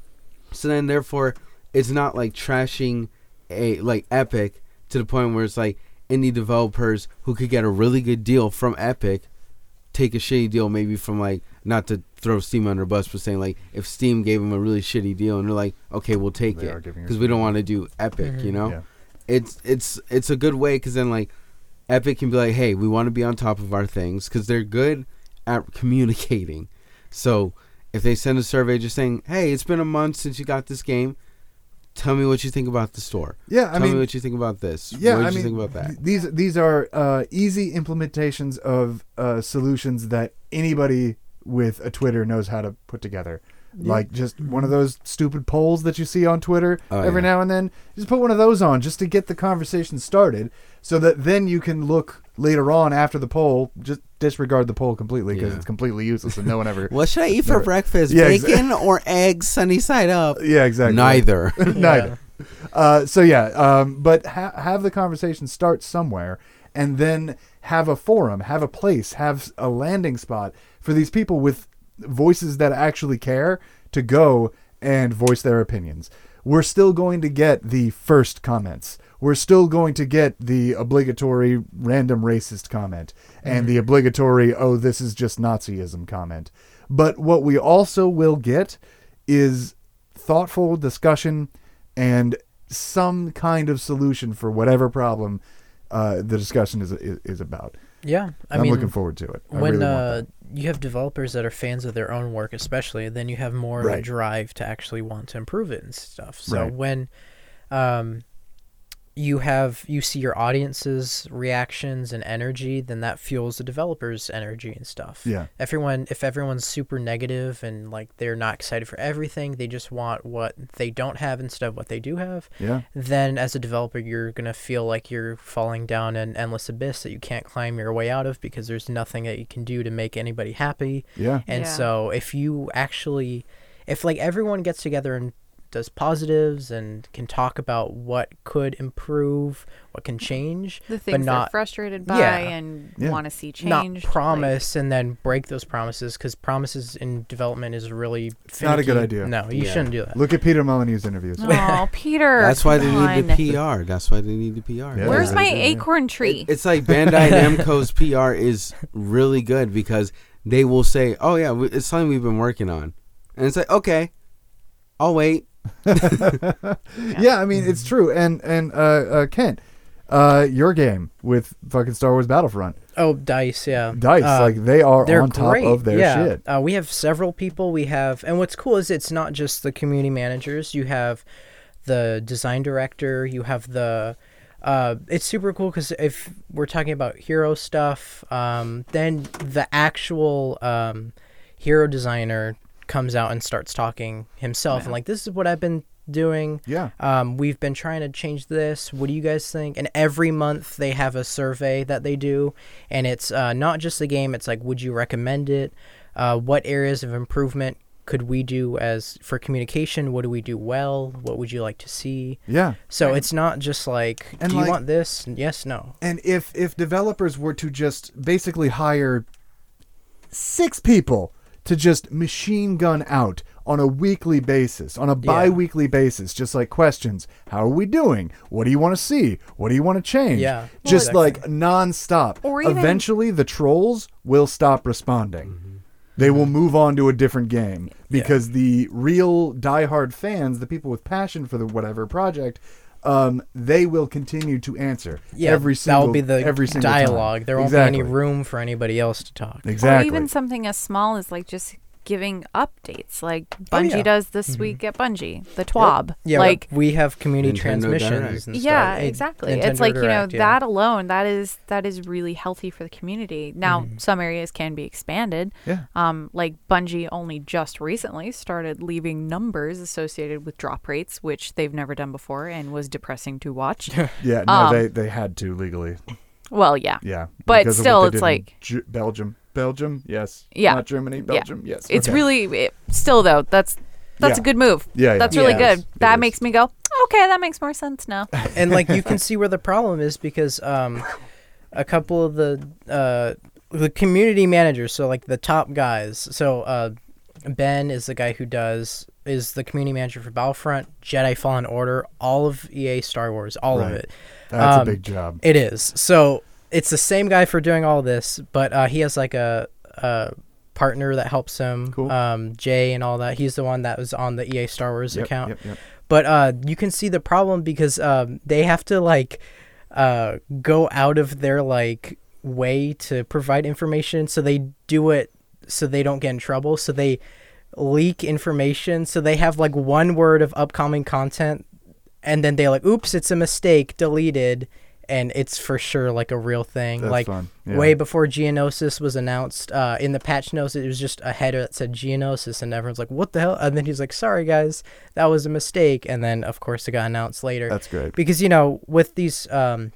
Speaker 3: so then therefore it's not like trashing a like epic to the point where it's like indie developers who could get a really good deal from Epic take a shitty deal maybe from like not to throw Steam under the bus but saying like if Steam gave them a really shitty deal and they're like okay we'll take
Speaker 4: They
Speaker 3: it
Speaker 4: are giving you
Speaker 3: because we don't want to do Epic you know
Speaker 4: Yeah.
Speaker 3: it's it's it's a good way because then like Epic can be like hey we want to be on top of our things because they're good at communicating so if they send a survey just saying hey it's been a month since you got this game tell me what you think about the store
Speaker 4: Yeah, I
Speaker 3: tell me
Speaker 4: mean,
Speaker 3: what you think about this
Speaker 4: yeah,
Speaker 3: what did
Speaker 4: I
Speaker 3: you
Speaker 4: mean,
Speaker 3: think about that
Speaker 4: th- These these are uh, easy implementations of uh, solutions that anybody with a Twitter knows how to put together. Like just one of those stupid polls that you see on Twitter
Speaker 3: Oh,
Speaker 4: every
Speaker 3: yeah.
Speaker 4: now and then. Just put one of those on just to get the conversation started, so that then you can look later on after the poll. Just disregard the poll completely because
Speaker 3: Yeah.
Speaker 4: it's completely useless and no one ever.
Speaker 3: What should I eat for
Speaker 4: Never-
Speaker 3: breakfast?
Speaker 4: Yeah, exa-
Speaker 3: Bacon or eggs sunny side up?
Speaker 4: yeah, exactly.
Speaker 3: Neither.
Speaker 4: Neither. Uh, so yeah, um, but ha- have the conversation start somewhere, and then have a forum, have a place, have a landing spot for these people with voices that actually care to go and voice their opinions. We're still going to get the first comments. We're still going to get the obligatory random racist comment and the obligatory oh this is just Nazism comment. But what we also will get is thoughtful discussion and some kind of solution for whatever problem uh, the discussion is, is is about.
Speaker 2: Yeah, I
Speaker 4: I'm
Speaker 2: mean,
Speaker 4: looking forward to it. I
Speaker 2: when
Speaker 4: really want
Speaker 2: uh, you have developers that are fans of their own work, especially, then you have more of a
Speaker 4: Right.
Speaker 2: drive to actually want to improve it and stuff. So
Speaker 4: Right.
Speaker 2: when um, you have you see your audience's reactions and energy, then that fuels the developers' energy and stuff.
Speaker 4: Yeah.
Speaker 2: Everyone, if everyone's super negative and like they're not excited for everything, they just want what they don't have instead of what they do have.
Speaker 4: Yeah.
Speaker 2: Then as a developer, you're gonna feel like you're falling down an endless abyss that you can't climb your way out of because there's nothing that you can do to make anybody happy.
Speaker 4: Yeah.
Speaker 2: And
Speaker 5: Yeah.
Speaker 2: so if you actually, if like everyone gets together and does positives and can talk about what could improve, what can change,
Speaker 5: The
Speaker 2: but
Speaker 5: things
Speaker 2: not
Speaker 5: they're frustrated by
Speaker 2: Yeah.
Speaker 5: and
Speaker 4: Yeah.
Speaker 5: want to see change.
Speaker 2: not promise and then break those promises because promises in development is really
Speaker 4: not a good
Speaker 2: finicky.
Speaker 4: idea.
Speaker 2: No, you
Speaker 3: Yeah.
Speaker 2: shouldn't do that.
Speaker 4: Look at Peter Molyneux's interviews.
Speaker 5: oh, Peter.
Speaker 3: That's why they
Speaker 5: come
Speaker 3: need
Speaker 5: on.
Speaker 3: the PR. That's why they need the PR.
Speaker 4: Yeah.
Speaker 5: Where's
Speaker 4: Yeah.
Speaker 5: my
Speaker 4: Yeah.
Speaker 5: acorn tree?
Speaker 3: It's like Bandai Namco's PR is really good because they will say, "Oh yeah, we- it's something we've been working on," and it's like, "Okay, I'll wait."
Speaker 4: yeah. I mean it's
Speaker 2: Mm-hmm.
Speaker 4: true. And and uh, uh, Kent, uh, your game with fucking Star Wars Battlefront,
Speaker 2: Oh, dice, yeah.
Speaker 4: Dice,
Speaker 2: Uh,
Speaker 4: like they are
Speaker 2: they're
Speaker 4: on top
Speaker 2: great.
Speaker 4: of their
Speaker 2: yeah.
Speaker 4: shit.
Speaker 2: Uh, we have several people. We have, and what's cool is it's not just the community managers. You have the design director. You have the. Uh, it's super cool because if we're talking about hero stuff, um, then the actual um, hero designer comes out and starts talking himself and like this is what I've been doing.
Speaker 4: Yeah.
Speaker 2: Um, we've been trying to change this. What do you guys think? And every month they have a survey that they do, and it's uh, not just the game. It's like, would you recommend it? Uh, what areas of improvement could we do as for communication? What do we do well? What would you like to see?
Speaker 4: Yeah.
Speaker 2: So it's not just like,
Speaker 4: And
Speaker 2: do you
Speaker 4: like-
Speaker 2: want this? Yes, no.
Speaker 4: And if if developers were to just basically hire six people to just machine gun out on a weekly basis, on a bi-weekly basis, just like questions, how are we doing? What do you want to see? What do you want to change?
Speaker 2: Yeah. Well,
Speaker 4: Just
Speaker 2: exactly.
Speaker 4: like nonstop.
Speaker 5: Or even-
Speaker 4: Eventually the trolls will stop responding. They will move on to a different game because the real diehard fans, the people with passion for the whatever project, um, they will continue to answer
Speaker 2: Yeah,
Speaker 4: every single
Speaker 2: that will be the
Speaker 4: every single time.
Speaker 2: dialogue. There won't
Speaker 4: exactly.
Speaker 2: be any room for anybody else to talk.
Speaker 4: Exactly.
Speaker 5: Or even something as small as like just giving updates, like Bungie
Speaker 2: Oh, yeah. Mm-hmm.
Speaker 5: does this week at Bungie, the TWAB.
Speaker 2: Yeah,
Speaker 5: like
Speaker 2: we have community
Speaker 3: Nintendo
Speaker 2: transmissions
Speaker 3: Direct.
Speaker 2: and stuff.
Speaker 5: yeah,
Speaker 2: It-
Speaker 5: exactly.
Speaker 2: Nintendo
Speaker 5: it's like you know
Speaker 2: Direct, yeah.
Speaker 5: that alone that is that is really healthy for the community. Now
Speaker 2: Mm-hmm.
Speaker 5: some areas can be expanded.
Speaker 4: Yeah.
Speaker 5: Um, like Bungie only just recently started leaving numbers associated with drop rates, which they've never done before and was depressing to watch.
Speaker 4: yeah, no,
Speaker 5: um,
Speaker 4: they they had to legally.
Speaker 5: well, yeah.
Speaker 4: Yeah.
Speaker 5: But
Speaker 4: because of what
Speaker 5: still,
Speaker 4: they
Speaker 5: it's
Speaker 4: did in
Speaker 5: like-
Speaker 4: Ju- Belgium. Belgium, yes.
Speaker 5: Yeah.
Speaker 4: Not Germany, Belgium, yes.
Speaker 5: It's
Speaker 4: Okay.
Speaker 5: really it, still though. That's that's
Speaker 4: Yeah.
Speaker 5: a good move.
Speaker 4: Yeah, yeah.
Speaker 5: That's really
Speaker 2: Yeah.
Speaker 5: good.
Speaker 4: It
Speaker 5: That
Speaker 4: is.
Speaker 5: makes me go, okay, that makes more sense now.
Speaker 2: and like you can see where the problem is because um, a couple of the uh, the community managers, so like the top guys, so uh, Ben is the guy who does is the community manager for Battlefront, Jedi Fallen Order, all of EA Star Wars, all
Speaker 4: Right.
Speaker 2: of it.
Speaker 4: That's
Speaker 2: um,
Speaker 4: a big job.
Speaker 2: It is. So it's the same guy for doing all this, but uh, he has like a, a partner that helps him,
Speaker 4: Cool.
Speaker 2: um, Jay and all that. He's the one that was on the EA Star Wars
Speaker 4: Yep,
Speaker 2: account.
Speaker 4: yep, yep.
Speaker 2: But uh, you can see the problem because um, they have to like uh, go out of their like way to provide information, so they do it so they don't get in trouble. So they leak information. So they have like one word of upcoming content, and then they like, "Oops, it's a mistake, deleted," and it's for sure like a real thing.
Speaker 4: That's
Speaker 2: like
Speaker 4: fun, yeah.
Speaker 2: way before Geonosis was announced, uh, in the patch notes, it was just a header that said Geonosis, and everyone's like, "What the hell?" And then he's like, "Sorry guys, that was a mistake." And then of course it got announced later.
Speaker 4: That's great.
Speaker 2: because you know with these um,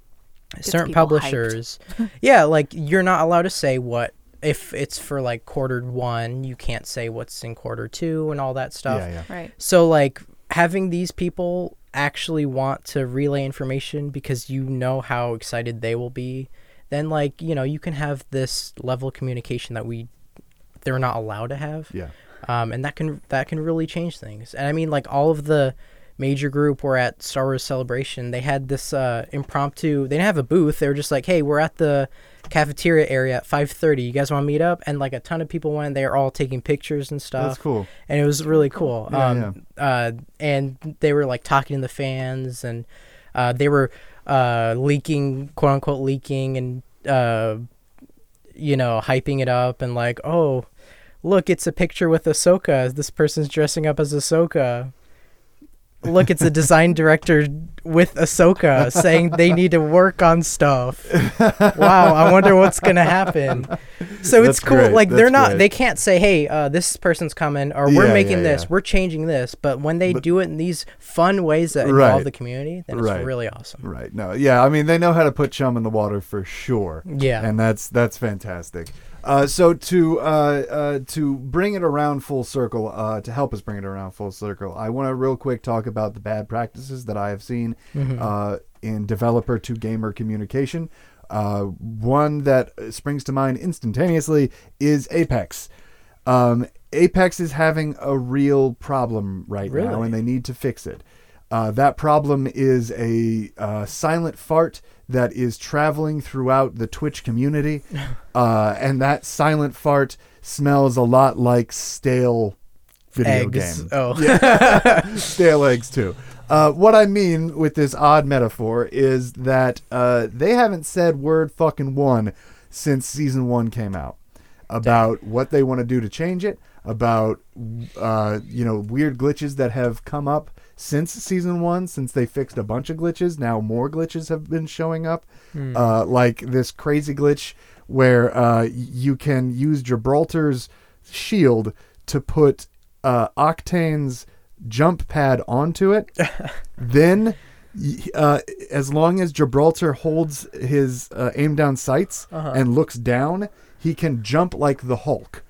Speaker 2: certain
Speaker 5: people hyped.
Speaker 2: publishers, yeah, like you're not allowed to say what. If it's for like quarter one, you can't say what's in quarter two and all that stuff.
Speaker 4: Yeah, yeah.
Speaker 5: Right.
Speaker 2: So like having these people actually want to relay information because you know how excited they will be, then like you know you can have this level of communication that we they're not allowed to have.
Speaker 4: Yeah.
Speaker 2: Um, and that can that can really change things. And I mean like all of the major group were at Star Wars Celebration. They had this uh, impromptu. They didn't have a booth. They were just like, hey, we're at the cafeteria area at 5:30. You guys want to meet up? And like a ton of people went. They were all taking pictures and stuff
Speaker 4: That's cool.
Speaker 2: and it was really cool.
Speaker 4: Yeah,
Speaker 2: um, Uh, and they were like talking to the fans, and uh, they were uh, leaking, quote unquote, leaking, and uh, you know, hyping it up, and like, oh, look, it's a picture with Ahsoka. This person's dressing up as Ahsoka. Look, it's a design director with Ahsoka saying they need to work on stuff. Wow, I wonder what's gonna happen. So
Speaker 4: That's
Speaker 2: it's cool.
Speaker 4: great,
Speaker 2: Like they're
Speaker 4: that's
Speaker 2: not
Speaker 4: great.
Speaker 2: they can't say, "Hey, uh, this person's coming," or "We're
Speaker 4: Yeah,
Speaker 2: making
Speaker 4: yeah,
Speaker 2: this,"
Speaker 4: yeah.
Speaker 2: "We're changing this." But when they do it in these fun ways that involve
Speaker 4: Right.
Speaker 2: the community, then
Speaker 4: Right.
Speaker 2: it's really awesome.
Speaker 4: Right. No. Yeah. I mean, they know how to put chum in the water for sure.
Speaker 2: Yeah.
Speaker 4: And that's that's fantastic. Uh, so to uh, uh, to bring it around full circle, uh, to help us bring it around full circle, I want to real quick talk about the bad practices that I have seen
Speaker 2: Mm-hmm.
Speaker 4: uh, in developer to gamer communication. Uh, one that springs to mind instantaneously is Apex. Um, Apex is having a real problem right now,
Speaker 2: Really?
Speaker 4: and they need to fix it. Uh, that problem is a uh, silent fart that is traveling throughout the Twitch community, uh, and that silent fart smells a lot like stale video
Speaker 2: Eggs.
Speaker 4: game
Speaker 2: Oh,
Speaker 4: stale eggs too. Uh, what I mean with this odd metaphor is that uh, they haven't said word fucking one since season one came out about what they want to do to change it, about uh, you know weird glitches that have come up since season one, since they fixed a bunch of glitches. Now more glitches have been showing up, uh, like this crazy glitch where uh, y- you can use Gibraltar's shield to put uh, Octane's jump pad onto it. then, y- uh, as long as Gibraltar holds his uh, aim down sights
Speaker 2: Uh-huh.
Speaker 4: and looks down, he can jump like the Hulk.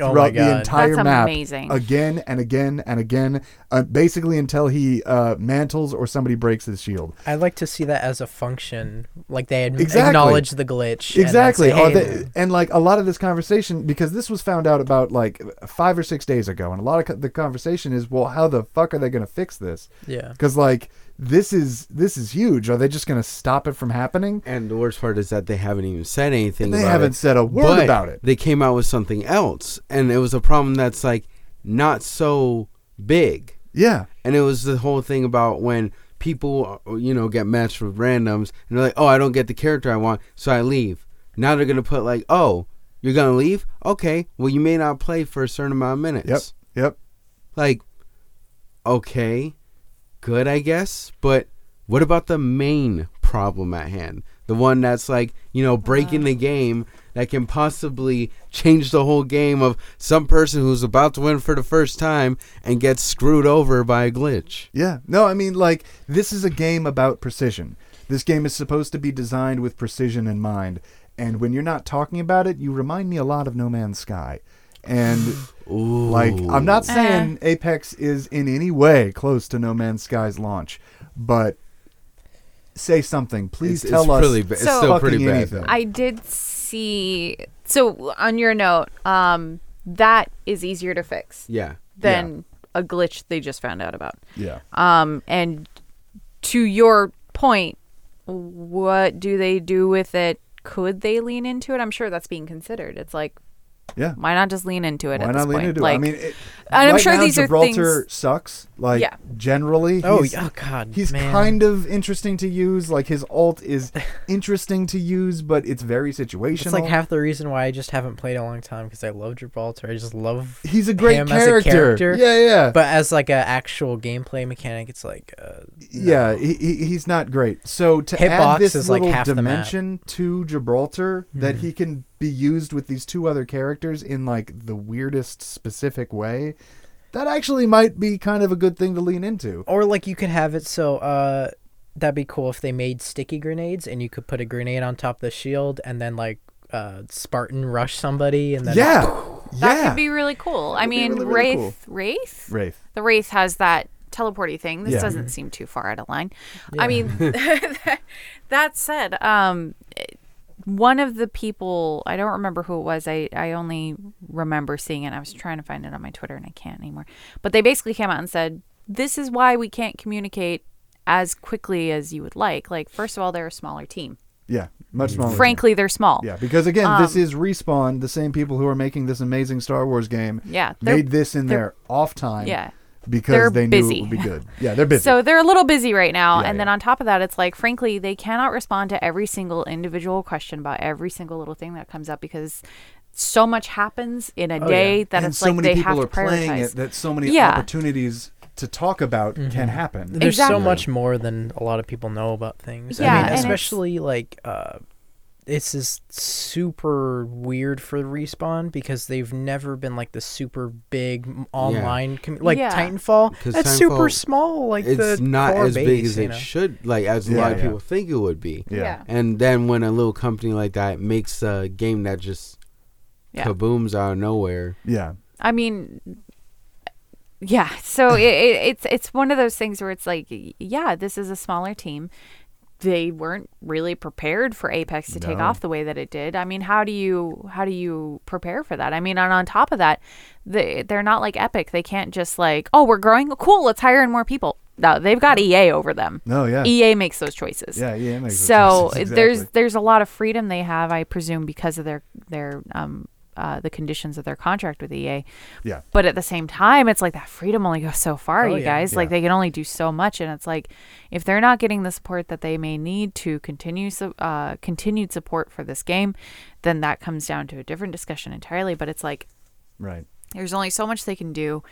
Speaker 2: Oh my
Speaker 4: Throughout the
Speaker 2: God.
Speaker 4: entire
Speaker 5: That's
Speaker 4: map,
Speaker 5: amazing.
Speaker 4: again and again and again, uh, basically until he uh, mantles or somebody breaks his shield.
Speaker 2: I'd like to see that as a function. Like they ad-
Speaker 4: Exactly.
Speaker 2: acknowledge the glitch. and then
Speaker 4: Exactly.
Speaker 2: say,
Speaker 4: Are
Speaker 2: "Hey,
Speaker 4: they- and like a lot of this conversation, because this was found out about like five or six days ago, and a lot of co- the conversation is, well, how the fuck are they going to fix this?
Speaker 2: Yeah.
Speaker 4: Because like this is this is huge. Are they just going to stop it from happening?
Speaker 3: And the worst part is that they haven't even said anything.
Speaker 4: They
Speaker 3: about
Speaker 4: haven't
Speaker 3: it.
Speaker 4: said a word
Speaker 3: But
Speaker 4: about it.
Speaker 3: They came out with something else, and it was a problem that's like not so big.
Speaker 4: Yeah.
Speaker 3: And it was the whole thing about when people, uh, you know, get matched with randoms, and they're like, "Oh, I don't get the character I want, so I leave." Now they're gonna put like, "Oh, you're gonna leave? Okay, well, you may not play for a certain amount of minutes."
Speaker 4: Yep. Yep.
Speaker 3: Like, okay, good, I guess. But what about the main problem at hand? The one that's like, you know, breaking the game that can possibly change the whole game of some person who's about to win for the first time and gets screwed over by a glitch.
Speaker 4: Yeah. No, I mean, like, this is a game about precision. This game is supposed to be designed with precision in mind. And when you're not talking about it, you remind me a lot of No Man's Sky. And, like, I'm not
Speaker 5: Uh-huh.
Speaker 4: saying Apex is in any way close to No Man's Sky's launch, but say something. Please
Speaker 3: It's,
Speaker 4: tell
Speaker 3: it's
Speaker 4: us.
Speaker 3: really ba- it's
Speaker 5: So-
Speaker 3: still pretty
Speaker 4: Fucking
Speaker 3: bad.
Speaker 4: anything.
Speaker 3: though.
Speaker 5: I did see. So on your note, um, that is easier to fix
Speaker 3: yeah.
Speaker 5: than a glitch they just found out about.
Speaker 4: yeah.
Speaker 5: Um, and to your point, what do they do with it? Could they lean into it? I'm sure that's being considered. It's like,
Speaker 4: Yeah.
Speaker 5: why not just lean into it
Speaker 4: Why
Speaker 5: at this
Speaker 4: not lean
Speaker 5: point?
Speaker 4: into it?
Speaker 5: Like,
Speaker 4: I mean, it,
Speaker 5: and I'm
Speaker 4: right
Speaker 5: sure
Speaker 4: now,
Speaker 5: these are
Speaker 4: Gibraltar
Speaker 5: things-
Speaker 4: sucks. Like
Speaker 5: Yeah.
Speaker 4: generally,
Speaker 2: Oh,
Speaker 4: he's-
Speaker 2: yeah, oh, God,
Speaker 4: he's
Speaker 2: man.
Speaker 4: kind of interesting to use. Like his alt is interesting to use, but it's very situational.
Speaker 2: It's like half the reason why I just haven't played in a long time because I love Gibraltar. I just love
Speaker 4: he's a great
Speaker 2: him
Speaker 4: character.
Speaker 2: As a character.
Speaker 4: Yeah, yeah,
Speaker 2: But as like an actual gameplay mechanic, it's like uh,
Speaker 4: yeah. He, he, he's not great. So to add
Speaker 2: Hitbox
Speaker 4: this
Speaker 2: is like
Speaker 4: little
Speaker 2: half the map. Hmm.
Speaker 4: dimension to Gibraltar that he can be used with these two other characters in like the weirdest specific way. That actually might be kind of a good thing to lean into.
Speaker 2: or like you could have it so uh that'd be cool if they made sticky grenades and you could put a grenade on top of the shield and then like uh Spartan rush somebody and then
Speaker 4: yeah, yeah.
Speaker 5: that could be really cool. I
Speaker 4: would be
Speaker 5: mean,
Speaker 4: really, really
Speaker 5: Wraith, Wraith,
Speaker 4: Wraith.
Speaker 5: the Wraith has that teleporty thing. This
Speaker 4: Yeah.
Speaker 5: doesn't seem too far out of line. I mean, that said, um, one of the people I don't remember who it was. I I only remember seeing it. I was trying to find it on my Twitter and I can't anymore. But they basically came out and said this is why we can't communicate as quickly as you would like. Like first of all, they're a smaller team.
Speaker 4: Oh, Yeah, much
Speaker 2: Hmm.
Speaker 4: smaller.
Speaker 5: Frankly, they're small.
Speaker 4: Yeah, because again,
Speaker 5: Um,
Speaker 4: this is Respawn, the same people who are making this amazing Star Wars game.
Speaker 5: Yeah, they're-
Speaker 4: made this in
Speaker 5: they're-
Speaker 4: their off time.
Speaker 5: Yeah. They're
Speaker 4: because they knew
Speaker 5: busy.
Speaker 4: it would be good. Yeah, they're busy.
Speaker 5: So they're a little busy right now.
Speaker 4: Yeah,
Speaker 5: and then
Speaker 4: yeah.
Speaker 5: on top of that, it's like, frankly, they cannot respond to every single individual question about every single little thing that comes up because so much happens in
Speaker 4: Oh,
Speaker 5: a day that
Speaker 4: and
Speaker 5: it's
Speaker 4: so
Speaker 5: like
Speaker 4: many
Speaker 5: they
Speaker 4: people
Speaker 5: have
Speaker 4: are
Speaker 5: to
Speaker 4: playing
Speaker 5: prioritize.
Speaker 4: it that so many
Speaker 5: Yeah.
Speaker 4: opportunities to talk about can happen.
Speaker 2: There's
Speaker 5: Exactly.
Speaker 2: so much more than a lot of people know about things.
Speaker 5: Yeah,
Speaker 2: I
Speaker 5: and
Speaker 2: mean,
Speaker 5: it's-
Speaker 2: especially like uh, this is super weird for respawn because they've never been like the super big m- online com- like
Speaker 5: Yeah.
Speaker 2: Titanfall.
Speaker 3: 'Cause
Speaker 2: That's super
Speaker 3: Titanfall-
Speaker 2: small. Like the
Speaker 3: it's not
Speaker 2: core
Speaker 3: as
Speaker 2: base,
Speaker 3: big as
Speaker 2: you
Speaker 3: it
Speaker 2: know?
Speaker 3: should, like as a
Speaker 4: Yeah,
Speaker 3: lot of
Speaker 4: yeah.
Speaker 3: people think it would be.
Speaker 4: Yeah.
Speaker 5: Yeah.
Speaker 3: And then when a little company like that makes a game that just
Speaker 5: Yeah.
Speaker 3: kabooms out of nowhere,
Speaker 4: Yeah.
Speaker 5: I mean, yeah. So it, it, it's it's one of those things where it's like, yeah, this is a smaller team. They weren't really prepared for Apex to take
Speaker 4: No.
Speaker 5: off the way that it did. I mean, how do you how do you prepare for that? I mean, and on top of that, they they're not like Epic. They can't just like, oh, we're growing. Cool, let's hire in more people. No, they've got EA over them.
Speaker 4: No, yeah.
Speaker 5: EA E makes those choices.
Speaker 4: Yeah, EA makes those
Speaker 5: so
Speaker 4: choices,
Speaker 5: there's
Speaker 4: exactly.
Speaker 5: there's a lot of freedom they have, I presume, because of their their um uh, the conditions of their contract with EA.
Speaker 4: Yeah.
Speaker 5: But at the same time, it's like that freedom only goes so far,
Speaker 2: Oh,
Speaker 5: you
Speaker 2: yeah.
Speaker 5: guys. Like
Speaker 4: Yeah.
Speaker 5: they can only do so much, and it's like if they're not getting the support that they may need to continue su- uh, continued support for this game, then that comes down to a different discussion entirely. But it's like
Speaker 4: Right.
Speaker 5: there's only so much they can do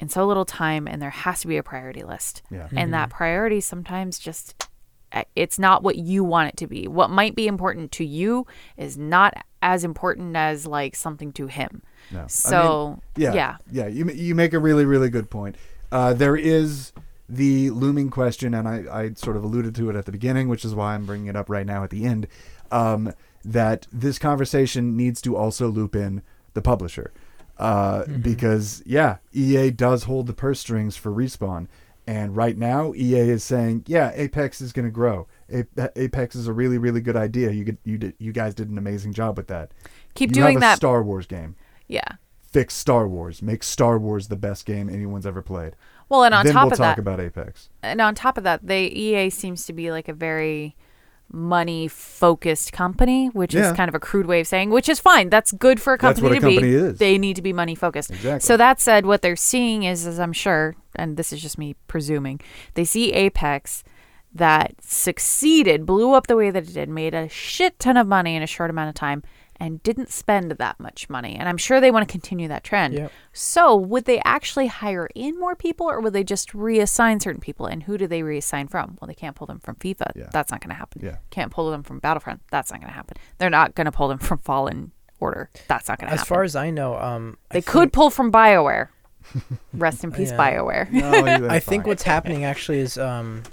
Speaker 5: in so little time and there has to be a priority list
Speaker 4: Yeah.
Speaker 5: and that priority sometimes just eh, it's not what you want it to be what might be important to you is not as important as like something to him
Speaker 4: No. I mean,
Speaker 5: so
Speaker 4: yeah,
Speaker 5: yeah
Speaker 4: yeah. You ma- you make a really really good point. Uh, there is the looming question, and I I sort of alluded to it at the beginning, which is why I'm bringing it up right now at the end. Um, that this conversation needs to also loop in the publisher, uh,
Speaker 5: Mm-hmm.
Speaker 4: because yeah, EA does hold the purse strings for respawn, and right now EA is saying yeah, Apex is going to grow. A- Apex is a really really good idea. You could, you did, you guys did an amazing job with that.
Speaker 5: Keep
Speaker 4: You
Speaker 5: doing
Speaker 4: have a
Speaker 5: that.
Speaker 4: Star Wars game
Speaker 5: yeah
Speaker 4: fix Star Wars, make Star Wars the best game anyone's ever played.
Speaker 5: well and on
Speaker 4: then
Speaker 5: top
Speaker 4: we'll
Speaker 5: of
Speaker 4: talk
Speaker 5: that
Speaker 4: about Apex.
Speaker 5: and on top of that, they EA seems to be like a very money focused company, which
Speaker 4: Yeah.
Speaker 5: is kind of a crude way of saying, which is fine. That's good for a
Speaker 4: That's
Speaker 5: company
Speaker 4: what a
Speaker 5: to
Speaker 4: company
Speaker 5: be.
Speaker 4: is.
Speaker 5: They need to be money focused.
Speaker 4: Exactly.
Speaker 5: So that said, what they're seeing is, as I'm sure, and this is just me presuming, they see Apex that succeeded, blew up the way that it did, made a shit ton of money in a short amount of time. And didn't spend that much money. And I'm sure they want to continue that trend.
Speaker 2: Yep.
Speaker 5: So, would they actually hire in more people or would they just reassign certain people? And who do they reassign from? Well, they can't pull them from FIFA.
Speaker 4: Yeah.
Speaker 5: That's not going to happen.
Speaker 4: Yeah.
Speaker 5: Can't pull them from Battlefront. That's not going to happen. They're not going to pull them from Fallen Order. That's not going to
Speaker 2: As
Speaker 5: happen.
Speaker 2: far as I know, um, I
Speaker 5: they
Speaker 2: think-
Speaker 5: could pull from BioWare. Rest in peace,
Speaker 2: Yeah.
Speaker 5: BioWare.
Speaker 2: I think what's happening actually is um,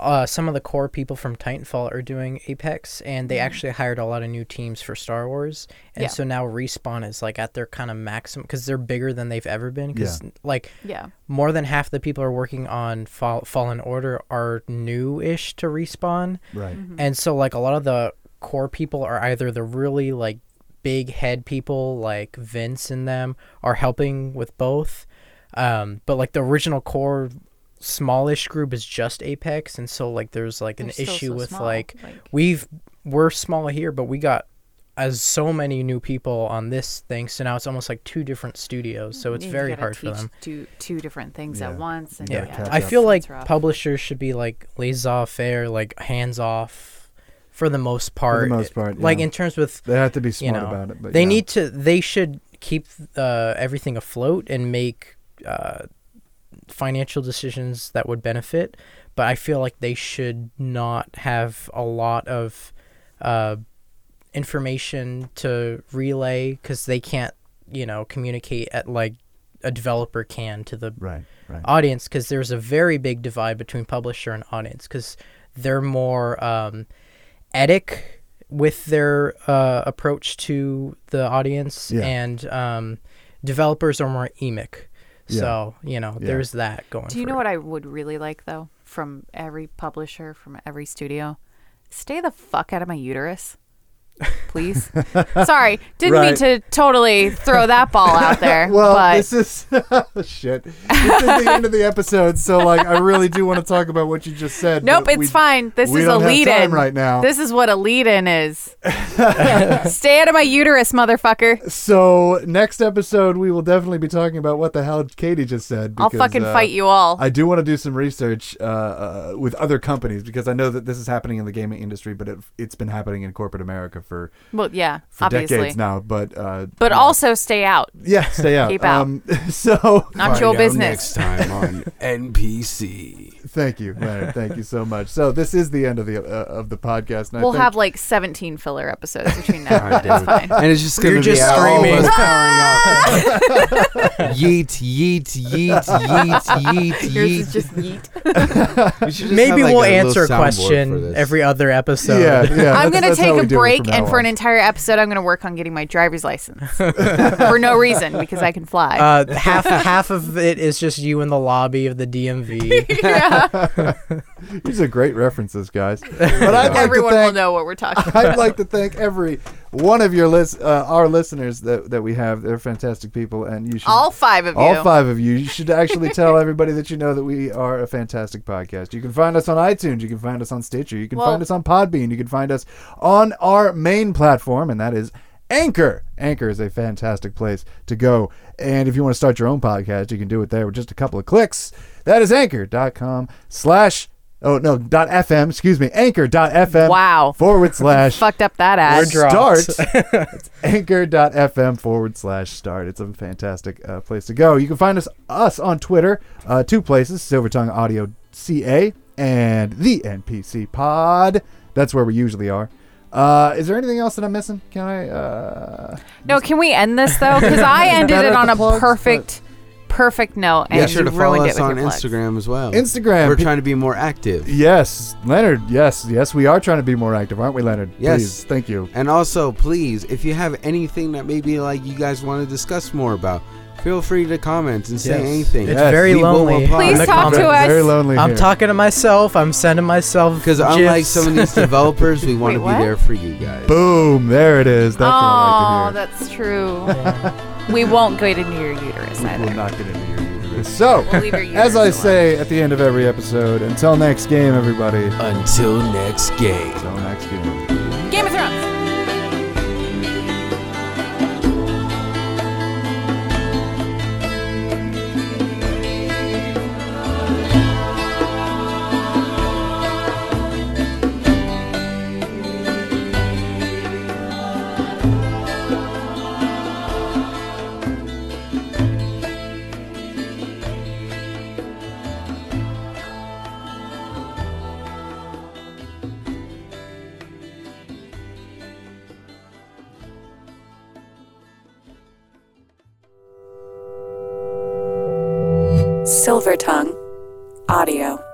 Speaker 2: uh, some of the core people from Titanfall are doing Apex, and they actually hired a lot of new teams for Star Wars, and
Speaker 5: Yeah.
Speaker 2: so now Respawn is like at their kind of maximum because they're bigger than they've ever been. Because
Speaker 4: Yeah.
Speaker 2: like
Speaker 5: Yeah.
Speaker 2: more than half the people are working on Fall- Fallen Order are new-ish to Respawn,
Speaker 4: Right.
Speaker 5: Mm-hmm.
Speaker 2: and so like a lot of the core people are either the really like big head people like Vince and them are helping with both. Um, but like the original core smallish group is just Apex and so like there's like an
Speaker 5: They're still
Speaker 2: issue
Speaker 5: so
Speaker 2: with
Speaker 5: small,
Speaker 2: like,
Speaker 5: like-
Speaker 2: we've we're small here but we got as so many new people on this thing so now it's almost like two different studios so it's
Speaker 5: You
Speaker 2: very
Speaker 5: gotta
Speaker 2: hard for
Speaker 5: teach
Speaker 2: them.
Speaker 5: Two, two different things
Speaker 4: Yeah.
Speaker 5: at once. And
Speaker 4: gotta
Speaker 5: yeah.
Speaker 2: Yeah.
Speaker 4: catch
Speaker 2: I
Speaker 4: up.
Speaker 2: feel like
Speaker 5: It's rough.
Speaker 2: publishers should be like laissez faire like hands off for the most part.
Speaker 4: most part,
Speaker 2: Like
Speaker 4: yeah.
Speaker 2: in terms with
Speaker 4: They have to be
Speaker 2: you
Speaker 4: smart
Speaker 2: know,
Speaker 4: about it. But
Speaker 2: they
Speaker 4: yeah.
Speaker 2: need to. They should keep uh, everything afloat and make uh, financial decisions that would benefit. But I feel like they should not have a lot of uh, information to relay because they can't, you know, communicate at like a developer can to the
Speaker 4: Right. Right.
Speaker 2: audience because there's a very big divide between publisher and audience because they're more um, etic with their uh, approach to the audience
Speaker 4: Yeah.
Speaker 2: and um, developers are more emic
Speaker 4: Yeah.
Speaker 2: So you know,
Speaker 4: Yeah.
Speaker 2: there's that going.
Speaker 5: Do you
Speaker 2: for
Speaker 5: know
Speaker 2: it.
Speaker 5: what I would really like though? From every publisher, from every studio, stay the fuck out of my uterus, please. Sorry, didn't mean
Speaker 4: Right.
Speaker 5: to totally throw that ball out there.
Speaker 4: Well,
Speaker 5: but
Speaker 4: this is shit. This is the end of the episode, so like, I really do want to talk about what you just said.
Speaker 5: nope,
Speaker 4: but
Speaker 5: it's
Speaker 4: we-
Speaker 5: fine. This
Speaker 4: we
Speaker 5: is
Speaker 4: don't
Speaker 5: a
Speaker 4: have
Speaker 5: lead-in
Speaker 4: time right now.
Speaker 5: This is what a lead-in is. stay out of my uterus, motherfucker.
Speaker 4: So next episode, we will definitely be talking about what the hell Katie just said.
Speaker 5: I'll
Speaker 4: because,
Speaker 5: fucking
Speaker 4: uh,
Speaker 5: fight you all.
Speaker 4: I do want to do some research uh, uh, with other companies because I know that this is happening in the gaming industry, but it, it's been happening in corporate America for,
Speaker 5: well, yeah,
Speaker 4: for
Speaker 5: obviously.
Speaker 4: decades now. But uh,
Speaker 5: But
Speaker 4: yeah.
Speaker 5: also stay out.
Speaker 4: yeah, stay out.
Speaker 5: Keep out.
Speaker 4: Um, so
Speaker 5: Not
Speaker 3: Find
Speaker 5: your
Speaker 3: out Next
Speaker 5: business.
Speaker 3: time on NPC.
Speaker 4: thank you, Leonard. thank you so much. So this is the end of the uh, of the podcast. And I
Speaker 5: We'll
Speaker 4: think-
Speaker 5: have like 17 filler episodes between now.
Speaker 3: God
Speaker 5: and then.
Speaker 3: damn
Speaker 5: it's fine.
Speaker 3: And it's just gonna
Speaker 2: You're
Speaker 3: be
Speaker 2: just
Speaker 3: all of
Speaker 2: screaming.
Speaker 3: us powering up. yeet, yeet, yeet, yeet, yeet,
Speaker 5: Yours is just yeet.
Speaker 3: yeet.
Speaker 2: Maybe we'll answer a question every other episode.
Speaker 4: Yeah, yeah.
Speaker 5: I'm
Speaker 4: that's-
Speaker 5: gonna
Speaker 4: that's how
Speaker 5: take
Speaker 4: we
Speaker 5: a
Speaker 4: do it
Speaker 5: break,
Speaker 4: from
Speaker 5: and
Speaker 4: now
Speaker 5: for an
Speaker 4: on.
Speaker 5: entire episode, I'm gonna work on getting my driver's license for no reason because I can fly.
Speaker 2: Uh, half half of it is just you in the lobby of the DMV.
Speaker 5: Yeah.
Speaker 4: These are great references, guys. But I'd like
Speaker 5: Everyone
Speaker 4: to
Speaker 5: will
Speaker 4: thank
Speaker 5: know what we're talking. about.
Speaker 4: I'd like to thank every one of your list, uh, our listeners that, that we have. They're fantastic people, and you should
Speaker 5: All five of
Speaker 4: all
Speaker 5: you.
Speaker 4: five of you. You should actually tell everybody that you know that we are a fantastic podcast. You can find us on iTunes. You can find us on Stitcher. You can
Speaker 5: Well-
Speaker 4: find us on Podbean. You can find us on our main platform, and that is Anchor. Anchor is a fantastic place to go. And if you want to start your own podcast, you can do it there with just a couple of clicks. That is anchor.com slash, oh, no, dot FM, excuse me, anchor.fm
Speaker 5: Wow.
Speaker 4: forward slash
Speaker 5: Fucked up that
Speaker 2: We're
Speaker 5: ad.
Speaker 2: dr- dropped.
Speaker 4: start it's anchor.fm forward slash start it's a fantastic uh, place to go you can find us us on twitter uh, two places silvertongue audio ca and the npc pod that's where we usually are uh, is there anything else that i'm missing can i uh,
Speaker 5: No, can we end this though? Because I ended
Speaker 4: Better
Speaker 5: it on a
Speaker 4: plugs, but-
Speaker 5: perfect, perfect note, and
Speaker 3: Make sure
Speaker 5: you
Speaker 3: to follow
Speaker 5: ruined it
Speaker 3: us
Speaker 5: with
Speaker 3: on
Speaker 5: your plugs.
Speaker 3: Instagram as well.
Speaker 4: instagram
Speaker 3: We're
Speaker 4: pe-
Speaker 3: trying to be more active.
Speaker 4: yes leonard yes yes we are trying to be more active aren't we leonard
Speaker 3: Yes.
Speaker 4: Please, thank you
Speaker 3: And also, please, if you have anything that maybe like you guys want to discuss more about, feel free to comment and say
Speaker 4: Yes.
Speaker 3: anything.
Speaker 2: It's
Speaker 4: Yes.
Speaker 2: very
Speaker 3: We will
Speaker 2: lonely.
Speaker 3: reply.
Speaker 2: in
Speaker 5: Please
Speaker 2: the
Speaker 5: talk to
Speaker 2: comments.
Speaker 5: us.
Speaker 4: very lonely
Speaker 2: I'm
Speaker 4: here.
Speaker 2: talking to myself. I'm sending myself
Speaker 3: Because unlike
Speaker 2: gifs.
Speaker 3: some of these developers, we want to
Speaker 5: Wait,
Speaker 3: be
Speaker 5: what?
Speaker 3: there for you guys.
Speaker 4: boom there it is that's what i like to hear
Speaker 5: oh, that's true. we won't go into your uterus
Speaker 4: We'll
Speaker 5: either.
Speaker 4: not get into your uterus. So,
Speaker 5: We'll leave your uterus
Speaker 4: as I
Speaker 5: alone.
Speaker 4: say at the end of every episode, until next game, everybody.
Speaker 3: Until next game.
Speaker 4: Until next game.
Speaker 5: Game of Thrones.
Speaker 8: Silvertongue Audio.